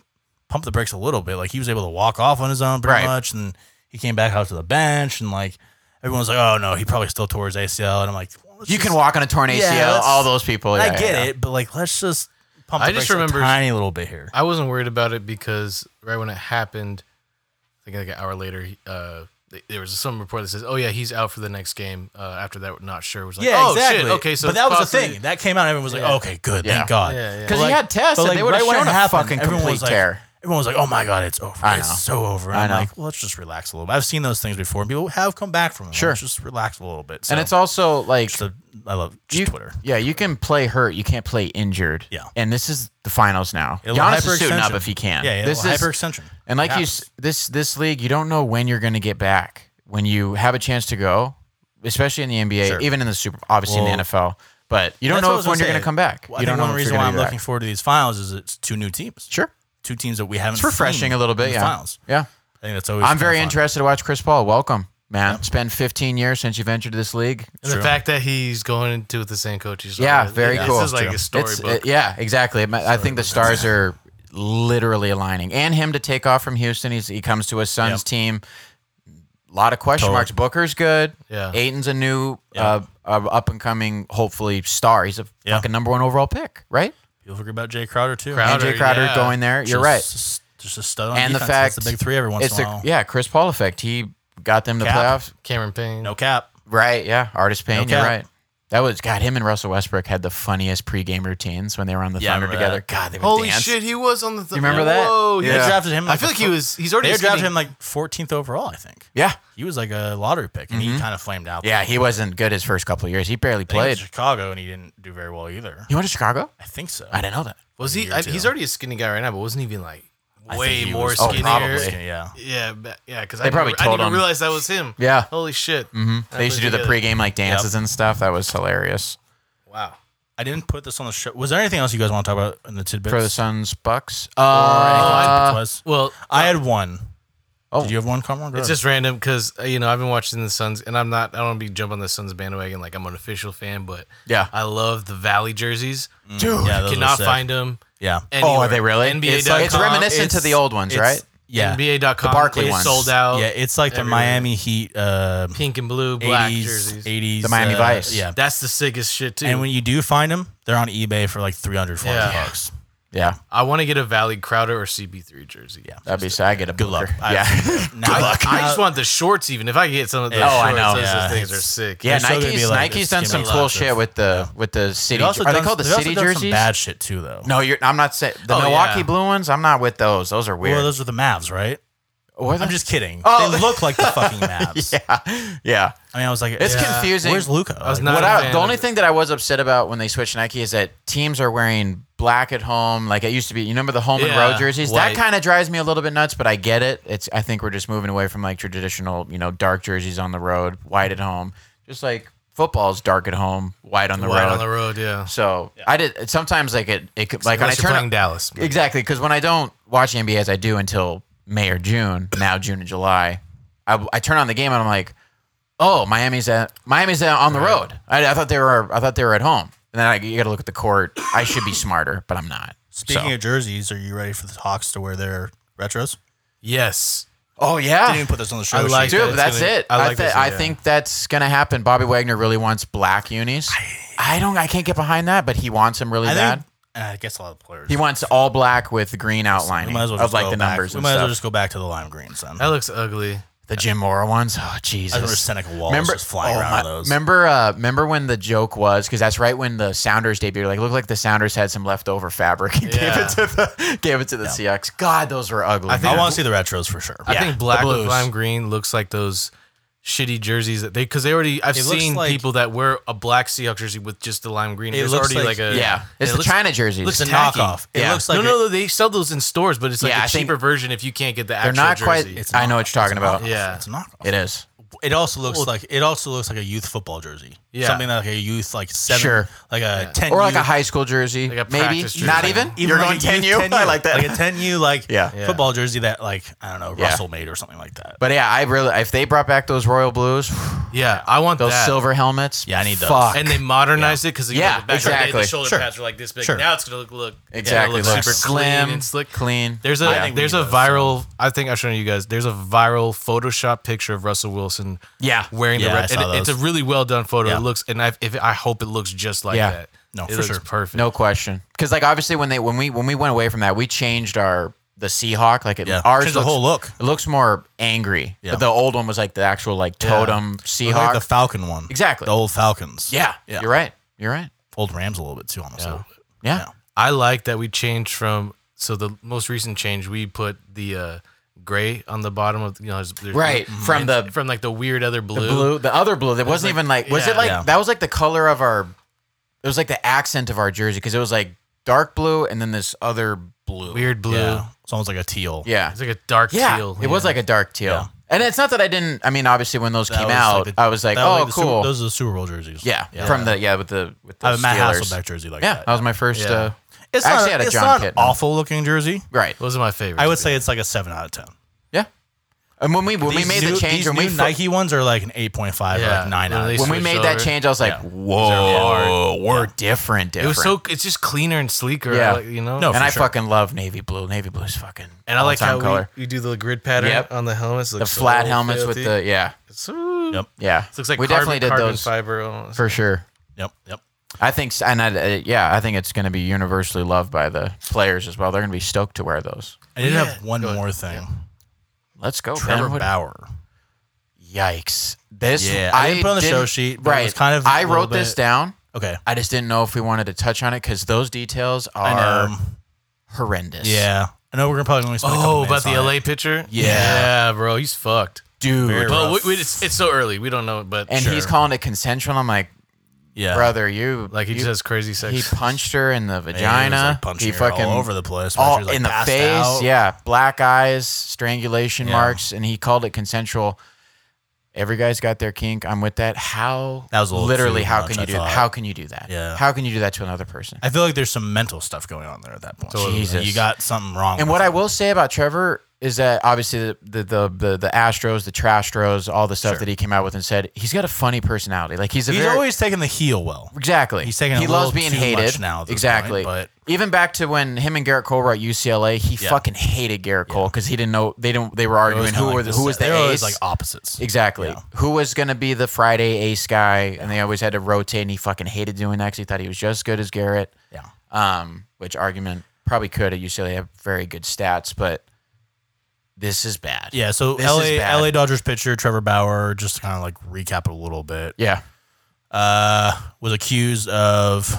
[SPEAKER 3] pump the brakes a little bit." Like he was able to walk off on his own pretty
[SPEAKER 2] Right.
[SPEAKER 3] much, and he came back out to the bench, and like everyone's like, "Oh no, he probably still tore his ACL," and I'm like, well, let's
[SPEAKER 2] You can
[SPEAKER 3] just-
[SPEAKER 2] walk on a torn ACL.
[SPEAKER 3] Yeah, that's-
[SPEAKER 2] all those people.
[SPEAKER 3] I
[SPEAKER 2] yeah,
[SPEAKER 3] get
[SPEAKER 2] yeah.
[SPEAKER 3] it, but like, let's just pump. The
[SPEAKER 1] I just
[SPEAKER 3] brakes
[SPEAKER 1] remember-
[SPEAKER 3] a tiny little bit here.
[SPEAKER 1] I wasn't worried about it because right when it happened, I think like an hour later, he- uh, th- there was some report that says, "Oh yeah, he's out for the next game." Uh, after that, we're not sure. It was like,
[SPEAKER 3] yeah,
[SPEAKER 1] oh,
[SPEAKER 3] exactly.
[SPEAKER 1] Shit. Okay, so
[SPEAKER 3] but
[SPEAKER 1] it's
[SPEAKER 3] that was
[SPEAKER 1] possibly-
[SPEAKER 3] the thing that came out. Everyone was like,
[SPEAKER 1] Yeah.
[SPEAKER 3] "Okay, good,
[SPEAKER 2] Yeah.
[SPEAKER 3] thank God."
[SPEAKER 1] Yeah, yeah.
[SPEAKER 2] Because
[SPEAKER 3] But,
[SPEAKER 2] he
[SPEAKER 3] like-
[SPEAKER 2] had tests,
[SPEAKER 3] but,
[SPEAKER 2] and
[SPEAKER 3] like,
[SPEAKER 2] they would have
[SPEAKER 3] right when
[SPEAKER 2] shown
[SPEAKER 3] it
[SPEAKER 2] a
[SPEAKER 3] happened,
[SPEAKER 2] fucking
[SPEAKER 3] everyone
[SPEAKER 2] complete
[SPEAKER 3] was like-
[SPEAKER 2] tear.
[SPEAKER 3] Everyone was like, "Oh my god, it's over!
[SPEAKER 2] I know.
[SPEAKER 3] It's so over!" And
[SPEAKER 2] I
[SPEAKER 3] I'm
[SPEAKER 2] know.
[SPEAKER 3] like, well, "Let's just relax a little." bit. I've seen those things before. People have come back from them.
[SPEAKER 2] Sure.
[SPEAKER 3] let's just relax a little bit. So.
[SPEAKER 2] And it's also like
[SPEAKER 3] just a, I love just
[SPEAKER 2] you,
[SPEAKER 3] Twitter.
[SPEAKER 2] Yeah, you can play hurt, you can't play injured.
[SPEAKER 3] Yeah.
[SPEAKER 2] and this is the finals now.
[SPEAKER 3] It'll
[SPEAKER 2] Giannis is suiting
[SPEAKER 3] hyperextension.
[SPEAKER 2] up if he can.
[SPEAKER 3] Yeah, yeah.
[SPEAKER 2] this is
[SPEAKER 3] hyperextension.
[SPEAKER 2] and like you,
[SPEAKER 3] Yeah.
[SPEAKER 2] s- this this league, you don't know when you're going to get back. When you have a chance to go, especially in the NBA,
[SPEAKER 3] Sure.
[SPEAKER 2] even in the Super, obviously in
[SPEAKER 3] Well,
[SPEAKER 2] the NFL, but you don't
[SPEAKER 3] that's what I
[SPEAKER 2] know
[SPEAKER 3] was
[SPEAKER 2] if when
[SPEAKER 3] gonna
[SPEAKER 2] you're going
[SPEAKER 3] say.
[SPEAKER 2] to come back.
[SPEAKER 3] Well, I
[SPEAKER 2] you
[SPEAKER 3] think
[SPEAKER 2] don't know
[SPEAKER 3] one
[SPEAKER 2] if
[SPEAKER 3] reason
[SPEAKER 2] you're gonna
[SPEAKER 3] why I'm
[SPEAKER 2] be
[SPEAKER 3] looking
[SPEAKER 2] back.
[SPEAKER 3] forward to these finals is it's two new teams,
[SPEAKER 2] Sure,
[SPEAKER 3] two teams that we haven't.
[SPEAKER 2] it's refreshing
[SPEAKER 3] seen
[SPEAKER 2] a little
[SPEAKER 3] in
[SPEAKER 2] bit.
[SPEAKER 3] the
[SPEAKER 2] Yeah,
[SPEAKER 3] finals.
[SPEAKER 2] yeah.
[SPEAKER 3] I think that's always.
[SPEAKER 2] I'm very
[SPEAKER 3] kinda fun.
[SPEAKER 2] interested to watch Chris Paul. Welcome, man. It's been 15 years since you've entered this league.
[SPEAKER 1] And
[SPEAKER 3] True.
[SPEAKER 1] the fact that he's going into it with the same coach. He's
[SPEAKER 2] Yeah, very
[SPEAKER 1] this
[SPEAKER 2] cool.
[SPEAKER 1] This is like
[SPEAKER 3] True.
[SPEAKER 1] a
[SPEAKER 2] It's, uh,
[SPEAKER 1] storybook.
[SPEAKER 2] yeah, exactly. I think the stars are literally aligning, and him to take off from Houston. He's, he comes to his son's
[SPEAKER 3] Yep.
[SPEAKER 2] team. A lot of question
[SPEAKER 3] Totally.
[SPEAKER 2] marks. Booker's good.
[SPEAKER 1] Yeah.
[SPEAKER 2] Aiton's a new
[SPEAKER 3] Yeah.
[SPEAKER 2] uh, uh, up and coming, hopefully star. He's a
[SPEAKER 3] Yeah.
[SPEAKER 2] fucking number one overall pick, right?
[SPEAKER 3] People forget about Jay Crowder too.
[SPEAKER 1] Crowder,
[SPEAKER 2] and Jay Crowder
[SPEAKER 1] yeah.
[SPEAKER 2] going there. You're
[SPEAKER 3] Just-
[SPEAKER 2] right.
[SPEAKER 3] Just, just a stud on
[SPEAKER 2] And the
[SPEAKER 3] defense. That's
[SPEAKER 2] fact-
[SPEAKER 3] the big three every once
[SPEAKER 2] it's
[SPEAKER 3] in a
[SPEAKER 2] a,
[SPEAKER 3] while.
[SPEAKER 2] yeah, Chris Paul effect. He got them to
[SPEAKER 3] Cap.
[SPEAKER 2] playoffs.
[SPEAKER 1] Cameron Payne.
[SPEAKER 3] No cap.
[SPEAKER 2] Right, yeah. Artist Payne, you're
[SPEAKER 3] cap.
[SPEAKER 2] right. That was God, him and Russell Westbrook had the funniest pregame routines when they were on the
[SPEAKER 3] Yeah, I
[SPEAKER 2] Thunder
[SPEAKER 3] remember
[SPEAKER 2] together.
[SPEAKER 3] that.
[SPEAKER 2] God, they would
[SPEAKER 1] Holy
[SPEAKER 2] dance.
[SPEAKER 1] shit, he was on the. Th-
[SPEAKER 2] You remember that?
[SPEAKER 1] Whoa,
[SPEAKER 2] Yeah.
[SPEAKER 3] They drafted him.
[SPEAKER 1] I
[SPEAKER 3] like
[SPEAKER 1] feel
[SPEAKER 3] a
[SPEAKER 1] like he
[SPEAKER 3] fir-
[SPEAKER 1] was. He's already.
[SPEAKER 3] They drafted
[SPEAKER 1] skating-
[SPEAKER 3] him like 14th overall, I think.
[SPEAKER 2] Yeah.
[SPEAKER 3] He was like a lottery pick, and he kind of flamed out.
[SPEAKER 2] Mm-hmm. Yeah, he wasn't good his first couple of years. He barely
[SPEAKER 3] He went
[SPEAKER 2] played.
[SPEAKER 3] to Chicago, and he didn't do very well either.
[SPEAKER 2] He went to Chicago?
[SPEAKER 3] I think so.
[SPEAKER 2] I didn't know that.
[SPEAKER 1] Was he?
[SPEAKER 3] year
[SPEAKER 1] I,
[SPEAKER 3] two.
[SPEAKER 1] he's already a skinny guy right now, but wasn't he even like
[SPEAKER 3] I
[SPEAKER 1] way
[SPEAKER 3] think he
[SPEAKER 1] more
[SPEAKER 3] was-
[SPEAKER 2] oh,
[SPEAKER 1] skinnier?
[SPEAKER 2] probably.
[SPEAKER 3] Yeah.
[SPEAKER 1] Yeah, ba- yeah. Because
[SPEAKER 2] They
[SPEAKER 1] I
[SPEAKER 2] probably
[SPEAKER 1] probably I
[SPEAKER 2] told
[SPEAKER 1] didn't even
[SPEAKER 2] him.
[SPEAKER 1] realize that was him.
[SPEAKER 2] Yeah.
[SPEAKER 1] Holy shit.
[SPEAKER 2] Mm-hmm. They used to do the
[SPEAKER 1] Absolutely.
[SPEAKER 2] pregame like dances and stuff. That was hilarious.
[SPEAKER 1] Wow.
[SPEAKER 3] I didn't put this on the show. Was there anything else you guys want to talk about in the tidbits?
[SPEAKER 2] For the Suns Bucks.
[SPEAKER 3] Or anything
[SPEAKER 2] Uh,
[SPEAKER 3] else was?
[SPEAKER 1] Well,
[SPEAKER 3] I had one.
[SPEAKER 2] Oh.
[SPEAKER 3] Did you have one, Carmel? Go
[SPEAKER 1] It's
[SPEAKER 3] ahead.
[SPEAKER 1] just random because you know I've been watching the Suns, and I'm not. I don't be jumping on the Suns bandwagon like I'm an official fan, but
[SPEAKER 2] Yeah. Mm.
[SPEAKER 1] I love the Valley jerseys.
[SPEAKER 2] Dude.
[SPEAKER 3] yeah, those were
[SPEAKER 1] Cannot
[SPEAKER 3] sick.
[SPEAKER 1] find them.
[SPEAKER 3] Yeah.
[SPEAKER 2] Oh, are they really?
[SPEAKER 1] NBA.com.
[SPEAKER 2] It's, like- it's reminiscent to the old ones,
[SPEAKER 1] it's-
[SPEAKER 2] right?
[SPEAKER 3] Oh, Yeah.
[SPEAKER 1] NBA.com.
[SPEAKER 2] The Barkley
[SPEAKER 1] is
[SPEAKER 2] ones.
[SPEAKER 1] sold out.
[SPEAKER 3] Yeah, it's like the
[SPEAKER 1] Everywhere.
[SPEAKER 3] Miami Heat uh,
[SPEAKER 1] Pink and blue, black
[SPEAKER 3] 80s,
[SPEAKER 1] jerseys.
[SPEAKER 3] 80s.
[SPEAKER 2] The Miami
[SPEAKER 3] uh,
[SPEAKER 2] Vice.
[SPEAKER 3] Yeah.
[SPEAKER 1] That's the sickest shit too.
[SPEAKER 3] And when you do find them, they're on eBay for like 300, 400
[SPEAKER 1] Yeah.
[SPEAKER 3] bucks.
[SPEAKER 2] Yeah.
[SPEAKER 1] I want to get a Valley Crowder or CP3 jersey.
[SPEAKER 3] Yeah.
[SPEAKER 2] That'd be so I get a
[SPEAKER 3] Good luck.
[SPEAKER 2] Booker.
[SPEAKER 3] I-
[SPEAKER 2] Yeah.
[SPEAKER 3] Now-
[SPEAKER 1] I, I just
[SPEAKER 3] now-
[SPEAKER 1] want the shorts. Even if I could get some of those,
[SPEAKER 3] Yeah.
[SPEAKER 1] shorts,
[SPEAKER 2] Oh, I know.
[SPEAKER 1] Those,
[SPEAKER 3] Yeah,
[SPEAKER 1] those things are
[SPEAKER 3] it's-
[SPEAKER 1] sick.
[SPEAKER 2] Yeah,
[SPEAKER 3] They're still gonna be
[SPEAKER 2] Nike's,
[SPEAKER 3] like
[SPEAKER 2] Nike's
[SPEAKER 3] the
[SPEAKER 2] done some
[SPEAKER 3] skinny
[SPEAKER 2] cool
[SPEAKER 3] lots of-
[SPEAKER 2] shit with the with the city.
[SPEAKER 3] They've also
[SPEAKER 2] Are they
[SPEAKER 3] done-
[SPEAKER 2] called the
[SPEAKER 3] they've also
[SPEAKER 2] city
[SPEAKER 3] done some
[SPEAKER 2] jerseys?
[SPEAKER 3] bad shit too, though.
[SPEAKER 2] No, you're. I'm not saying the
[SPEAKER 1] Oh,
[SPEAKER 2] Milwaukee
[SPEAKER 1] yeah.
[SPEAKER 2] blue ones. I'm not with those. Those are weird.
[SPEAKER 3] Well, those are the Mavs, right?
[SPEAKER 2] Were they?
[SPEAKER 3] I'm just kidding.
[SPEAKER 2] Oh.
[SPEAKER 3] They look like the fucking Mavs.
[SPEAKER 2] yeah, yeah.
[SPEAKER 3] I mean, I was like,
[SPEAKER 2] It's
[SPEAKER 3] yeah,
[SPEAKER 2] confusing.
[SPEAKER 3] Where's Luca?
[SPEAKER 1] I was not
[SPEAKER 2] What
[SPEAKER 1] a
[SPEAKER 2] I,
[SPEAKER 1] fan
[SPEAKER 2] the only
[SPEAKER 1] of-
[SPEAKER 2] thing that I was upset about when they switched Nike is that teams are wearing black at home, like it used to be. You remember the home and
[SPEAKER 1] Yeah,
[SPEAKER 2] road jerseys?
[SPEAKER 1] white.
[SPEAKER 2] That kind of drives me a little bit nuts, but I get it. It's. I think we're just moving away from like traditional, you know, dark jerseys on the road, white at home. Just like football's dark at home, white on the
[SPEAKER 1] White
[SPEAKER 2] road.
[SPEAKER 1] on the road. Yeah,
[SPEAKER 2] So I did sometimes like it. It could- like when I
[SPEAKER 1] Unless you're
[SPEAKER 2] turn
[SPEAKER 1] playing
[SPEAKER 2] up-
[SPEAKER 1] Dallas.
[SPEAKER 2] Exactly, because when I don't watch the NBA as I do until May or June, now June and July, I, I turn on the game and I'm like, oh, Miami's at Miami's at, on the road. I, I thought they were I thought they were at home. And then I, you got to look at the court. I should be smarter, but I'm not.
[SPEAKER 3] Speaking
[SPEAKER 2] So-
[SPEAKER 3] of jerseys, are you ready for the Hawks to wear their retros?
[SPEAKER 1] Yes.
[SPEAKER 2] oh
[SPEAKER 3] I didn't
[SPEAKER 2] yeah.
[SPEAKER 3] even put this on the show.
[SPEAKER 1] I like
[SPEAKER 3] sheet.
[SPEAKER 2] Dude,
[SPEAKER 1] that.
[SPEAKER 2] but that's
[SPEAKER 1] It's gonna-
[SPEAKER 2] it.
[SPEAKER 1] I
[SPEAKER 2] I,
[SPEAKER 1] like
[SPEAKER 2] thi-
[SPEAKER 1] this
[SPEAKER 2] I
[SPEAKER 1] idea.
[SPEAKER 2] think that's gonna happen. Bobby Wagner really wants black unis. I don't. I can't get behind that, but he wants them really
[SPEAKER 3] I
[SPEAKER 2] bad.
[SPEAKER 3] think, and I guess a lot of players.
[SPEAKER 2] He wants all black with green
[SPEAKER 3] we
[SPEAKER 2] outlining
[SPEAKER 3] might as well
[SPEAKER 2] of
[SPEAKER 3] just
[SPEAKER 2] like
[SPEAKER 3] go
[SPEAKER 2] the
[SPEAKER 3] back.
[SPEAKER 2] numbers
[SPEAKER 3] We
[SPEAKER 2] and
[SPEAKER 3] might as well
[SPEAKER 2] stuff.
[SPEAKER 3] just go back to the lime greens then.
[SPEAKER 1] That looks ugly.
[SPEAKER 2] the Jim Mora ones. Oh
[SPEAKER 3] I remember
[SPEAKER 2] Jesus!
[SPEAKER 3] Seneca Wallace was flying
[SPEAKER 2] oh,
[SPEAKER 3] around
[SPEAKER 2] my-
[SPEAKER 3] in those.
[SPEAKER 2] Remember, uh, remember when the joke was because that's right when the Sounders debuted. Like, looked like the Sounders had some leftover fabric and
[SPEAKER 1] Yeah.
[SPEAKER 2] gave it to the gave it to the Seahawks. God, those were ugly.
[SPEAKER 1] think-
[SPEAKER 3] I
[SPEAKER 2] man.
[SPEAKER 3] want to see the retros for sure.
[SPEAKER 1] I
[SPEAKER 2] Yeah,
[SPEAKER 1] think
[SPEAKER 2] the
[SPEAKER 1] black with
[SPEAKER 2] blues.
[SPEAKER 1] lime green looks like those shitty jerseys that they because they already I've
[SPEAKER 3] It looks
[SPEAKER 1] seen
[SPEAKER 3] like-
[SPEAKER 1] people that wear a black Seahawks jersey with just the lime green.
[SPEAKER 3] It
[SPEAKER 1] There's
[SPEAKER 3] looks
[SPEAKER 1] already like,
[SPEAKER 3] like-
[SPEAKER 1] a
[SPEAKER 2] yeah, it's
[SPEAKER 1] it
[SPEAKER 2] the
[SPEAKER 1] looks-
[SPEAKER 2] China jerseys.
[SPEAKER 1] looks
[SPEAKER 3] It's a
[SPEAKER 1] tacky.
[SPEAKER 3] knockoff. It
[SPEAKER 2] Yeah.
[SPEAKER 3] looks like
[SPEAKER 1] no,
[SPEAKER 3] it-
[SPEAKER 1] no, they sell those in stores, but it's like
[SPEAKER 2] Yeah,
[SPEAKER 1] a
[SPEAKER 2] I think-
[SPEAKER 1] cheaper version if you can't get the
[SPEAKER 2] They're
[SPEAKER 1] actual
[SPEAKER 2] not quite.
[SPEAKER 1] jersey.
[SPEAKER 2] I know what you're talking about.
[SPEAKER 1] yeah,
[SPEAKER 3] it's a knockoff.
[SPEAKER 2] It is.
[SPEAKER 3] It also looks like it also looks like a youth football jersey.
[SPEAKER 1] Yeah.
[SPEAKER 3] something like a youth like seven,
[SPEAKER 2] Sure.
[SPEAKER 3] like a ten,
[SPEAKER 2] Or like a
[SPEAKER 3] youth-
[SPEAKER 2] high school jersey,
[SPEAKER 1] Like a
[SPEAKER 2] maybe
[SPEAKER 1] practice jersey.
[SPEAKER 2] not even.
[SPEAKER 3] even
[SPEAKER 2] You're
[SPEAKER 3] like
[SPEAKER 2] going
[SPEAKER 3] a
[SPEAKER 2] 10
[SPEAKER 3] youth
[SPEAKER 2] U. I like that.
[SPEAKER 3] like a ten U, like
[SPEAKER 2] Yeah.
[SPEAKER 1] Yeah.
[SPEAKER 3] football jersey that like I don't know
[SPEAKER 2] Yeah.
[SPEAKER 3] Russell made or something like that.
[SPEAKER 2] But yeah, I really if they brought back those royal blues,
[SPEAKER 1] yeah. I want
[SPEAKER 2] those
[SPEAKER 1] that.
[SPEAKER 2] silver helmets.
[SPEAKER 3] Yeah, I need those.
[SPEAKER 2] Fuck.
[SPEAKER 1] and they modernized it because the back of
[SPEAKER 2] Yeah,
[SPEAKER 1] the, day,
[SPEAKER 2] exactly.
[SPEAKER 1] the shoulder
[SPEAKER 3] Sure.
[SPEAKER 1] pads were like this big.
[SPEAKER 3] Sure.
[SPEAKER 1] Now it's gonna look look
[SPEAKER 2] exactly.
[SPEAKER 1] it'll look
[SPEAKER 2] Looks
[SPEAKER 1] super
[SPEAKER 2] slim,
[SPEAKER 1] clean and slick.
[SPEAKER 2] clean.
[SPEAKER 1] There's a
[SPEAKER 3] I think we
[SPEAKER 1] there's
[SPEAKER 3] need
[SPEAKER 1] a
[SPEAKER 3] those,
[SPEAKER 1] viral. I think I've shown you guys. There's a viral Photoshop picture of Russell Wilson.
[SPEAKER 2] Yeah.
[SPEAKER 1] wearing
[SPEAKER 3] Yeah,
[SPEAKER 1] the
[SPEAKER 3] I
[SPEAKER 1] red.
[SPEAKER 3] saw
[SPEAKER 1] and it- it's a
[SPEAKER 3] those.
[SPEAKER 1] really well done photo.
[SPEAKER 3] Yeah.
[SPEAKER 1] It looks and I if I hope it looks just like
[SPEAKER 2] Yeah.
[SPEAKER 1] that.
[SPEAKER 3] No,
[SPEAKER 1] it
[SPEAKER 3] for
[SPEAKER 1] looks
[SPEAKER 3] sure.
[SPEAKER 1] perfect.
[SPEAKER 2] No question. Because like obviously when they when we when we went away from that, we changed our the Seahawk. Like it,
[SPEAKER 3] Yeah.
[SPEAKER 2] ours
[SPEAKER 3] Changed
[SPEAKER 2] looks,
[SPEAKER 3] the whole look.
[SPEAKER 2] It looks more angry.
[SPEAKER 3] Yeah.
[SPEAKER 2] But the old one was like the actual like totem
[SPEAKER 3] It
[SPEAKER 2] Seahawk.
[SPEAKER 3] looked like the Falcon one,
[SPEAKER 2] Exactly.
[SPEAKER 3] The old Falcons.
[SPEAKER 2] yeah,
[SPEAKER 3] yeah.
[SPEAKER 2] You're right. You're right.
[SPEAKER 3] Old Rams a little bit too, almost. a little bit.
[SPEAKER 2] Yeah.
[SPEAKER 3] Yeah.
[SPEAKER 1] I like that we changed from so the most recent change we put the uh, gray on the bottom of you know there's, there's-
[SPEAKER 2] Right, from the-
[SPEAKER 1] from like the weird other blue.
[SPEAKER 2] The blue, the other blue that wasn't
[SPEAKER 1] like-
[SPEAKER 2] even like was
[SPEAKER 1] yeah.
[SPEAKER 2] it like
[SPEAKER 3] Yeah.
[SPEAKER 2] that was like the color of our it was like the accent of our jersey because it was like dark blue and then this other blue.
[SPEAKER 1] weird blue.
[SPEAKER 3] Yeah. It's almost like a teal.
[SPEAKER 2] Yeah.
[SPEAKER 1] It's like a dark
[SPEAKER 2] Yeah,
[SPEAKER 1] teal.
[SPEAKER 2] it was like a dark teal.
[SPEAKER 3] Yeah.
[SPEAKER 2] And it's not that I didn't. I mean, obviously, when those
[SPEAKER 3] That
[SPEAKER 2] came
[SPEAKER 3] was
[SPEAKER 2] out,
[SPEAKER 3] the-
[SPEAKER 2] I was like,
[SPEAKER 3] that
[SPEAKER 2] "Oh,
[SPEAKER 3] the
[SPEAKER 2] cool."
[SPEAKER 3] Super- those are the Super Bowl jerseys.
[SPEAKER 2] yeah, from the yeah with the with the
[SPEAKER 3] I have a Matt
[SPEAKER 2] Steelers.
[SPEAKER 3] Hasselbeck jersey like
[SPEAKER 2] yeah,
[SPEAKER 3] that.
[SPEAKER 2] that was my first.
[SPEAKER 1] Yeah.
[SPEAKER 2] Uh,
[SPEAKER 3] It's
[SPEAKER 2] I
[SPEAKER 3] not,
[SPEAKER 2] actually had a
[SPEAKER 3] it's
[SPEAKER 2] John
[SPEAKER 3] not
[SPEAKER 2] Kitna.
[SPEAKER 3] awful looking jersey.
[SPEAKER 2] right.
[SPEAKER 1] Those are my favorite.
[SPEAKER 3] I would say it's like a seven out of ten.
[SPEAKER 2] Yeah. And when we when we
[SPEAKER 3] These
[SPEAKER 2] made
[SPEAKER 3] new-
[SPEAKER 2] the change,
[SPEAKER 3] these
[SPEAKER 2] when we
[SPEAKER 3] new
[SPEAKER 2] fir-
[SPEAKER 3] Nike ones are like an eight point five,
[SPEAKER 1] Yeah,
[SPEAKER 3] like nine
[SPEAKER 1] when
[SPEAKER 3] out.
[SPEAKER 1] they
[SPEAKER 3] of
[SPEAKER 2] when we
[SPEAKER 1] switched
[SPEAKER 2] made that
[SPEAKER 1] over.
[SPEAKER 2] change, I was like,
[SPEAKER 3] Yeah.
[SPEAKER 2] whoa, we're different, different.
[SPEAKER 1] It was so it's just cleaner and sleeker.
[SPEAKER 2] Yeah.
[SPEAKER 1] Yeah. you know.
[SPEAKER 3] No,
[SPEAKER 2] and
[SPEAKER 3] for
[SPEAKER 2] I
[SPEAKER 3] sure.
[SPEAKER 2] fucking love navy blue. Navy blue is fucking
[SPEAKER 1] And I like
[SPEAKER 2] all-time
[SPEAKER 1] how we,
[SPEAKER 2] color.
[SPEAKER 1] we do the grid pattern
[SPEAKER 2] Yep.
[SPEAKER 1] on the helmets.
[SPEAKER 2] the flat helmets with the yeah
[SPEAKER 1] Yep.
[SPEAKER 3] Yep.
[SPEAKER 2] yeah.
[SPEAKER 1] This looks like
[SPEAKER 2] we
[SPEAKER 1] carbon,
[SPEAKER 2] definitely did
[SPEAKER 1] carbon
[SPEAKER 2] those
[SPEAKER 1] fiber. almost.
[SPEAKER 2] for sure.
[SPEAKER 3] Yep. Yep.
[SPEAKER 1] Oh,
[SPEAKER 2] I think s- and I, uh, yeah, I think it's going to be universally loved by the players as well. They're going to be stoked to wear those.
[SPEAKER 3] I did
[SPEAKER 1] Yeah.
[SPEAKER 3] have one more thing.
[SPEAKER 2] Let's go,
[SPEAKER 3] Trevor
[SPEAKER 2] Ben. What-
[SPEAKER 3] Bauer.
[SPEAKER 2] Yikes! This
[SPEAKER 3] Yeah, I didn't put on the show
[SPEAKER 2] didn't-
[SPEAKER 3] sheet, but it
[SPEAKER 2] Right,
[SPEAKER 3] was kind of a
[SPEAKER 2] I
[SPEAKER 3] little
[SPEAKER 2] wrote this
[SPEAKER 3] bit-
[SPEAKER 2] down.
[SPEAKER 3] Okay.
[SPEAKER 2] I just didn't know if we wanted to touch on it because those details
[SPEAKER 3] I
[SPEAKER 2] are
[SPEAKER 3] know.
[SPEAKER 2] horrendous.
[SPEAKER 3] Yeah. I know we're gonna probably only spend. a couple
[SPEAKER 1] Oh, about
[SPEAKER 3] minutes
[SPEAKER 1] the
[SPEAKER 3] on
[SPEAKER 1] LA
[SPEAKER 3] it.
[SPEAKER 1] picture.
[SPEAKER 3] Yeah.
[SPEAKER 1] yeah, bro, he's fucked.
[SPEAKER 2] dude.
[SPEAKER 3] Very-
[SPEAKER 1] Well,
[SPEAKER 3] rough.
[SPEAKER 1] we, we, it's, it's so early. We don't know, but
[SPEAKER 2] And
[SPEAKER 1] sure.
[SPEAKER 2] he's calling it consensual. I'm like,
[SPEAKER 3] Yeah.
[SPEAKER 2] brother, you
[SPEAKER 1] like he
[SPEAKER 2] you-
[SPEAKER 1] just has crazy sex.
[SPEAKER 2] He punched her in the
[SPEAKER 3] Yeah, he was,
[SPEAKER 2] vagina.
[SPEAKER 3] like, punching
[SPEAKER 2] he
[SPEAKER 3] her
[SPEAKER 2] fucking
[SPEAKER 3] all over the place.
[SPEAKER 2] all
[SPEAKER 3] She was, like,
[SPEAKER 2] in the
[SPEAKER 3] passed
[SPEAKER 2] face.
[SPEAKER 3] out.
[SPEAKER 2] Yeah, black eyes, strangulation
[SPEAKER 3] Yeah.
[SPEAKER 2] marks, and he called it consensual. Every guy's got their kink. I'm with that. How
[SPEAKER 3] That was a little
[SPEAKER 2] literally
[SPEAKER 3] too
[SPEAKER 2] how
[SPEAKER 3] much,
[SPEAKER 2] can
[SPEAKER 3] I
[SPEAKER 2] you do
[SPEAKER 3] thought.
[SPEAKER 2] how can you do that?
[SPEAKER 3] Yeah.
[SPEAKER 2] How can you do that to another person?
[SPEAKER 3] I feel like there's some mental stuff going on there at that point.
[SPEAKER 1] Totally.
[SPEAKER 2] Jesus.
[SPEAKER 3] You got something wrong.
[SPEAKER 2] And
[SPEAKER 3] with
[SPEAKER 2] what
[SPEAKER 3] it.
[SPEAKER 2] I will say about Trevor is that obviously the the the the, the Astros, the Trastros, all the stuff that he came out with and said he's got a funny personality. Like he's a
[SPEAKER 3] he's
[SPEAKER 2] very,
[SPEAKER 3] always taking the heel well.
[SPEAKER 2] Exactly.
[SPEAKER 3] He's taking a
[SPEAKER 2] He loves being
[SPEAKER 3] little too
[SPEAKER 2] hated
[SPEAKER 3] much now at this
[SPEAKER 2] exactly.
[SPEAKER 3] point,
[SPEAKER 2] even back to when him and Garrett Cole were at UCLA, he
[SPEAKER 3] Yeah.
[SPEAKER 2] fucking hated Garrett Cole because he didn't know they don't they were
[SPEAKER 3] They're always
[SPEAKER 2] arguing who
[SPEAKER 3] kinda
[SPEAKER 2] were
[SPEAKER 3] like
[SPEAKER 2] the,
[SPEAKER 3] this-
[SPEAKER 2] who was the
[SPEAKER 3] they're always
[SPEAKER 2] ace
[SPEAKER 3] like opposites.
[SPEAKER 2] exactly
[SPEAKER 3] Yeah.
[SPEAKER 2] who was gonna be the Friday ace guy, and they always had to rotate, and he fucking hated doing that because he thought he was just as good as Garrett.
[SPEAKER 3] Yeah.
[SPEAKER 2] Um, which argument probably could at UCLA have very good stats, but this is bad.
[SPEAKER 3] Yeah, so
[SPEAKER 2] This is
[SPEAKER 3] LA
[SPEAKER 2] bad.
[SPEAKER 3] LA Dodgers pitcher Trevor Bauer, just to kind of like recap a little bit,
[SPEAKER 2] yeah,
[SPEAKER 3] uh, was accused of,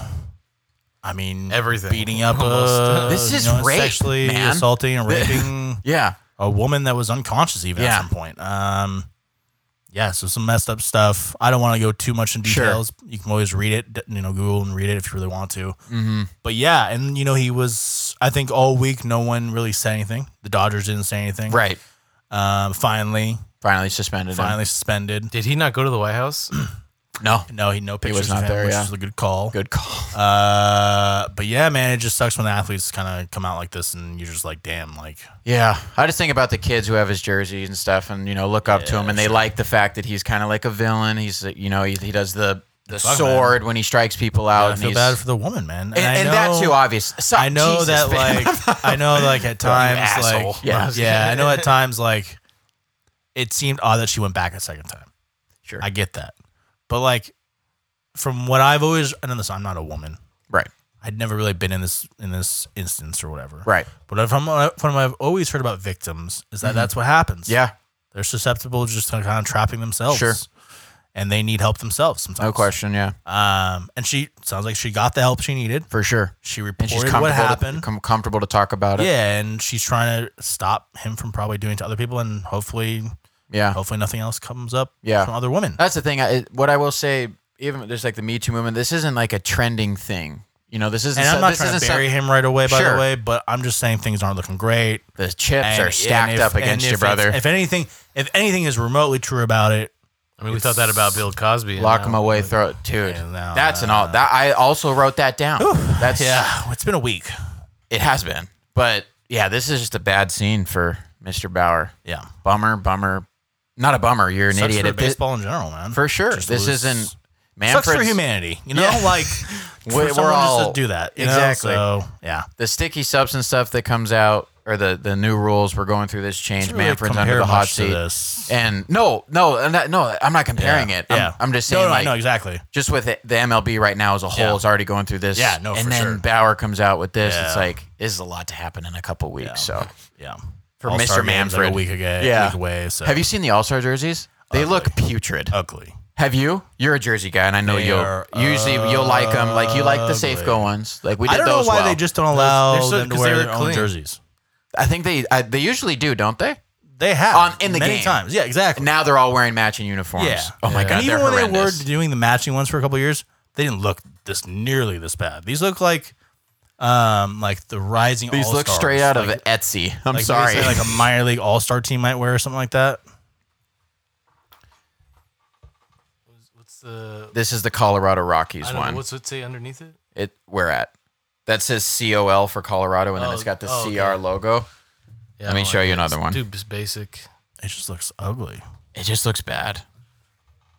[SPEAKER 3] I mean,
[SPEAKER 1] Everything,
[SPEAKER 3] beating up a,
[SPEAKER 1] almost.
[SPEAKER 2] uh, This
[SPEAKER 3] you
[SPEAKER 2] is
[SPEAKER 3] know,
[SPEAKER 2] rape,
[SPEAKER 3] sexually
[SPEAKER 2] man.
[SPEAKER 3] assaulting and raping
[SPEAKER 2] yeah.
[SPEAKER 3] a woman that was unconscious even
[SPEAKER 2] Yeah.
[SPEAKER 3] at some point. Um, yeah, so some messed up stuff. I don't want to go too much in
[SPEAKER 2] Sure.
[SPEAKER 3] details. You can always read it, d- you know, Google and read it if you really want to.
[SPEAKER 2] Mm-hmm.
[SPEAKER 3] But yeah, and you know, he was. I think all week, no one really said anything. The Dodgers didn't say anything.
[SPEAKER 2] Right.
[SPEAKER 3] Um, finally,
[SPEAKER 2] Finally suspended. him.
[SPEAKER 3] finally suspended.
[SPEAKER 1] Did he not go to the White House?
[SPEAKER 2] No.
[SPEAKER 3] No, he no pictures
[SPEAKER 2] was not
[SPEAKER 3] of him,
[SPEAKER 2] there,
[SPEAKER 3] which
[SPEAKER 2] yeah.
[SPEAKER 3] is a good call.
[SPEAKER 2] Good call.
[SPEAKER 3] Uh, but yeah, man, it just sucks when the athletes kind of come out like this, and you're just like, damn, like
[SPEAKER 2] Yeah, I just think about the kids who have his jerseys and stuff, and you know, look up to him, and they like the fact that he's kind of like a villain. He's you know, he, he does the the
[SPEAKER 3] Fuck, man.
[SPEAKER 2] sword when he strikes people out.
[SPEAKER 3] I
[SPEAKER 2] and
[SPEAKER 3] feel
[SPEAKER 2] he's-
[SPEAKER 3] bad for the woman, man.
[SPEAKER 2] and,
[SPEAKER 3] I
[SPEAKER 2] and that
[SPEAKER 3] know-
[SPEAKER 2] too, obvious. So-
[SPEAKER 3] I know
[SPEAKER 2] Jesus,
[SPEAKER 3] that,
[SPEAKER 2] man.
[SPEAKER 3] like, I know, like, at times,
[SPEAKER 1] asshole.
[SPEAKER 3] like,
[SPEAKER 2] Yeah.
[SPEAKER 3] yeah, I know at times, like, it seemed odd that she went back a second time.
[SPEAKER 2] Sure.
[SPEAKER 3] I get that, but like, from what I've always, I know this. I'm not a woman.
[SPEAKER 2] right,
[SPEAKER 3] I'd never really been in this in this instance or whatever.
[SPEAKER 2] right, Mm-hmm.
[SPEAKER 3] But from what I- from what I've always heard about victims is that that's what happens.
[SPEAKER 2] yeah,
[SPEAKER 3] they're susceptible to just kind of trapping themselves.
[SPEAKER 2] Sure.
[SPEAKER 3] And they need help themselves sometimes.
[SPEAKER 2] no question, yeah,
[SPEAKER 3] Um, and she sounds like she got the help she needed.
[SPEAKER 2] for sure.
[SPEAKER 3] She
[SPEAKER 2] And she's
[SPEAKER 3] reported
[SPEAKER 2] comfortable.
[SPEAKER 3] what
[SPEAKER 2] To,
[SPEAKER 3] happened.
[SPEAKER 2] com- comfortable to talk about it.
[SPEAKER 3] Yeah, and she's trying to stop him from probably doing it to other people, and hopefully,
[SPEAKER 2] Yeah,
[SPEAKER 3] hopefully nothing else comes up
[SPEAKER 2] Yeah. Uh,
[SPEAKER 3] from other women.
[SPEAKER 2] That's the thing. I, it- what I will say, even there's like the Me Too movement. This isn't like a trending thing. You know, this isn't.
[SPEAKER 3] and
[SPEAKER 2] so-
[SPEAKER 3] I'm not
[SPEAKER 2] this
[SPEAKER 3] trying
[SPEAKER 2] isn't
[SPEAKER 3] to
[SPEAKER 2] some-
[SPEAKER 3] bury him right away, by
[SPEAKER 2] Sure.
[SPEAKER 3] the way, but I'm just saying things aren't looking great.
[SPEAKER 2] the chips
[SPEAKER 3] And-
[SPEAKER 2] are stacked
[SPEAKER 3] and if-
[SPEAKER 2] up against
[SPEAKER 3] and
[SPEAKER 2] your
[SPEAKER 3] if it's-
[SPEAKER 2] brother.
[SPEAKER 3] If anything, if anything is remotely true about it,
[SPEAKER 1] I mean, we thought that about Bill Cosby. and
[SPEAKER 2] Lock
[SPEAKER 1] now-
[SPEAKER 2] him away, throw it, dude.
[SPEAKER 3] Yeah, no,
[SPEAKER 2] that's
[SPEAKER 3] no,
[SPEAKER 2] an all. That I also wrote that down. That's
[SPEAKER 3] yeah, it's been a week.
[SPEAKER 2] It has been, but yeah, this is just a bad scene for Mr. Bauer.
[SPEAKER 3] Yeah,
[SPEAKER 2] Bummer, bummer. Not a bummer. You're an
[SPEAKER 3] Sucks
[SPEAKER 2] idiot.
[SPEAKER 3] for
[SPEAKER 2] It-
[SPEAKER 3] baseball in general, man.
[SPEAKER 2] for sure.
[SPEAKER 3] Just
[SPEAKER 2] This
[SPEAKER 3] lose-
[SPEAKER 2] isn't.
[SPEAKER 3] sucks for
[SPEAKER 2] Manfred's-
[SPEAKER 3] humanity. You know,
[SPEAKER 2] Yeah.
[SPEAKER 3] like
[SPEAKER 2] We-
[SPEAKER 3] for
[SPEAKER 2] we're
[SPEAKER 3] someone
[SPEAKER 2] all-
[SPEAKER 3] just to do that. You
[SPEAKER 2] Exactly.
[SPEAKER 3] Know? So yeah,
[SPEAKER 2] the sticky substance stuff that comes out, or the the new rules. We're going through this change.
[SPEAKER 3] Doesn't really
[SPEAKER 2] Manfred's
[SPEAKER 3] compare
[SPEAKER 2] under the hot
[SPEAKER 3] much to
[SPEAKER 2] seat.
[SPEAKER 3] this.
[SPEAKER 2] And no, no, I'm not- no. I'm not comparing it. I'm,
[SPEAKER 3] yeah,
[SPEAKER 2] I'm just
[SPEAKER 3] No,
[SPEAKER 2] saying,
[SPEAKER 3] no,
[SPEAKER 2] like,
[SPEAKER 3] I know exactly.
[SPEAKER 2] just with it, the MLB right now as a whole
[SPEAKER 3] Yeah.
[SPEAKER 2] is already going through this.
[SPEAKER 3] Yeah, no,
[SPEAKER 2] And
[SPEAKER 3] for
[SPEAKER 2] then
[SPEAKER 3] sure.
[SPEAKER 2] Bauer comes out with this. It's
[SPEAKER 3] Yeah.
[SPEAKER 2] like this is a lot to happen in a couple weeks. So
[SPEAKER 3] Yeah,
[SPEAKER 2] For
[SPEAKER 3] All-Star
[SPEAKER 2] Mr.
[SPEAKER 3] games, like,
[SPEAKER 2] Manfred.
[SPEAKER 3] a week ago,
[SPEAKER 2] Yeah.
[SPEAKER 3] yeah, week away. So Uh,
[SPEAKER 2] have you seen the All Star jerseys? They look putrid.
[SPEAKER 3] ugly?
[SPEAKER 2] Have you? You're a Jersey guy, and I know
[SPEAKER 3] They
[SPEAKER 2] you'll
[SPEAKER 3] are
[SPEAKER 2] usually you'll like them. Like you like the Safeco
[SPEAKER 3] ugly.
[SPEAKER 2] ones. Like we did
[SPEAKER 3] I don't know
[SPEAKER 2] those
[SPEAKER 3] why
[SPEAKER 2] well.
[SPEAKER 3] they just don't allow
[SPEAKER 1] so-
[SPEAKER 3] them to
[SPEAKER 1] 'cause they
[SPEAKER 3] wear
[SPEAKER 1] were
[SPEAKER 3] their own
[SPEAKER 1] clean.
[SPEAKER 3] jerseys.
[SPEAKER 2] I think they I, they usually do, don't they?
[SPEAKER 3] They have
[SPEAKER 2] On- in the
[SPEAKER 3] many
[SPEAKER 2] game.
[SPEAKER 3] times. Yeah, exactly.
[SPEAKER 2] Now they're all wearing matching uniforms.
[SPEAKER 3] yeah.
[SPEAKER 2] Oh my
[SPEAKER 1] Yeah.
[SPEAKER 2] god,
[SPEAKER 3] And even
[SPEAKER 2] they're
[SPEAKER 3] when
[SPEAKER 2] horrendous.
[SPEAKER 3] they were doing the matching ones for a couple years, they didn't look this nearly this bad. These look like, um, like the rising.
[SPEAKER 2] These look
[SPEAKER 3] All-Stars.
[SPEAKER 2] straight out
[SPEAKER 3] Like,
[SPEAKER 2] of Etsy. I'm
[SPEAKER 3] Like,
[SPEAKER 2] sorry.
[SPEAKER 3] basically, like a minor league all star team might wear or something like that.
[SPEAKER 1] What's the?
[SPEAKER 2] this is the Colorado Rockies
[SPEAKER 1] I don't
[SPEAKER 2] one.
[SPEAKER 1] know. What's it say underneath it?
[SPEAKER 2] it we're at. That says COL for Colorado, and then
[SPEAKER 1] Oh,
[SPEAKER 2] it's got the
[SPEAKER 1] oh,
[SPEAKER 2] CR
[SPEAKER 1] okay.
[SPEAKER 2] logo.
[SPEAKER 1] Yeah,
[SPEAKER 2] Let me
[SPEAKER 1] I don't
[SPEAKER 2] show you
[SPEAKER 1] it.
[SPEAKER 2] another
[SPEAKER 1] It's
[SPEAKER 2] one.
[SPEAKER 1] Too just basic.
[SPEAKER 3] It just looks ugly.
[SPEAKER 2] It just looks bad.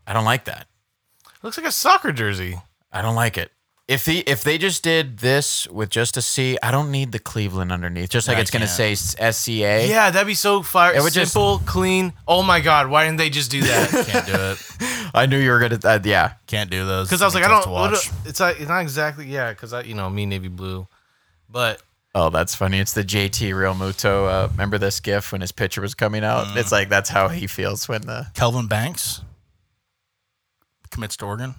[SPEAKER 2] I don't like that.
[SPEAKER 1] Looks like a soccer jersey.
[SPEAKER 2] I don't like it. If he if they just did this with just a C, I don't need the Cleveland underneath. Just like
[SPEAKER 3] I
[SPEAKER 2] it's going to
[SPEAKER 3] can't.
[SPEAKER 2] say s- SCA.
[SPEAKER 1] Yeah, that'd be so fire.
[SPEAKER 2] It would just-
[SPEAKER 1] Simple, clean. Oh my god, why didn't they just do that?
[SPEAKER 3] Can't do it.
[SPEAKER 2] I knew you were going to uh, yeah.
[SPEAKER 3] Can't do those.
[SPEAKER 1] Because I was like,
[SPEAKER 3] It's
[SPEAKER 1] I
[SPEAKER 3] tough
[SPEAKER 1] don't.
[SPEAKER 3] to
[SPEAKER 1] What
[SPEAKER 3] watch.
[SPEAKER 1] it's like it's not exactly yeah. Because I you know me navy blue, but
[SPEAKER 2] Oh, that's funny. It's the JT Real Muto. Uh, remember this gif when his picture was coming out? It's like that's how he feels when the
[SPEAKER 3] Kelvin Banks commits to Oregon.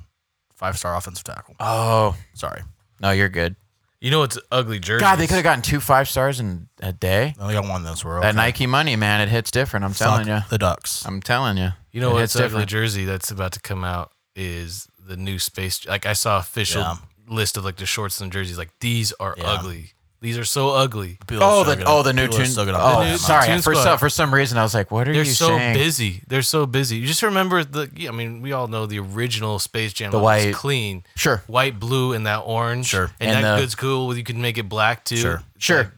[SPEAKER 3] Five star offensive tackle.
[SPEAKER 2] Oh,
[SPEAKER 3] Sorry.
[SPEAKER 2] no, you're good.
[SPEAKER 1] you know it's ugly jersey.
[SPEAKER 2] God, they could have gotten two five stars in a day.
[SPEAKER 3] I only got one this world.
[SPEAKER 2] That Nike money, man, it hits different. I'm telling you.
[SPEAKER 3] The Ducks.
[SPEAKER 2] I'm telling you.
[SPEAKER 1] You know
[SPEAKER 2] it
[SPEAKER 1] what's
[SPEAKER 2] hits
[SPEAKER 1] ugly
[SPEAKER 2] different.
[SPEAKER 1] jersey that's about to come out is the new space. Like I saw official
[SPEAKER 3] Yeah.
[SPEAKER 1] list of like the shorts and jerseys. Like these are
[SPEAKER 3] Yeah.
[SPEAKER 1] ugly. These are so ugly.
[SPEAKER 3] People are
[SPEAKER 2] Oh,
[SPEAKER 3] still
[SPEAKER 2] the
[SPEAKER 3] gonna-
[SPEAKER 2] oh the new
[SPEAKER 3] people are
[SPEAKER 2] tune.
[SPEAKER 3] still gonna
[SPEAKER 2] Oh,
[SPEAKER 3] play that
[SPEAKER 2] sorry.
[SPEAKER 1] Toon
[SPEAKER 2] for
[SPEAKER 1] Squad.
[SPEAKER 2] some for some reason, I was like, "What are
[SPEAKER 1] They're
[SPEAKER 2] you
[SPEAKER 1] so
[SPEAKER 2] saying?"
[SPEAKER 1] busy. They're so busy. You just remember the. yeah, I mean, we all know the original Space Jam.
[SPEAKER 2] The
[SPEAKER 1] logo was
[SPEAKER 2] white-
[SPEAKER 1] clean,
[SPEAKER 2] Sure,
[SPEAKER 1] white, blue, and that orange.
[SPEAKER 3] Sure.
[SPEAKER 1] and,
[SPEAKER 2] And
[SPEAKER 1] that
[SPEAKER 2] the-
[SPEAKER 1] good's cool. You can make it black too.
[SPEAKER 3] Sure.
[SPEAKER 2] sure.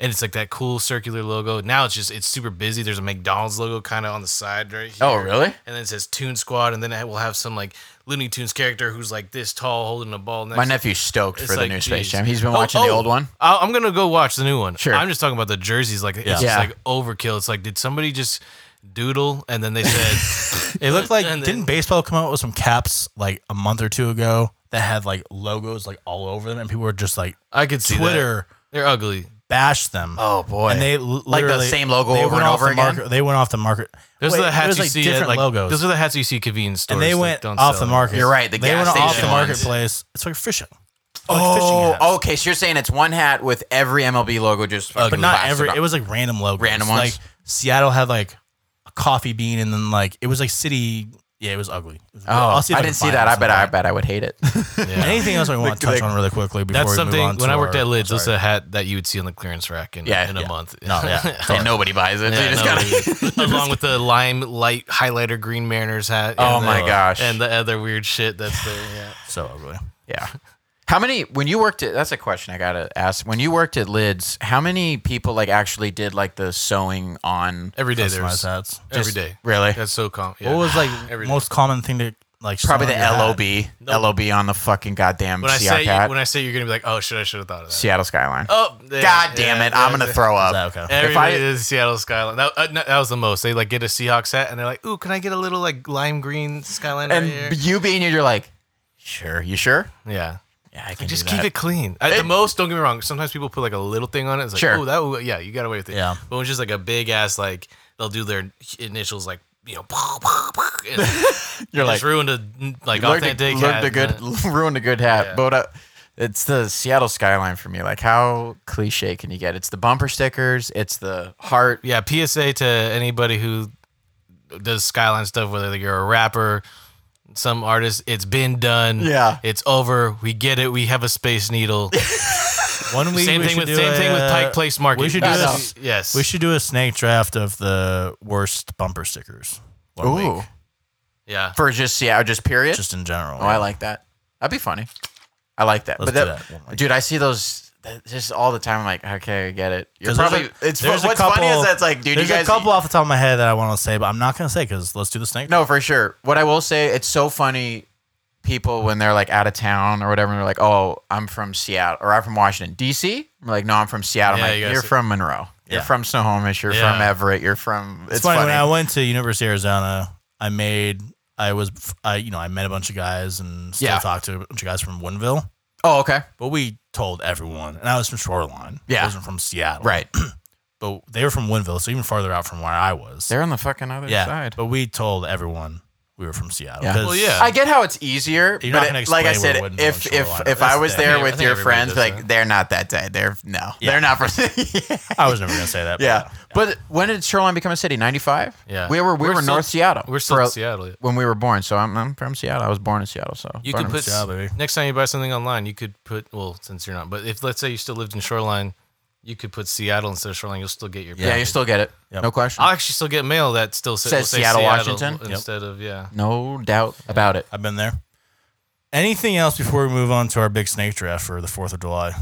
[SPEAKER 1] and it's like that cool circular logo. Now it's just it's super busy. There's a McDonald's logo kind of on the side right here.
[SPEAKER 2] Oh, really?
[SPEAKER 1] And then it says Toon Squad, and then it will have some like Looney Tunes character who's like this tall holding a ball. Next
[SPEAKER 2] My
[SPEAKER 1] to-
[SPEAKER 2] nephew's stoked
[SPEAKER 1] It's
[SPEAKER 2] for the
[SPEAKER 1] like,
[SPEAKER 2] new Space
[SPEAKER 1] geez.
[SPEAKER 2] Jam. He's been
[SPEAKER 1] Oh,
[SPEAKER 2] watching the
[SPEAKER 1] oh,
[SPEAKER 2] old one.
[SPEAKER 1] I- I'm gonna go watch the new one.
[SPEAKER 2] Sure.
[SPEAKER 1] I'm just talking about the jerseys. Like it's
[SPEAKER 3] Yeah.
[SPEAKER 1] just
[SPEAKER 2] Yeah.
[SPEAKER 1] like overkill. It's like did somebody just doodle and then they said
[SPEAKER 3] It looked like
[SPEAKER 1] and then-
[SPEAKER 3] didn't baseball come out with some caps like a month or two ago that had like logos like all over them and people were just like
[SPEAKER 1] I could see Twitter.
[SPEAKER 3] Twitter
[SPEAKER 1] They're ugly.
[SPEAKER 3] bashed them.
[SPEAKER 2] Oh boy.
[SPEAKER 3] and they
[SPEAKER 2] like the same logo over and over again.
[SPEAKER 3] Market, they went off the market.
[SPEAKER 1] Those
[SPEAKER 3] Wait,
[SPEAKER 1] are the hats
[SPEAKER 3] there's,
[SPEAKER 1] you
[SPEAKER 3] like
[SPEAKER 1] see
[SPEAKER 3] different
[SPEAKER 1] at, like,
[SPEAKER 3] logos.
[SPEAKER 1] Those are the hats you see at convenience stores.
[SPEAKER 3] and they
[SPEAKER 1] that
[SPEAKER 3] went
[SPEAKER 1] don't
[SPEAKER 3] off
[SPEAKER 1] sell
[SPEAKER 3] the
[SPEAKER 1] them.
[SPEAKER 3] market.
[SPEAKER 2] You're right, the
[SPEAKER 3] they
[SPEAKER 2] gas
[SPEAKER 3] went off the
[SPEAKER 2] station ones.
[SPEAKER 3] marketplace. It's like fishing. It's like
[SPEAKER 2] oh,
[SPEAKER 3] fishing hats.
[SPEAKER 2] okay. So you're saying it's one hat with every MLB logo just
[SPEAKER 3] but not every. It was like random logos.
[SPEAKER 2] Random ones?
[SPEAKER 3] Like Seattle had like a coffee bean, and then like it was like city. Yeah, it was ugly. It was-
[SPEAKER 2] Oh,
[SPEAKER 3] I'll see if
[SPEAKER 2] I
[SPEAKER 3] can
[SPEAKER 2] didn't see
[SPEAKER 3] find
[SPEAKER 2] that.
[SPEAKER 3] it
[SPEAKER 2] I bet. I
[SPEAKER 3] sometime.
[SPEAKER 2] bet I would hate it.
[SPEAKER 1] Yeah.
[SPEAKER 3] Anything else I want to touch
[SPEAKER 2] like-
[SPEAKER 3] on really quickly before
[SPEAKER 1] That's
[SPEAKER 3] we move on
[SPEAKER 1] something.
[SPEAKER 3] to
[SPEAKER 1] When I worked
[SPEAKER 3] our-
[SPEAKER 1] at Lids, that's
[SPEAKER 3] sorry.
[SPEAKER 1] a hat that you would see on the clearance rack in,
[SPEAKER 2] Yeah,
[SPEAKER 1] in a
[SPEAKER 2] yeah.
[SPEAKER 1] month.
[SPEAKER 3] No, yeah.
[SPEAKER 2] and nobody buys it. so you
[SPEAKER 1] Yeah,
[SPEAKER 2] just
[SPEAKER 1] no,
[SPEAKER 2] gotta-
[SPEAKER 1] we- along with the lime light highlighter green Mariners hat.
[SPEAKER 2] Oh
[SPEAKER 1] and
[SPEAKER 2] my
[SPEAKER 1] the-
[SPEAKER 2] gosh.
[SPEAKER 1] And the other weird shit that's there. Yeah.
[SPEAKER 3] so ugly.
[SPEAKER 2] Yeah. How many when you worked at that's a question I gotta ask. When you worked at Lids, how many people like actually did like the sewing on
[SPEAKER 1] Every day
[SPEAKER 3] Customized
[SPEAKER 1] there's
[SPEAKER 3] hats.
[SPEAKER 1] every day.
[SPEAKER 2] Really?
[SPEAKER 1] That's so common. Yeah.
[SPEAKER 3] What was like
[SPEAKER 1] Every day.
[SPEAKER 3] most common thing to like?
[SPEAKER 2] Probably
[SPEAKER 3] sew
[SPEAKER 2] the
[SPEAKER 3] on your hat?
[SPEAKER 2] LOB. LOB on the fucking goddamn
[SPEAKER 1] when I
[SPEAKER 2] Seattle
[SPEAKER 1] say
[SPEAKER 2] cat.
[SPEAKER 1] when I say you're gonna be like, oh shit, I should have thought of that.
[SPEAKER 2] Seattle Skyline.
[SPEAKER 1] Oh yeah,
[SPEAKER 2] God damn
[SPEAKER 1] yeah,
[SPEAKER 2] it.
[SPEAKER 1] yeah,
[SPEAKER 2] I'm gonna
[SPEAKER 1] yeah.
[SPEAKER 2] throw
[SPEAKER 3] Is
[SPEAKER 2] up.
[SPEAKER 3] that okay?
[SPEAKER 1] Everybody
[SPEAKER 2] I-
[SPEAKER 1] is Seattle skyline. That, uh, no, that was the most. They like get a Seahawks hat and they're like, "Ooh, can I get a little like lime green skyline?" right here?
[SPEAKER 2] And you being here, you're like, sure, you sure?
[SPEAKER 1] yeah,
[SPEAKER 2] Yeah, I can
[SPEAKER 1] just
[SPEAKER 2] do
[SPEAKER 1] keep
[SPEAKER 2] that.
[SPEAKER 1] it clean. At the
[SPEAKER 2] It-
[SPEAKER 1] most, don't get me wrong. Sometimes people put like a little thing on it. It's like,
[SPEAKER 2] Sure.
[SPEAKER 1] oh, that would- yeah, you got away with it.
[SPEAKER 3] Yeah.
[SPEAKER 1] But when it's just like a big ass like they'll do their initials like you know, and
[SPEAKER 2] You're
[SPEAKER 1] just
[SPEAKER 2] like
[SPEAKER 1] ruined a like
[SPEAKER 2] learned a,
[SPEAKER 1] authentic.
[SPEAKER 2] learned
[SPEAKER 1] hat.
[SPEAKER 2] a good ruined a good hat.
[SPEAKER 1] Yeah.
[SPEAKER 2] But uh, it's the Seattle skyline for me. Like how cliche can you get? It's the bumper stickers, it's the heart.
[SPEAKER 1] yeah. PSA to anybody who does skyline stuff, whether you're a rapper. Some artist, it's been done.
[SPEAKER 2] Yeah.
[SPEAKER 1] it's over. We get it. We have a space needle.
[SPEAKER 3] One week.
[SPEAKER 1] same
[SPEAKER 3] we
[SPEAKER 1] thing
[SPEAKER 3] should
[SPEAKER 1] with
[SPEAKER 3] do
[SPEAKER 1] same thing with
[SPEAKER 3] a-
[SPEAKER 1] Pike Place Market.
[SPEAKER 3] We should do
[SPEAKER 2] I know.
[SPEAKER 3] this.
[SPEAKER 1] Yes,
[SPEAKER 3] We should do a snake draft of the worst bumper stickers. One
[SPEAKER 2] Ooh.
[SPEAKER 3] week,
[SPEAKER 1] Yeah,
[SPEAKER 2] For just Seattle just period.
[SPEAKER 3] just in general.
[SPEAKER 2] Oh, I like that. That'd be funny. I like that.
[SPEAKER 3] Let's
[SPEAKER 2] but
[SPEAKER 3] do
[SPEAKER 2] that,
[SPEAKER 3] that one week.
[SPEAKER 2] dude, I see those that- just all the time. I'm like, okay, I get it. You're
[SPEAKER 3] 'Cause there's
[SPEAKER 2] probably.
[SPEAKER 3] a-
[SPEAKER 2] it's
[SPEAKER 3] there's
[SPEAKER 2] what's
[SPEAKER 3] a
[SPEAKER 2] funny
[SPEAKER 3] couple-
[SPEAKER 2] is that's like, dude, you
[SPEAKER 3] There's
[SPEAKER 2] guys.
[SPEAKER 3] a couple off the top of my head that I want to say, but I'm not gonna say because let's do the snake.
[SPEAKER 2] No, for sure. What I will say, it's so funny. People when they're like out of town or whatever, and they're like, "Oh, I'm from Seattle or I'm from Washington D.C." I'm like, "No, I'm from Seattle." I'm
[SPEAKER 1] Yeah,
[SPEAKER 2] like,
[SPEAKER 1] you
[SPEAKER 2] you
[SPEAKER 1] gotta
[SPEAKER 2] are
[SPEAKER 1] say-
[SPEAKER 2] from Monroe. You're
[SPEAKER 3] Yeah.
[SPEAKER 2] from Snohomish. You're from
[SPEAKER 1] Yeah.
[SPEAKER 2] Everett. You're from." It's,
[SPEAKER 3] It's, funny, when I went to University of Arizona, I made I was I you know I met a bunch of guys and still
[SPEAKER 2] Yeah.
[SPEAKER 3] talked to a bunch of guys from Winville,
[SPEAKER 2] oh, okay.
[SPEAKER 3] but we told everyone, and I was from Shoreline.
[SPEAKER 2] Yeah.
[SPEAKER 3] I wasn't from Seattle,
[SPEAKER 2] Right.
[SPEAKER 3] But they were from Winville, so even farther out from where I was.
[SPEAKER 2] They're on the fucking other
[SPEAKER 3] yeah,
[SPEAKER 2] side.
[SPEAKER 3] but we told everyone we were from Seattle.
[SPEAKER 2] Yeah.
[SPEAKER 3] 'cause
[SPEAKER 1] Well, yeah.
[SPEAKER 2] I get how it's easier,
[SPEAKER 3] You're not
[SPEAKER 2] but
[SPEAKER 3] gonna
[SPEAKER 2] it, like I
[SPEAKER 3] explain
[SPEAKER 2] said,
[SPEAKER 3] what wouldn't
[SPEAKER 2] if
[SPEAKER 3] be on
[SPEAKER 2] if
[SPEAKER 3] shoreline.
[SPEAKER 2] if
[SPEAKER 3] That's
[SPEAKER 2] I was
[SPEAKER 3] the-
[SPEAKER 1] I
[SPEAKER 2] there
[SPEAKER 1] think- I
[SPEAKER 2] with
[SPEAKER 1] think
[SPEAKER 2] your
[SPEAKER 1] everybody
[SPEAKER 2] friends,
[SPEAKER 1] does
[SPEAKER 2] like
[SPEAKER 1] that.
[SPEAKER 2] they're not that tight. They're no,
[SPEAKER 3] Yeah.
[SPEAKER 2] they're not from.
[SPEAKER 3] I was never gonna say that. but
[SPEAKER 2] yeah, but when did Shoreline become a city? Ninety five.
[SPEAKER 1] Yeah.
[SPEAKER 2] we were we
[SPEAKER 1] We're
[SPEAKER 2] were
[SPEAKER 1] still-
[SPEAKER 2] North Seattle.
[SPEAKER 1] we're still
[SPEAKER 2] for
[SPEAKER 1] in
[SPEAKER 2] a-
[SPEAKER 1] Seattle.
[SPEAKER 2] when we were born. So I'm, I'm from Seattle. I was born in Seattle. So
[SPEAKER 1] You
[SPEAKER 2] born
[SPEAKER 1] could
[SPEAKER 2] in-
[SPEAKER 1] put
[SPEAKER 3] Seattle, baby.
[SPEAKER 1] next time you buy something online, you could put well, since you're not, but if let's say you still lived in Shoreline, you could put Seattle instead of Shoreline. You'll still get your
[SPEAKER 2] yeah, you still get it.
[SPEAKER 3] Yep.
[SPEAKER 2] No question.
[SPEAKER 1] I'll actually still get mail that still sa-
[SPEAKER 2] Says
[SPEAKER 1] will say
[SPEAKER 2] Seattle, Washington?
[SPEAKER 3] Yep.
[SPEAKER 1] instead of yeah.
[SPEAKER 2] no doubt about it.
[SPEAKER 3] I've been there. Anything else before we move on to our big snake draft for the Fourth of July?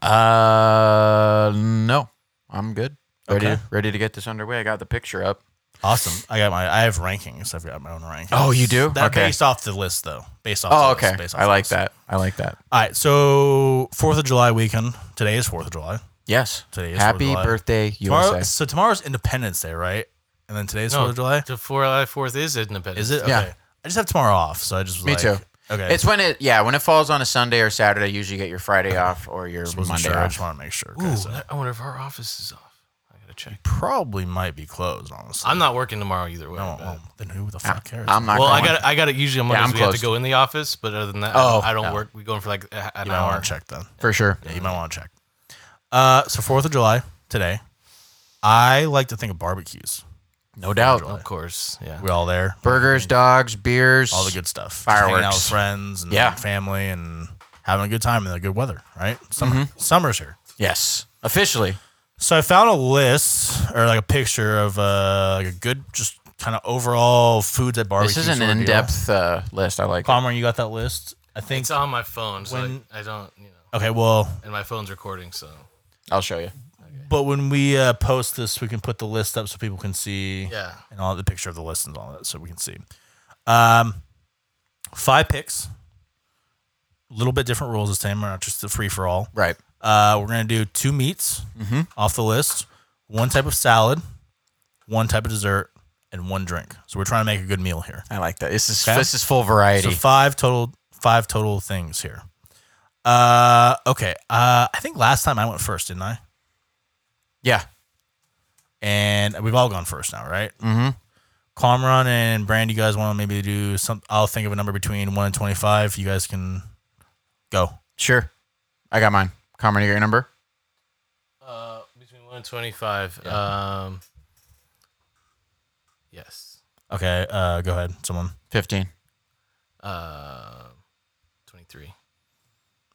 [SPEAKER 2] Uh, no, I'm good. Ready,
[SPEAKER 3] Okay.
[SPEAKER 2] ready to get this underway. I got the picture up.
[SPEAKER 3] Awesome. I got my. I have rankings. I've got my own rankings.
[SPEAKER 2] Oh, you do?
[SPEAKER 3] That
[SPEAKER 2] Okay.
[SPEAKER 3] based off the list though. Based off.
[SPEAKER 2] Oh,
[SPEAKER 3] the
[SPEAKER 2] okay.
[SPEAKER 3] List, based off
[SPEAKER 2] I
[SPEAKER 3] the
[SPEAKER 2] like
[SPEAKER 3] list.
[SPEAKER 2] that. I like that.
[SPEAKER 3] All right. So Fourth of July weekend. Today is Fourth of July.
[SPEAKER 2] Yes.
[SPEAKER 3] Today is
[SPEAKER 2] Happy
[SPEAKER 3] 4th of July.
[SPEAKER 2] birthday,
[SPEAKER 3] Tomorrow.
[SPEAKER 2] USA.
[SPEAKER 3] So tomorrow's Independence Day, right? And then today's Fourth of July.
[SPEAKER 1] The four July Fourth is Independence.
[SPEAKER 3] Is it? Okay.
[SPEAKER 2] Yeah.
[SPEAKER 3] I just have tomorrow off, so I just was
[SPEAKER 2] Me
[SPEAKER 3] like,
[SPEAKER 2] too.
[SPEAKER 3] Okay.
[SPEAKER 2] It's when it, yeah, when it falls on a Sunday or Saturday, you usually get your Friday off or your
[SPEAKER 3] wasn't
[SPEAKER 2] Monday
[SPEAKER 3] sure. I just
[SPEAKER 2] off.
[SPEAKER 3] want to make sure.
[SPEAKER 1] Ooh,
[SPEAKER 3] Ooh, so.
[SPEAKER 1] I wonder if our office is off. I gotta check.
[SPEAKER 3] Probably might be closed. Honestly,
[SPEAKER 1] I'm not working tomorrow either way. I
[SPEAKER 3] Oh,
[SPEAKER 1] bet.
[SPEAKER 3] well, then who the fuck cares?
[SPEAKER 2] I'm not.
[SPEAKER 1] well, I
[SPEAKER 2] going.
[SPEAKER 1] got I got it. Usually on
[SPEAKER 2] Yeah,
[SPEAKER 1] Mondays
[SPEAKER 2] I'm
[SPEAKER 1] we have to
[SPEAKER 2] closed.
[SPEAKER 1] go in the office, but other than that,
[SPEAKER 2] Oh,
[SPEAKER 1] I don't
[SPEAKER 2] no.
[SPEAKER 1] work. We go in for like a- an
[SPEAKER 3] you might
[SPEAKER 1] hour.
[SPEAKER 3] want to check then.
[SPEAKER 2] for sure.
[SPEAKER 3] Yeah, you might want to check. Uh, so Fourth of July today. I like to think of barbecues.
[SPEAKER 2] No doubt.
[SPEAKER 1] Of course, yeah.
[SPEAKER 3] We're all there,
[SPEAKER 2] Burgers, dogs, beers.
[SPEAKER 3] all the good stuff. Just hanging out
[SPEAKER 2] Fireworks.
[SPEAKER 3] with friends and
[SPEAKER 2] Yeah.
[SPEAKER 3] family, and having a good time in the good weather. Right, summer.
[SPEAKER 2] Mm-hmm.
[SPEAKER 3] Summer's here.
[SPEAKER 2] Yes, officially.
[SPEAKER 3] So I found a list or like a picture of uh, like a good, just kind of overall foods at barbecues.
[SPEAKER 2] This is an
[SPEAKER 3] for a deal.
[SPEAKER 2] in-depth uh, list. I like. it.
[SPEAKER 3] Palmer, you got that list? I think.
[SPEAKER 1] It's on my phone, so
[SPEAKER 3] When-
[SPEAKER 1] I, I don't, you know,
[SPEAKER 3] Okay, well,
[SPEAKER 1] and my phone's recording, so
[SPEAKER 2] I'll show you.
[SPEAKER 3] but when we uh, post this, we can put the list up so people can see.
[SPEAKER 1] yeah.
[SPEAKER 3] and all the picture of the list and all that, so we can see. Um, five picks. A little bit different rules this time. We're not just a free for all.
[SPEAKER 2] Right.
[SPEAKER 3] Uh, we're gonna do two meats off the list, one type of salad, one type of dessert, and one drink. So we're trying to make a good meal here.
[SPEAKER 2] I like that. This is
[SPEAKER 3] Okay.
[SPEAKER 2] this is full variety.
[SPEAKER 3] So five total, five total things here. Uh, okay. Uh, I think last time I went first, didn't I?
[SPEAKER 2] yeah.
[SPEAKER 3] and we've all gone first now, right? Mm-hmm. Comron and Brand, you guys want to maybe do some? I'll think of a number between one and twenty-five. You guys can go.
[SPEAKER 2] Sure. I got mine. Comment your number.
[SPEAKER 1] Uh, between one and twenty-five. Um, yes.
[SPEAKER 3] Okay, uh, go ahead. Someone
[SPEAKER 2] Fifteen.
[SPEAKER 1] Uh, twenty-three.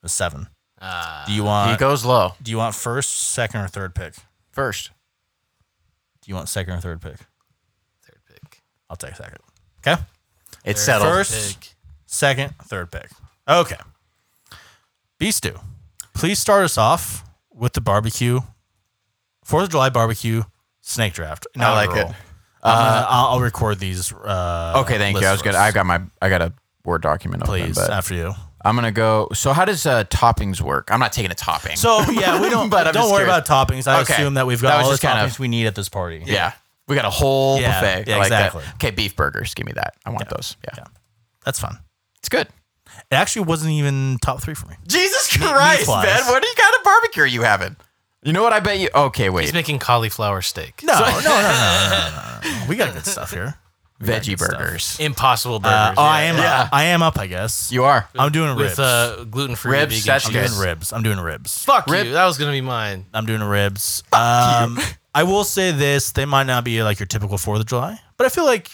[SPEAKER 3] a seven.
[SPEAKER 1] Uh,
[SPEAKER 3] Do you
[SPEAKER 2] he
[SPEAKER 3] want?
[SPEAKER 2] goes low
[SPEAKER 3] Do you want first, second, or third pick? Do
[SPEAKER 2] first.
[SPEAKER 3] you want second or third pick?
[SPEAKER 1] third pick.
[SPEAKER 3] I'll take second. Okay,
[SPEAKER 2] It's
[SPEAKER 1] Third
[SPEAKER 2] settled.
[SPEAKER 3] First-
[SPEAKER 1] pick.
[SPEAKER 3] second, third pick. Okay. Beast do. Please start us off with the barbecue, Fourth of July barbecue snake draft.
[SPEAKER 2] I like
[SPEAKER 3] Inaugural.
[SPEAKER 2] it.
[SPEAKER 3] I'm gonna- I'll, I'll record these. Uh,
[SPEAKER 2] Uh, Okay, thank you. I was good. I got my. I got a word document open,
[SPEAKER 3] Please,
[SPEAKER 2] but
[SPEAKER 3] after you.
[SPEAKER 2] I'm gonna go. So how does uh, toppings work? I'm not taking a topping.
[SPEAKER 3] So yeah, we don't.
[SPEAKER 2] But
[SPEAKER 3] but
[SPEAKER 2] I'm
[SPEAKER 3] don't
[SPEAKER 2] just
[SPEAKER 3] worry
[SPEAKER 2] curious.
[SPEAKER 3] about toppings. I
[SPEAKER 2] Okay.
[SPEAKER 3] assume that we've
[SPEAKER 2] That
[SPEAKER 3] got
[SPEAKER 2] was
[SPEAKER 3] all the
[SPEAKER 2] just kind
[SPEAKER 3] toppings
[SPEAKER 2] of-
[SPEAKER 3] we need at this party.
[SPEAKER 2] yeah. we got a whole
[SPEAKER 3] Yeah,
[SPEAKER 2] buffet.
[SPEAKER 3] yeah,
[SPEAKER 2] I like that.
[SPEAKER 3] exactly.
[SPEAKER 2] Okay, beef burgers. Give me that. I want those. Yeah.
[SPEAKER 3] Yeah. that's fun.
[SPEAKER 2] it's good.
[SPEAKER 3] It actually wasn't even top three for me.
[SPEAKER 2] Jesus Christ,
[SPEAKER 3] flies.
[SPEAKER 2] man! What do you kind of barbecue are you having? You know what? I bet you. Okay, wait.
[SPEAKER 1] He's making cauliflower steak.
[SPEAKER 3] No, no, no, no, no, no, no, no. We got good stuff here.
[SPEAKER 2] Veggie
[SPEAKER 3] stuff.
[SPEAKER 2] burgers.
[SPEAKER 1] Impossible
[SPEAKER 3] Uh,
[SPEAKER 1] burgers.
[SPEAKER 3] oh,
[SPEAKER 1] yeah.
[SPEAKER 3] I am. Up. I am up. I guess
[SPEAKER 2] You are.
[SPEAKER 3] I'm doing ribs.
[SPEAKER 1] with uh, gluten free
[SPEAKER 2] Ribs,
[SPEAKER 1] vegan.
[SPEAKER 2] that's
[SPEAKER 1] cheese.
[SPEAKER 3] I'm
[SPEAKER 2] yes.
[SPEAKER 3] doing ribs. I'm doing ribs.
[SPEAKER 1] Fuck
[SPEAKER 2] Rib-
[SPEAKER 1] you. That was gonna be mine.
[SPEAKER 3] I'm doing ribs. Um, I will say this: they might not be like your typical Fourth of July, but I feel like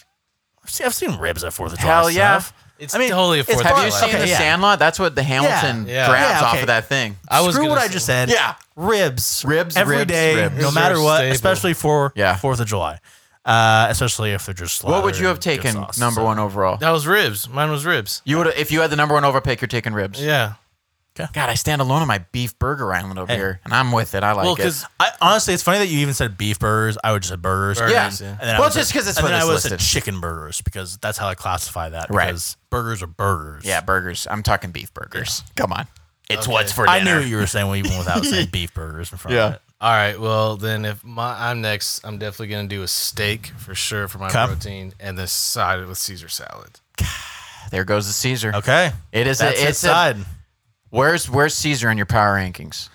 [SPEAKER 3] I've seen, I've seen ribs at Fourth of July.
[SPEAKER 2] Hell yeah.
[SPEAKER 3] stuff.
[SPEAKER 1] It's
[SPEAKER 3] I mean,
[SPEAKER 1] totally a
[SPEAKER 3] it's
[SPEAKER 1] fourth.
[SPEAKER 2] Have
[SPEAKER 1] of
[SPEAKER 2] you
[SPEAKER 1] July.
[SPEAKER 2] seen
[SPEAKER 3] Okay,
[SPEAKER 2] The
[SPEAKER 3] yeah.
[SPEAKER 2] Sandlot? That's what the Hamilton
[SPEAKER 1] Yeah.
[SPEAKER 2] grabs
[SPEAKER 3] Yeah,
[SPEAKER 2] off
[SPEAKER 3] okay.
[SPEAKER 2] of that thing.
[SPEAKER 1] I was
[SPEAKER 3] Screw
[SPEAKER 1] gonna
[SPEAKER 3] what I
[SPEAKER 1] say-
[SPEAKER 3] just said.
[SPEAKER 2] Yeah.
[SPEAKER 3] ribs,
[SPEAKER 2] Ribs,
[SPEAKER 3] every
[SPEAKER 2] ribs,
[SPEAKER 3] day,
[SPEAKER 2] ribs.
[SPEAKER 3] no
[SPEAKER 1] Ribs
[SPEAKER 3] matter
[SPEAKER 1] are
[SPEAKER 3] what,
[SPEAKER 1] stable.
[SPEAKER 3] especially for
[SPEAKER 2] Yeah.
[SPEAKER 3] Fourth of July, uh, especially if they're just.
[SPEAKER 2] what would
[SPEAKER 3] slathered
[SPEAKER 2] you have
[SPEAKER 3] in good
[SPEAKER 2] taken
[SPEAKER 3] sauce,
[SPEAKER 2] number
[SPEAKER 3] so.
[SPEAKER 2] one overall?
[SPEAKER 1] That was ribs. Mine was ribs.
[SPEAKER 2] You would if you had the number one overall pick, you're taking ribs.
[SPEAKER 1] Yeah.
[SPEAKER 2] God, I stand alone on my beef burger island over
[SPEAKER 3] Hey.
[SPEAKER 2] here, and I'm with it. I like
[SPEAKER 1] Well,
[SPEAKER 2] it.
[SPEAKER 1] because
[SPEAKER 3] I, honestly, it's funny that you even said beef burgers. I would just said burgers.
[SPEAKER 1] Burgers,
[SPEAKER 2] Yeah.
[SPEAKER 1] yeah.
[SPEAKER 3] And then I
[SPEAKER 2] Well,
[SPEAKER 3] would
[SPEAKER 2] just
[SPEAKER 3] say-
[SPEAKER 2] 'cause it's
[SPEAKER 3] and
[SPEAKER 2] what
[SPEAKER 3] then
[SPEAKER 2] it's
[SPEAKER 3] I would say
[SPEAKER 2] listed.
[SPEAKER 3] chicken burgers because that's how I classify that.
[SPEAKER 2] Right.
[SPEAKER 3] Because burgers are burgers.
[SPEAKER 2] Yeah, burgers. I'm talking beef burgers. Come on, it's
[SPEAKER 1] Okay.
[SPEAKER 2] what's for
[SPEAKER 3] I
[SPEAKER 2] dinner.
[SPEAKER 3] knew what you were saying well, even without saying beef burgers in front
[SPEAKER 2] Yeah.
[SPEAKER 3] of it.
[SPEAKER 1] All right. Well, then if my I'm next, I'm definitely gonna do a steak for sure for my
[SPEAKER 3] Okay.
[SPEAKER 1] protein, and then side it with Caesar salad.
[SPEAKER 2] there goes the Caesar.
[SPEAKER 3] Okay.
[SPEAKER 2] It is.
[SPEAKER 3] That's
[SPEAKER 2] A,
[SPEAKER 3] his
[SPEAKER 2] it's a,
[SPEAKER 3] side.
[SPEAKER 2] where's where's Caesar in your power rankings?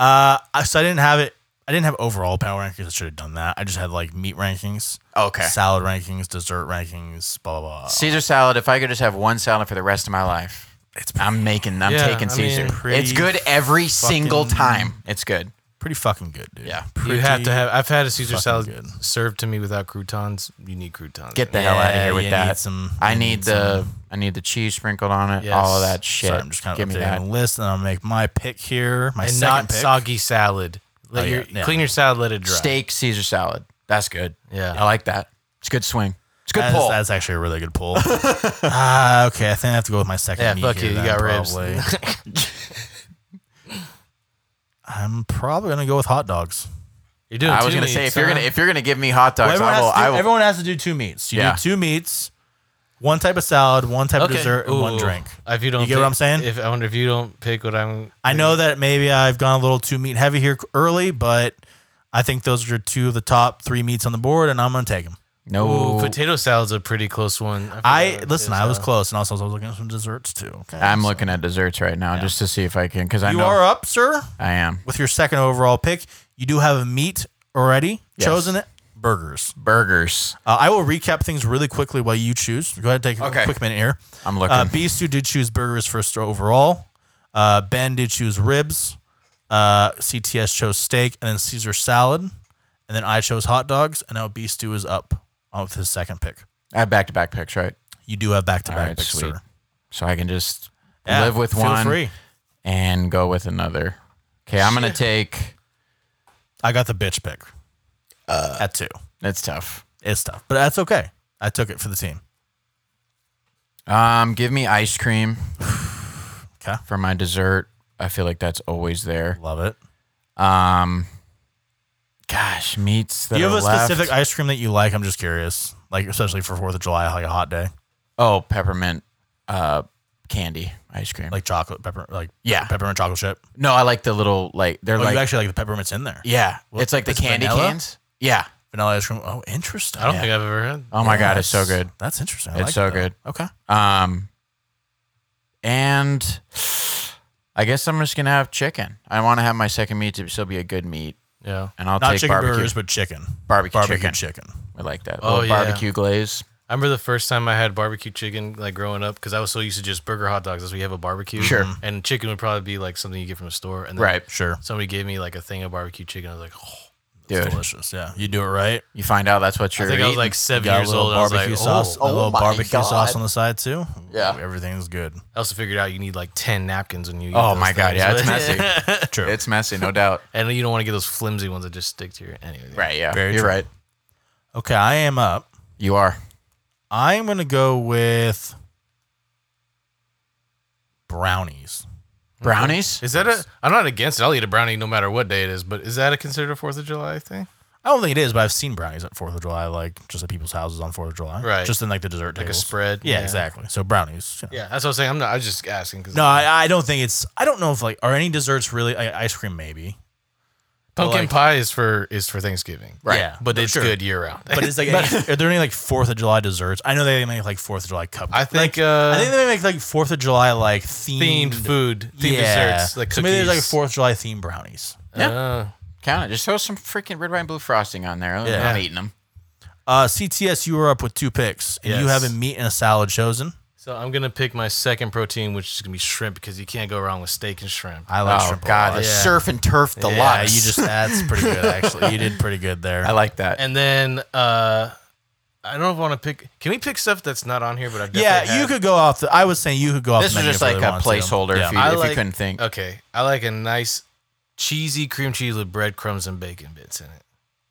[SPEAKER 3] Uh, I- so I didn't have it. I didn't have overall power rankings. I should have done that. I just had like meat rankings,
[SPEAKER 2] Okay.
[SPEAKER 3] salad rankings, dessert rankings, blah blah. blah.
[SPEAKER 2] Caesar salad. If I could just have one salad for the rest of my life,
[SPEAKER 3] It's
[SPEAKER 2] I'm making. I'm
[SPEAKER 1] Yeah,
[SPEAKER 2] taking
[SPEAKER 1] I
[SPEAKER 2] Caesar.
[SPEAKER 1] mean,
[SPEAKER 2] it's
[SPEAKER 3] pretty
[SPEAKER 2] good every single
[SPEAKER 3] fucking-
[SPEAKER 2] time. It's good.
[SPEAKER 3] pretty fucking good, dude.
[SPEAKER 2] Yeah.
[SPEAKER 3] Pretty
[SPEAKER 1] you have to have. I've had a Caesar
[SPEAKER 3] fucking
[SPEAKER 1] salad
[SPEAKER 3] good.
[SPEAKER 1] served to me without croutons. You need croutons.
[SPEAKER 2] Get the
[SPEAKER 1] that.
[SPEAKER 2] hell out of
[SPEAKER 3] Yeah,
[SPEAKER 2] here with
[SPEAKER 3] you
[SPEAKER 2] that.
[SPEAKER 3] need some-
[SPEAKER 2] I
[SPEAKER 3] you
[SPEAKER 2] need
[SPEAKER 3] need
[SPEAKER 2] the I need the cheese sprinkled on it.
[SPEAKER 1] Yes.
[SPEAKER 2] All of that shit.
[SPEAKER 3] Sorry, I'm just kind of
[SPEAKER 2] Give me
[SPEAKER 3] updating
[SPEAKER 2] that.
[SPEAKER 3] the list, and I'll make my pick here. My
[SPEAKER 1] and
[SPEAKER 3] second
[SPEAKER 1] not
[SPEAKER 3] pick.
[SPEAKER 1] soggy salad. Let
[SPEAKER 3] Oh,
[SPEAKER 1] your
[SPEAKER 3] yeah, yeah.
[SPEAKER 1] clean your salad. Let it dry.
[SPEAKER 2] Steak Caesar salad. That's good.
[SPEAKER 1] Yeah.
[SPEAKER 2] I like that. It's a good swing. It's a good
[SPEAKER 3] That's,
[SPEAKER 2] pull.
[SPEAKER 3] that's actually a really good pull. Ah, okay. I think I have to go with my second.
[SPEAKER 1] Yeah,
[SPEAKER 3] meat
[SPEAKER 1] fuck
[SPEAKER 3] here
[SPEAKER 1] you. You
[SPEAKER 3] then,
[SPEAKER 1] got ribs.
[SPEAKER 3] probably. I'm probably gonna go with hot dogs.
[SPEAKER 1] You're doing.
[SPEAKER 2] I
[SPEAKER 1] two
[SPEAKER 2] was gonna
[SPEAKER 1] meets,
[SPEAKER 2] say if you're
[SPEAKER 1] huh?
[SPEAKER 2] gonna if you're gonna give me hot
[SPEAKER 3] Well,
[SPEAKER 2] dogs,
[SPEAKER 3] everyone,
[SPEAKER 2] I will.
[SPEAKER 3] has to do,
[SPEAKER 2] I will.
[SPEAKER 3] everyone has to do two meats. You
[SPEAKER 2] Yeah.
[SPEAKER 3] do two meats, one type of salad, one type of dessert, and one
[SPEAKER 1] Ooh.
[SPEAKER 3] drink.
[SPEAKER 1] If you don't,
[SPEAKER 3] You get what
[SPEAKER 1] pick-
[SPEAKER 3] I'm saying?
[SPEAKER 1] If I wonder if you don't pick what I'm,
[SPEAKER 3] I know that maybe I've gone a little too meat heavy here early, but I think those are two of the top three meats on the board, and I'm gonna take them.
[SPEAKER 2] no,
[SPEAKER 1] Ooh, potato salad's a pretty close one. forgot
[SPEAKER 3] I
[SPEAKER 1] about
[SPEAKER 3] listen.
[SPEAKER 1] potato
[SPEAKER 3] I was
[SPEAKER 1] salad.
[SPEAKER 3] close, and also I was looking at some desserts too. Okay,
[SPEAKER 2] I'm
[SPEAKER 3] so-
[SPEAKER 2] looking at desserts right now just to see if I can because I
[SPEAKER 3] You
[SPEAKER 2] know
[SPEAKER 3] are up, sir,
[SPEAKER 2] I am
[SPEAKER 3] with your second overall pick. You do have a meat already
[SPEAKER 2] Yes.
[SPEAKER 3] chosen. It burgers.
[SPEAKER 2] burgers.
[SPEAKER 3] Uh, I will recap things really quickly while you choose. Go ahead, and take
[SPEAKER 2] Okay.
[SPEAKER 3] a quick minute here.
[SPEAKER 2] I'm looking.
[SPEAKER 3] Uh, Bisu did choose burgers first overall. Uh, ben did choose ribs. Uh, CTS chose steak and then Caesar salad. And then I chose hot dogs. And now Bisu is up with his second pick.
[SPEAKER 2] I have back to back picks, right?
[SPEAKER 3] You do have back to
[SPEAKER 2] All
[SPEAKER 3] back
[SPEAKER 2] right,
[SPEAKER 3] picks,
[SPEAKER 2] sweet.
[SPEAKER 3] sir.
[SPEAKER 2] So I can just
[SPEAKER 3] Yeah,
[SPEAKER 2] live with
[SPEAKER 3] feel
[SPEAKER 2] one
[SPEAKER 3] free.
[SPEAKER 2] and go with another. Okay, I'm gonna take.
[SPEAKER 3] I got the bitch pick
[SPEAKER 2] Uh,
[SPEAKER 3] at two.
[SPEAKER 2] That's tough.
[SPEAKER 3] It's tough, but that's okay. I took it for the team.
[SPEAKER 2] Um, give me ice cream.
[SPEAKER 3] 'Kay.
[SPEAKER 2] For my dessert, I feel like that's always there.
[SPEAKER 3] Love it.
[SPEAKER 2] Um, gosh, meats. That
[SPEAKER 3] Do you
[SPEAKER 2] are
[SPEAKER 3] have a
[SPEAKER 2] left.
[SPEAKER 3] specific ice cream that you like? I'm just curious. Like, especially for 4th of July, like a hot day,
[SPEAKER 2] Oh, peppermint, uh, candy ice cream.
[SPEAKER 3] like chocolate, pepper, like
[SPEAKER 2] Yeah.
[SPEAKER 3] peppermint chocolate chip.
[SPEAKER 2] no, I like the little like they're
[SPEAKER 3] Oh,
[SPEAKER 2] like
[SPEAKER 3] you actually like the peppermints in there.
[SPEAKER 2] yeah,
[SPEAKER 3] Well,
[SPEAKER 2] it's like the
[SPEAKER 3] is
[SPEAKER 2] candy
[SPEAKER 3] vanilla?
[SPEAKER 2] cans. Yeah.
[SPEAKER 3] vanilla ice cream. Oh, interesting.
[SPEAKER 1] I don't
[SPEAKER 2] Yeah.
[SPEAKER 1] think I've ever had.
[SPEAKER 3] Uh,
[SPEAKER 2] Oh my god, it's so
[SPEAKER 3] That's-
[SPEAKER 2] good.
[SPEAKER 3] That's interesting. I
[SPEAKER 2] It's
[SPEAKER 3] like
[SPEAKER 2] so
[SPEAKER 3] it, though.
[SPEAKER 2] good.
[SPEAKER 3] Okay.
[SPEAKER 2] Um, and I guess I'm just gonna have chicken. I want to have my second meat to still be a good meat,
[SPEAKER 1] Yeah.
[SPEAKER 2] and I'll
[SPEAKER 3] Not
[SPEAKER 2] take
[SPEAKER 3] chicken
[SPEAKER 2] barbecue.
[SPEAKER 3] burgers, but chicken.
[SPEAKER 2] Barbecue
[SPEAKER 3] Barbecue
[SPEAKER 2] chicken.
[SPEAKER 3] chicken.
[SPEAKER 2] I like that.
[SPEAKER 1] Oh,
[SPEAKER 2] Little
[SPEAKER 1] yeah.
[SPEAKER 2] barbecue glaze.
[SPEAKER 1] I remember the first time I had barbecue chicken, like growing up, because I was so used to just burger hot dogs. That's we have a barbecue.
[SPEAKER 2] Sure.
[SPEAKER 3] Mm-hmm.
[SPEAKER 1] And chicken would probably be like something you get from a store. And then
[SPEAKER 2] Right,
[SPEAKER 3] Sure.
[SPEAKER 1] Somebody gave me like a thing of barbecue chicken. I was like, oh.
[SPEAKER 3] It's
[SPEAKER 2] dude.
[SPEAKER 3] delicious. Yeah. You do it right.
[SPEAKER 2] You find out that's what
[SPEAKER 1] I
[SPEAKER 2] you're.
[SPEAKER 1] think I was
[SPEAKER 2] eating.
[SPEAKER 1] like seven
[SPEAKER 3] Got a
[SPEAKER 1] years
[SPEAKER 3] little
[SPEAKER 1] old. I was
[SPEAKER 3] barbecue
[SPEAKER 1] like,
[SPEAKER 3] sauce.
[SPEAKER 1] oh.
[SPEAKER 3] a little
[SPEAKER 2] my
[SPEAKER 3] barbecue
[SPEAKER 2] God.
[SPEAKER 3] sauce on the side too.
[SPEAKER 2] Yeah.
[SPEAKER 3] Ooh, everything's good.
[SPEAKER 1] I also figured out you need like 10 napkins when you eat
[SPEAKER 2] Oh
[SPEAKER 1] those
[SPEAKER 2] my god,
[SPEAKER 1] things.
[SPEAKER 2] yeah, it's messy.
[SPEAKER 3] True.
[SPEAKER 2] it's messy, no doubt.
[SPEAKER 1] and you don't want to get those flimsy ones that just stick to your. Anyway.
[SPEAKER 2] Right, yeah,
[SPEAKER 3] Very
[SPEAKER 2] you're
[SPEAKER 3] true.
[SPEAKER 2] right.
[SPEAKER 3] okay, I am up.
[SPEAKER 2] You are.
[SPEAKER 3] I'm gonna go with brownies.
[SPEAKER 2] Brownies?
[SPEAKER 1] Is that a? I'm not against it. I'll eat a brownie no matter what day it is. But is that a considered a Fourth of July thing?
[SPEAKER 3] I don't think it is, but I've seen brownies at Fourth of July, like just at people's houses on Fourth of July,
[SPEAKER 1] Right.
[SPEAKER 3] Just in like the dessert,
[SPEAKER 1] Like a
[SPEAKER 3] tables.
[SPEAKER 1] spread?
[SPEAKER 3] Yeah,
[SPEAKER 1] Yeah.
[SPEAKER 3] exactly. So brownies. Yeah.
[SPEAKER 1] Yeah, that's what I'm saying. I'm not. I was just asking because
[SPEAKER 3] No, I, I don't think it's. I don't know if like are any desserts really like, ice cream? Maybe,
[SPEAKER 1] pumpkin
[SPEAKER 3] like-
[SPEAKER 1] pie is for is for Thanksgiving.
[SPEAKER 2] Right.
[SPEAKER 3] Yeah,
[SPEAKER 1] but
[SPEAKER 3] for
[SPEAKER 1] it's
[SPEAKER 3] sure.
[SPEAKER 1] good year round.
[SPEAKER 3] But it's like, any, are there any like Fourth of July desserts? I know they make like Fourth of July cupcakes.
[SPEAKER 1] I think
[SPEAKER 3] Like,
[SPEAKER 1] uh,
[SPEAKER 3] I think they make like Fourth of July like themed,
[SPEAKER 1] themed food, themed
[SPEAKER 3] yeah.
[SPEAKER 1] desserts, like
[SPEAKER 3] so
[SPEAKER 1] cookies.
[SPEAKER 3] maybe there's like Fourth of July themed brownies.
[SPEAKER 1] Yeah.
[SPEAKER 2] Count it. Just throw some freaking red, white, and blue frosting on there. I'm
[SPEAKER 3] Yeah.
[SPEAKER 2] not eating them.
[SPEAKER 3] Uh, CTS, you were up with two picks, and you
[SPEAKER 1] Yes.
[SPEAKER 3] have a meat and a salad chosen.
[SPEAKER 1] so I'm gonna pick my second protein, which is gonna be shrimp, because you can't go wrong with steak and shrimp.
[SPEAKER 3] I like
[SPEAKER 2] Oh
[SPEAKER 3] shrimp.
[SPEAKER 2] god,
[SPEAKER 3] a
[SPEAKER 2] the
[SPEAKER 3] lot.
[SPEAKER 1] Yeah.
[SPEAKER 2] surf and turf
[SPEAKER 3] yeah,
[SPEAKER 2] deluxe.
[SPEAKER 3] you just that's pretty good actually. You did pretty good there.
[SPEAKER 2] I like that.
[SPEAKER 1] and then uh, I don't want to pick. Can we pick stuff that's not on here? But I definitely
[SPEAKER 3] yeah, you
[SPEAKER 1] had?
[SPEAKER 3] could go off. The, I was saying you could go off.
[SPEAKER 2] This
[SPEAKER 3] the
[SPEAKER 2] was
[SPEAKER 3] menu
[SPEAKER 2] just
[SPEAKER 3] if
[SPEAKER 2] like
[SPEAKER 3] really
[SPEAKER 2] a
[SPEAKER 3] wanted to.
[SPEAKER 2] placeholder
[SPEAKER 3] Yeah.
[SPEAKER 2] if you
[SPEAKER 1] I
[SPEAKER 2] if you
[SPEAKER 1] like-
[SPEAKER 2] couldn't think.
[SPEAKER 1] Okay, I like a nice cheesy cream cheese with breadcrumbs and bacon bits in it.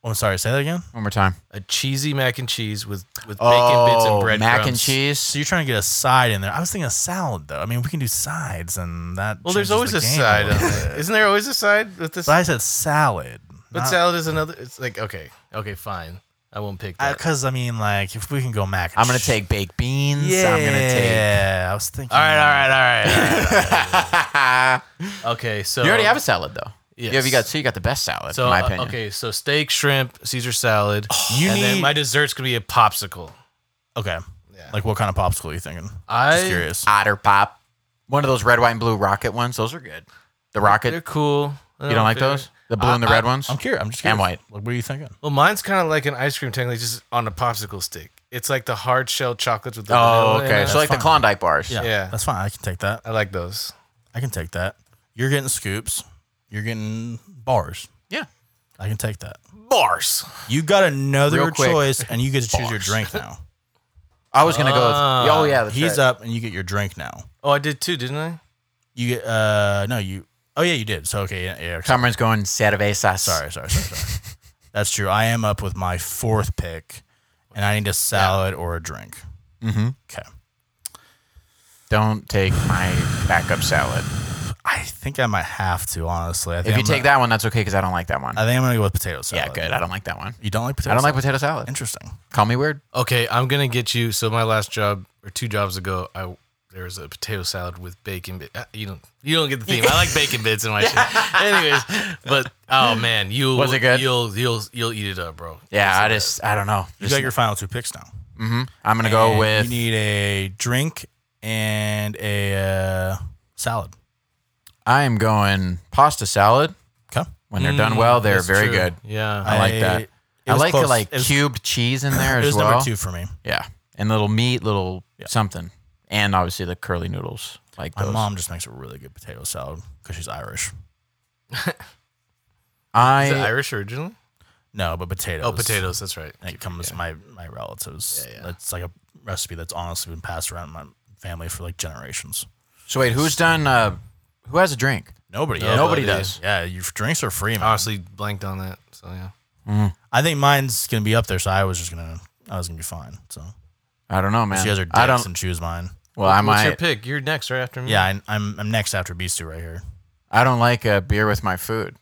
[SPEAKER 3] Oh, I'm sorry. Say that again.
[SPEAKER 2] One more time.
[SPEAKER 1] A cheesy mac and cheese with with bacon bits and
[SPEAKER 2] Oh,
[SPEAKER 1] breadcrumbs.
[SPEAKER 2] mac and
[SPEAKER 3] So
[SPEAKER 2] cheese.
[SPEAKER 3] you're trying to get a side in there. I was thinking a salad though. I mean, we can do sides, and that.
[SPEAKER 1] Well, there's
[SPEAKER 3] changes
[SPEAKER 1] always
[SPEAKER 3] the
[SPEAKER 1] a
[SPEAKER 3] game
[SPEAKER 1] side.
[SPEAKER 3] little
[SPEAKER 1] on
[SPEAKER 3] bit.
[SPEAKER 1] it. Isn't there always a side with this?
[SPEAKER 3] But I said salad.
[SPEAKER 1] But salad is another. It's like okay, okay, fine. I won't pick that.
[SPEAKER 3] Because I mean, like, if we can go mac. And
[SPEAKER 2] I'm gonna
[SPEAKER 3] cheese-
[SPEAKER 2] take baked beans.
[SPEAKER 3] Yeah,
[SPEAKER 2] I'm gonna take.
[SPEAKER 3] Yeah, I was thinking.
[SPEAKER 1] all right, all right, all right, all right.
[SPEAKER 2] you
[SPEAKER 1] Okay, so
[SPEAKER 2] already have a salad though.
[SPEAKER 1] Yes.
[SPEAKER 2] Yeah, you got so you got the best salad.
[SPEAKER 1] So
[SPEAKER 2] in my
[SPEAKER 1] uh,
[SPEAKER 2] opinion. Oh,
[SPEAKER 1] okay, so steak, shrimp, Caesar salad.
[SPEAKER 3] You
[SPEAKER 1] and
[SPEAKER 3] need-
[SPEAKER 1] then my dessert's gonna be a popsicle.
[SPEAKER 3] Okay.
[SPEAKER 1] Yeah.
[SPEAKER 3] Like, what kind of popsicle are you thinking?
[SPEAKER 1] I
[SPEAKER 3] Just curious.
[SPEAKER 2] Otter Pop. One of those red, white, and blue rocket ones. Those are good. The rocket.
[SPEAKER 1] they're cool.
[SPEAKER 2] you don't like those? The blue and the
[SPEAKER 1] I-
[SPEAKER 2] red ones?
[SPEAKER 3] I'm curious. I'm just curious.
[SPEAKER 2] And white.
[SPEAKER 3] Like, what are you thinking?
[SPEAKER 1] Well, mine's kind of like an ice cream technically, just on a popsicle stick. It's like the hard shell chocolates with the
[SPEAKER 2] Oh,
[SPEAKER 1] vanilla in
[SPEAKER 2] okay.
[SPEAKER 1] it.
[SPEAKER 2] So like the Klondike bars.
[SPEAKER 1] Yeah.
[SPEAKER 3] That's fine. I can take that.
[SPEAKER 1] I like those.
[SPEAKER 3] I can take that. You're getting scoops. You're getting bars.
[SPEAKER 2] Yeah.
[SPEAKER 3] I can take that.
[SPEAKER 1] Bars.
[SPEAKER 3] You got another
[SPEAKER 2] Real quick.
[SPEAKER 3] choice, and you get to choose your drink now.
[SPEAKER 2] I was gonna go with
[SPEAKER 1] Ah,
[SPEAKER 2] Oh yeah, that's
[SPEAKER 3] He's
[SPEAKER 2] right.
[SPEAKER 3] up, and you get your drink now.
[SPEAKER 1] Oh, I did too, didn't I?
[SPEAKER 3] You get uh no you oh yeah you did so okay yeah, yeah sorry
[SPEAKER 2] Cameron's going cerveza.
[SPEAKER 3] sorry sorry, sorry, sorry. that's true I am up with my fourth pick and I need a salad or a drink
[SPEAKER 2] Mhm.
[SPEAKER 3] okay
[SPEAKER 2] Don't take my backup salad.
[SPEAKER 3] I think I might have to honestly. I think
[SPEAKER 2] If you
[SPEAKER 3] I'm
[SPEAKER 2] take
[SPEAKER 3] gonna-
[SPEAKER 2] that one, that's okay because I don't like that one.
[SPEAKER 3] I think I'm gonna go with potato salad.
[SPEAKER 2] yeah, good. I don't like that one.
[SPEAKER 3] You don't like potato.
[SPEAKER 2] I don't like
[SPEAKER 3] salad?
[SPEAKER 2] potato salad.
[SPEAKER 3] Interesting.
[SPEAKER 2] Call me weird.
[SPEAKER 1] Okay, I'm gonna get you. So my last job or two jobs ago, I there was a potato salad with bacon. Bit. uh, You don't you don't get the theme. I like bacon bits in my shit. Anyways, but oh man, you
[SPEAKER 2] Was it good?
[SPEAKER 1] You'll you'll you'll eat it up, bro.
[SPEAKER 2] Yeah, I just I don't know.
[SPEAKER 3] You got your final two picks now.
[SPEAKER 2] hmm I'm gonna go
[SPEAKER 3] And
[SPEAKER 2] with
[SPEAKER 3] You need a drink and a uh, salad.
[SPEAKER 2] I am going pasta salad.
[SPEAKER 3] Okay.
[SPEAKER 2] When they're
[SPEAKER 1] Mm,
[SPEAKER 2] done well, they're
[SPEAKER 1] that's
[SPEAKER 2] very
[SPEAKER 1] true.
[SPEAKER 2] good.
[SPEAKER 1] Yeah,
[SPEAKER 2] I like that.
[SPEAKER 3] it
[SPEAKER 2] I
[SPEAKER 3] was
[SPEAKER 2] like the
[SPEAKER 3] close.
[SPEAKER 2] like
[SPEAKER 3] It was-
[SPEAKER 2] cubed cheese in there as
[SPEAKER 3] It was
[SPEAKER 2] well.
[SPEAKER 3] number two for me.
[SPEAKER 2] Yeah, and little meat, little
[SPEAKER 3] Yeah.
[SPEAKER 2] something, and obviously the curly noodles. Like
[SPEAKER 3] My
[SPEAKER 2] those.
[SPEAKER 3] mom just makes a really good potato salad because she's Irish.
[SPEAKER 1] Is it
[SPEAKER 2] I
[SPEAKER 1] Irish originally?
[SPEAKER 3] No, but potatoes.
[SPEAKER 1] Oh, potatoes. That's right.
[SPEAKER 3] And it comes my my relatives.
[SPEAKER 1] Yeah, yeah.
[SPEAKER 3] That's like a recipe that's honestly been passed around in my family for like generations.
[SPEAKER 2] so wait, who's done? Uh, who has a drink?
[SPEAKER 3] Nobody.
[SPEAKER 1] Nobody
[SPEAKER 2] Nobody
[SPEAKER 1] is.
[SPEAKER 2] does.
[SPEAKER 3] Yeah, your drinks are free, man.
[SPEAKER 1] Honestly, blanked on that. So yeah.
[SPEAKER 3] I think mine's gonna be up there, so I was just gonna I was gonna be fine. So
[SPEAKER 2] I don't know, man.
[SPEAKER 3] you guys are
[SPEAKER 2] I
[SPEAKER 3] dicks
[SPEAKER 2] don't.
[SPEAKER 3] and choose mine.
[SPEAKER 2] Well, I
[SPEAKER 1] What's your
[SPEAKER 2] might.
[SPEAKER 1] pick? You're next, right after me.
[SPEAKER 3] Yeah, I, I'm I'm next after Beast Two right here.
[SPEAKER 2] I don't like a beer with my food.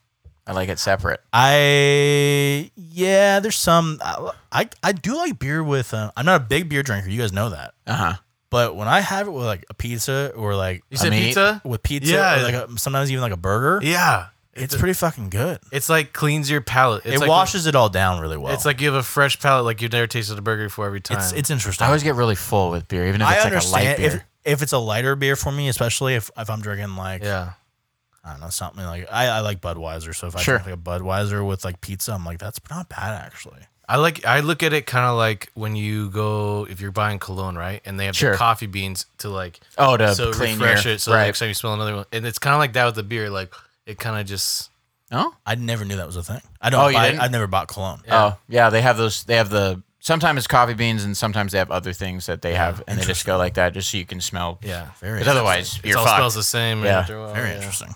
[SPEAKER 2] I like it separate.
[SPEAKER 3] I yeah, there's some I I, I do like beer with. Uh, I'm not a big beer drinker. You guys know that.
[SPEAKER 2] Uh huh.
[SPEAKER 3] But when I have it with like a pizza or like
[SPEAKER 1] You said
[SPEAKER 2] mean-
[SPEAKER 1] pizza.
[SPEAKER 3] with pizza,
[SPEAKER 1] Yeah.
[SPEAKER 3] or like a, sometimes even like a burger,
[SPEAKER 1] Yeah.
[SPEAKER 3] it's pretty fucking good.
[SPEAKER 1] It's like cleans your palate. It's
[SPEAKER 3] it
[SPEAKER 1] like
[SPEAKER 3] washes it all down really well.
[SPEAKER 1] It's like you have a fresh palate, like you've never tasted a burger before. Every time.
[SPEAKER 3] it's it's interesting.
[SPEAKER 2] I always get really full with beer, even if
[SPEAKER 3] I
[SPEAKER 2] it's like a
[SPEAKER 3] understand
[SPEAKER 2] light beer.
[SPEAKER 3] if if it's a lighter beer for me, especially if, if I'm drinking like
[SPEAKER 1] yeah.
[SPEAKER 3] I don't know something like I, I like Budweiser. So if I
[SPEAKER 2] Sure.
[SPEAKER 3] drink like a Budweiser with like pizza, I'm like that's not bad actually.
[SPEAKER 1] I like I look at it kind of like when you go if you're buying cologne, right? And they have
[SPEAKER 2] Sure.
[SPEAKER 1] the coffee beans to like
[SPEAKER 2] oh, to
[SPEAKER 1] so
[SPEAKER 2] clean
[SPEAKER 1] refresh
[SPEAKER 2] your
[SPEAKER 1] it. So
[SPEAKER 2] right.
[SPEAKER 1] next time you smell another one, and it's kind of like that with the beer. Like it kind of just
[SPEAKER 2] oh,
[SPEAKER 3] I never knew that was a thing. I don't.
[SPEAKER 2] Oh, you
[SPEAKER 3] buy,
[SPEAKER 2] didn't?
[SPEAKER 3] I never bought cologne.
[SPEAKER 1] Yeah.
[SPEAKER 2] oh, yeah. They have those. They have the. Sometimes it's coffee beans, and sometimes they have other things that they have, and they just go like that, just so you can smell.
[SPEAKER 1] yeah,
[SPEAKER 3] Very.
[SPEAKER 2] Because otherwise,
[SPEAKER 1] it
[SPEAKER 2] you're
[SPEAKER 1] all
[SPEAKER 2] fucked.
[SPEAKER 1] smells the same.
[SPEAKER 2] Yeah.
[SPEAKER 1] after a while,
[SPEAKER 3] very
[SPEAKER 1] yeah.
[SPEAKER 3] interesting.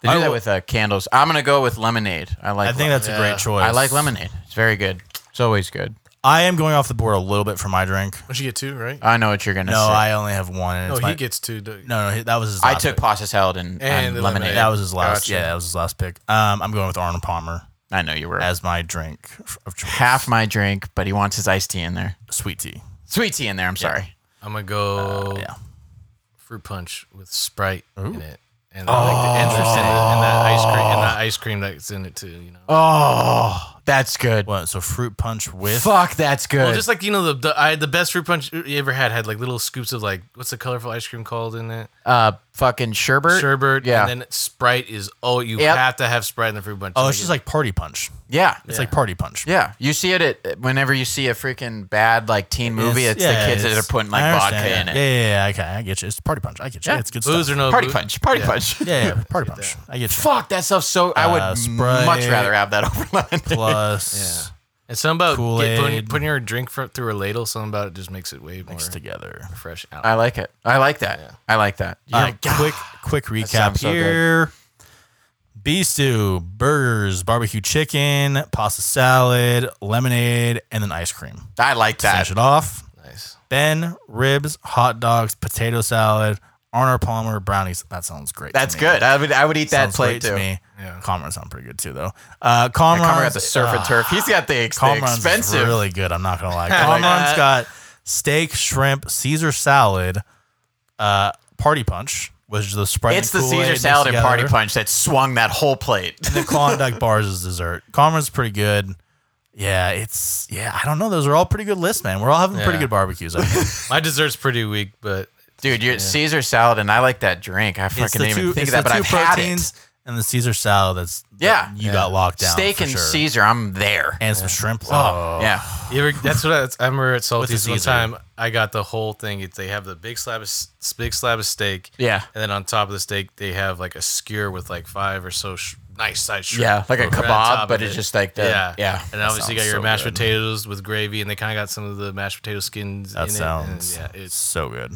[SPEAKER 2] They do
[SPEAKER 3] I
[SPEAKER 2] that
[SPEAKER 3] will-
[SPEAKER 2] with uh, candles. I'm gonna go with lemonade. I like.
[SPEAKER 3] I think
[SPEAKER 2] lem-
[SPEAKER 3] that's a
[SPEAKER 1] Yeah.
[SPEAKER 3] great choice.
[SPEAKER 2] I like lemonade. It's very good. It's always good.
[SPEAKER 3] I am going off the board a little bit for my drink.
[SPEAKER 1] Don't you get two, right?
[SPEAKER 2] I know what you're gonna
[SPEAKER 3] No,
[SPEAKER 2] say.
[SPEAKER 3] I only have one. And
[SPEAKER 1] no,
[SPEAKER 3] it's
[SPEAKER 1] he
[SPEAKER 3] my,
[SPEAKER 1] gets two. don't-
[SPEAKER 3] no, no, he- that was his.
[SPEAKER 2] I
[SPEAKER 3] last
[SPEAKER 2] took
[SPEAKER 3] pick.
[SPEAKER 2] pasta salad
[SPEAKER 1] And
[SPEAKER 2] and, and
[SPEAKER 1] the
[SPEAKER 2] lemonade.
[SPEAKER 1] lemonade.
[SPEAKER 3] That was his last.
[SPEAKER 1] Gotcha.
[SPEAKER 3] Yeah, that was his last pick. Um, I'm going with Arnold Palmer
[SPEAKER 2] I know you were
[SPEAKER 3] as my drink of choice.
[SPEAKER 2] half my drink, but he wants his iced tea in there.
[SPEAKER 3] sweet tea.
[SPEAKER 2] Sweet tea in there. I'm sorry.
[SPEAKER 1] I'm gonna go
[SPEAKER 2] Uh,
[SPEAKER 3] yeah.
[SPEAKER 1] fruit punch with Sprite in it, and I like
[SPEAKER 2] Oh.
[SPEAKER 1] the interest in it, and that ice cream, and that ice cream that's in it too. You know,
[SPEAKER 2] Oh, that's good.
[SPEAKER 3] What? So fruit punch with
[SPEAKER 2] Fuck, that's good.
[SPEAKER 1] Well, just like you know, the, the I the best fruit punch you ever had had like little scoops of like what's the colorful ice cream called in it?
[SPEAKER 2] uh, fucking sherbet.
[SPEAKER 1] Sherbet.
[SPEAKER 2] Er, Yeah.
[SPEAKER 1] And then Sprite is oh you
[SPEAKER 2] Yep.
[SPEAKER 1] have to have Sprite in the fruit punch.
[SPEAKER 3] oh, it's just like party punch.
[SPEAKER 2] yeah.
[SPEAKER 3] It's
[SPEAKER 1] Yeah.
[SPEAKER 3] like party punch.
[SPEAKER 2] Yeah, you see it at, whenever you see a freaking bad like teen movie. It's,
[SPEAKER 3] yeah,
[SPEAKER 2] the kids that
[SPEAKER 3] it's-
[SPEAKER 2] are putting
[SPEAKER 3] I
[SPEAKER 2] like
[SPEAKER 3] understand,
[SPEAKER 2] vodka
[SPEAKER 3] yeah.
[SPEAKER 2] in it.
[SPEAKER 3] Yeah, yeah, yeah, okay, I get you. It's party punch. I get you.
[SPEAKER 2] Yeah.
[SPEAKER 3] It's good stuff.
[SPEAKER 1] booze or no
[SPEAKER 2] Party
[SPEAKER 1] booze?
[SPEAKER 2] punch, party
[SPEAKER 1] Yeah.
[SPEAKER 2] punch.
[SPEAKER 3] yeah, yeah, party punch. I get you.
[SPEAKER 2] Fuck, that stuff's so. I would
[SPEAKER 3] Uh, Sprite.
[SPEAKER 2] much rather have that over lemonade.
[SPEAKER 3] Plus
[SPEAKER 1] And something about get, putting,
[SPEAKER 3] Kool-Aid.
[SPEAKER 1] putting your drink fro- through a ladle. Something about it just makes it way more
[SPEAKER 3] mixed together.
[SPEAKER 1] fresh. Out.
[SPEAKER 2] I like it. I like that. I like that.
[SPEAKER 3] All
[SPEAKER 2] Yeah,
[SPEAKER 3] right, quick quick recap
[SPEAKER 2] sounds so good.
[SPEAKER 3] here. Beef stew, burgers, barbecue chicken, pasta salad, lemonade, and then ice cream.
[SPEAKER 2] I like that.
[SPEAKER 3] Finish it off.
[SPEAKER 1] nice.
[SPEAKER 3] Ben, ribs, hot dogs, potato salad, Arnold Palmer, brownies. That sounds great. to
[SPEAKER 2] That's
[SPEAKER 3] me.
[SPEAKER 2] good. I would. I would eat that
[SPEAKER 3] Sounds
[SPEAKER 2] plate
[SPEAKER 3] great
[SPEAKER 2] too.
[SPEAKER 3] to me.
[SPEAKER 1] Yeah.
[SPEAKER 3] Comrade sound pretty good too though. Uh, Comrade,
[SPEAKER 2] Comrade got the surf and turf. He's got the, ex- the
[SPEAKER 3] Comrade's
[SPEAKER 2] expensive.
[SPEAKER 3] really good. I'm not gonna lie.
[SPEAKER 2] like
[SPEAKER 3] Comrade's
[SPEAKER 2] that.
[SPEAKER 3] got steak, shrimp, Caesar salad, uh, party punch, which is the Sprite.
[SPEAKER 2] it's the
[SPEAKER 3] and Kool-Aid
[SPEAKER 2] Caesar
[SPEAKER 3] mixed
[SPEAKER 2] salad and party
[SPEAKER 3] together.
[SPEAKER 2] punch that swung that whole plate.
[SPEAKER 3] the Klondike bars is dessert. Comrade's pretty good. Yeah, it's yeah. I don't know. Those are all pretty good lists, man. We're all having pretty
[SPEAKER 1] Yeah.
[SPEAKER 3] good barbecues. I think.
[SPEAKER 1] My dessert's pretty weak, but
[SPEAKER 2] Dude, your Caesar salad and I like that drink. I fucking didn't even think of that, but I've had it.
[SPEAKER 3] and the Caesar salad. That's that
[SPEAKER 2] Yeah.
[SPEAKER 3] you got locked down.
[SPEAKER 2] Steak
[SPEAKER 3] for
[SPEAKER 2] and
[SPEAKER 3] sure.
[SPEAKER 2] Caesar, I'm there.
[SPEAKER 3] and some shrimp.
[SPEAKER 2] Oh,
[SPEAKER 3] Oh,
[SPEAKER 2] yeah.
[SPEAKER 1] you ever, that's what I, I remember at
[SPEAKER 3] the
[SPEAKER 1] Salty's one
[SPEAKER 3] Caesar.
[SPEAKER 1] time. I got the whole thing. It's, they have the big slab of s- big slab of steak,
[SPEAKER 2] Yeah.
[SPEAKER 1] and then on top of the steak they have like a skewer with like five or so sh- nice size shrimp.
[SPEAKER 2] Yeah, like a
[SPEAKER 1] over on top
[SPEAKER 2] kebab,
[SPEAKER 1] of
[SPEAKER 2] but
[SPEAKER 1] it.
[SPEAKER 2] it's just like the yeah.
[SPEAKER 1] Yeah. And obviously you got
[SPEAKER 2] sounds
[SPEAKER 1] your
[SPEAKER 2] so
[SPEAKER 1] mashed
[SPEAKER 2] good.
[SPEAKER 1] potatoes with gravy, and they kind of got some of the mashed potato skins.
[SPEAKER 3] That
[SPEAKER 1] in
[SPEAKER 3] sounds
[SPEAKER 1] It. And yeah, it's.
[SPEAKER 3] so good.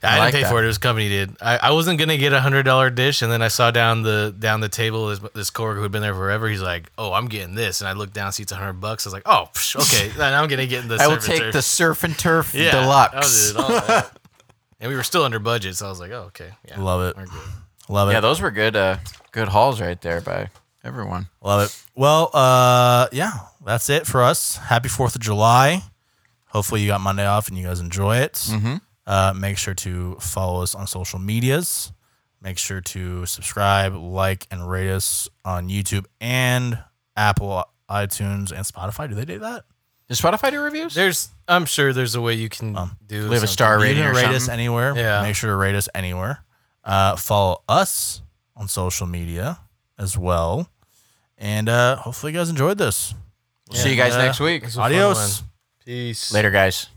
[SPEAKER 1] I, didn't
[SPEAKER 2] like
[SPEAKER 1] pay
[SPEAKER 2] that.
[SPEAKER 1] for it. It was company did. I, I wasn't gonna get a hundred dollar dish, and then I saw down the down the table this, this coworker who'd been there forever. He's like, "Oh, I'm getting this," and I looked down, see it's a hundred bucks. I was like, "Oh, psh, okay, then I'm gonna get the."
[SPEAKER 2] I will
[SPEAKER 1] surf and
[SPEAKER 2] take
[SPEAKER 1] turf."
[SPEAKER 2] the surf and turf
[SPEAKER 1] yeah, I
[SPEAKER 2] deluxe.
[SPEAKER 1] did all that. and we were still under budget, so I was like, "Oh, okay, yeah,
[SPEAKER 3] Love it.
[SPEAKER 1] we're good."
[SPEAKER 3] Love it.
[SPEAKER 2] Yeah, those were good uh good hauls right there by everyone.
[SPEAKER 3] Love it. Well, uh, yeah, that's it for us. Happy Fourth of July. Hopefully, you got Monday off and you guys enjoy it.
[SPEAKER 2] Mm-hmm.
[SPEAKER 3] Uh, make sure to follow us on social medias. Make sure to subscribe, like, and rate us on YouTube and Apple, iTunes, and Spotify. Do they do that?
[SPEAKER 2] Does Spotify do reviews?
[SPEAKER 1] There's, I'm sure there's a way you can do
[SPEAKER 2] leave Um, a
[SPEAKER 1] something.
[SPEAKER 2] star rating
[SPEAKER 3] you
[SPEAKER 2] or
[SPEAKER 3] can rate us
[SPEAKER 2] something.
[SPEAKER 3] anywhere.
[SPEAKER 1] Yeah.
[SPEAKER 3] Make sure to rate us anywhere. Uh, follow us on social media as well. And uh, hopefully, you guys enjoyed this.
[SPEAKER 2] See you guys
[SPEAKER 3] Yeah.
[SPEAKER 2] next week.
[SPEAKER 1] This was a fun
[SPEAKER 3] Adios.
[SPEAKER 1] one. Peace.
[SPEAKER 2] Later, guys.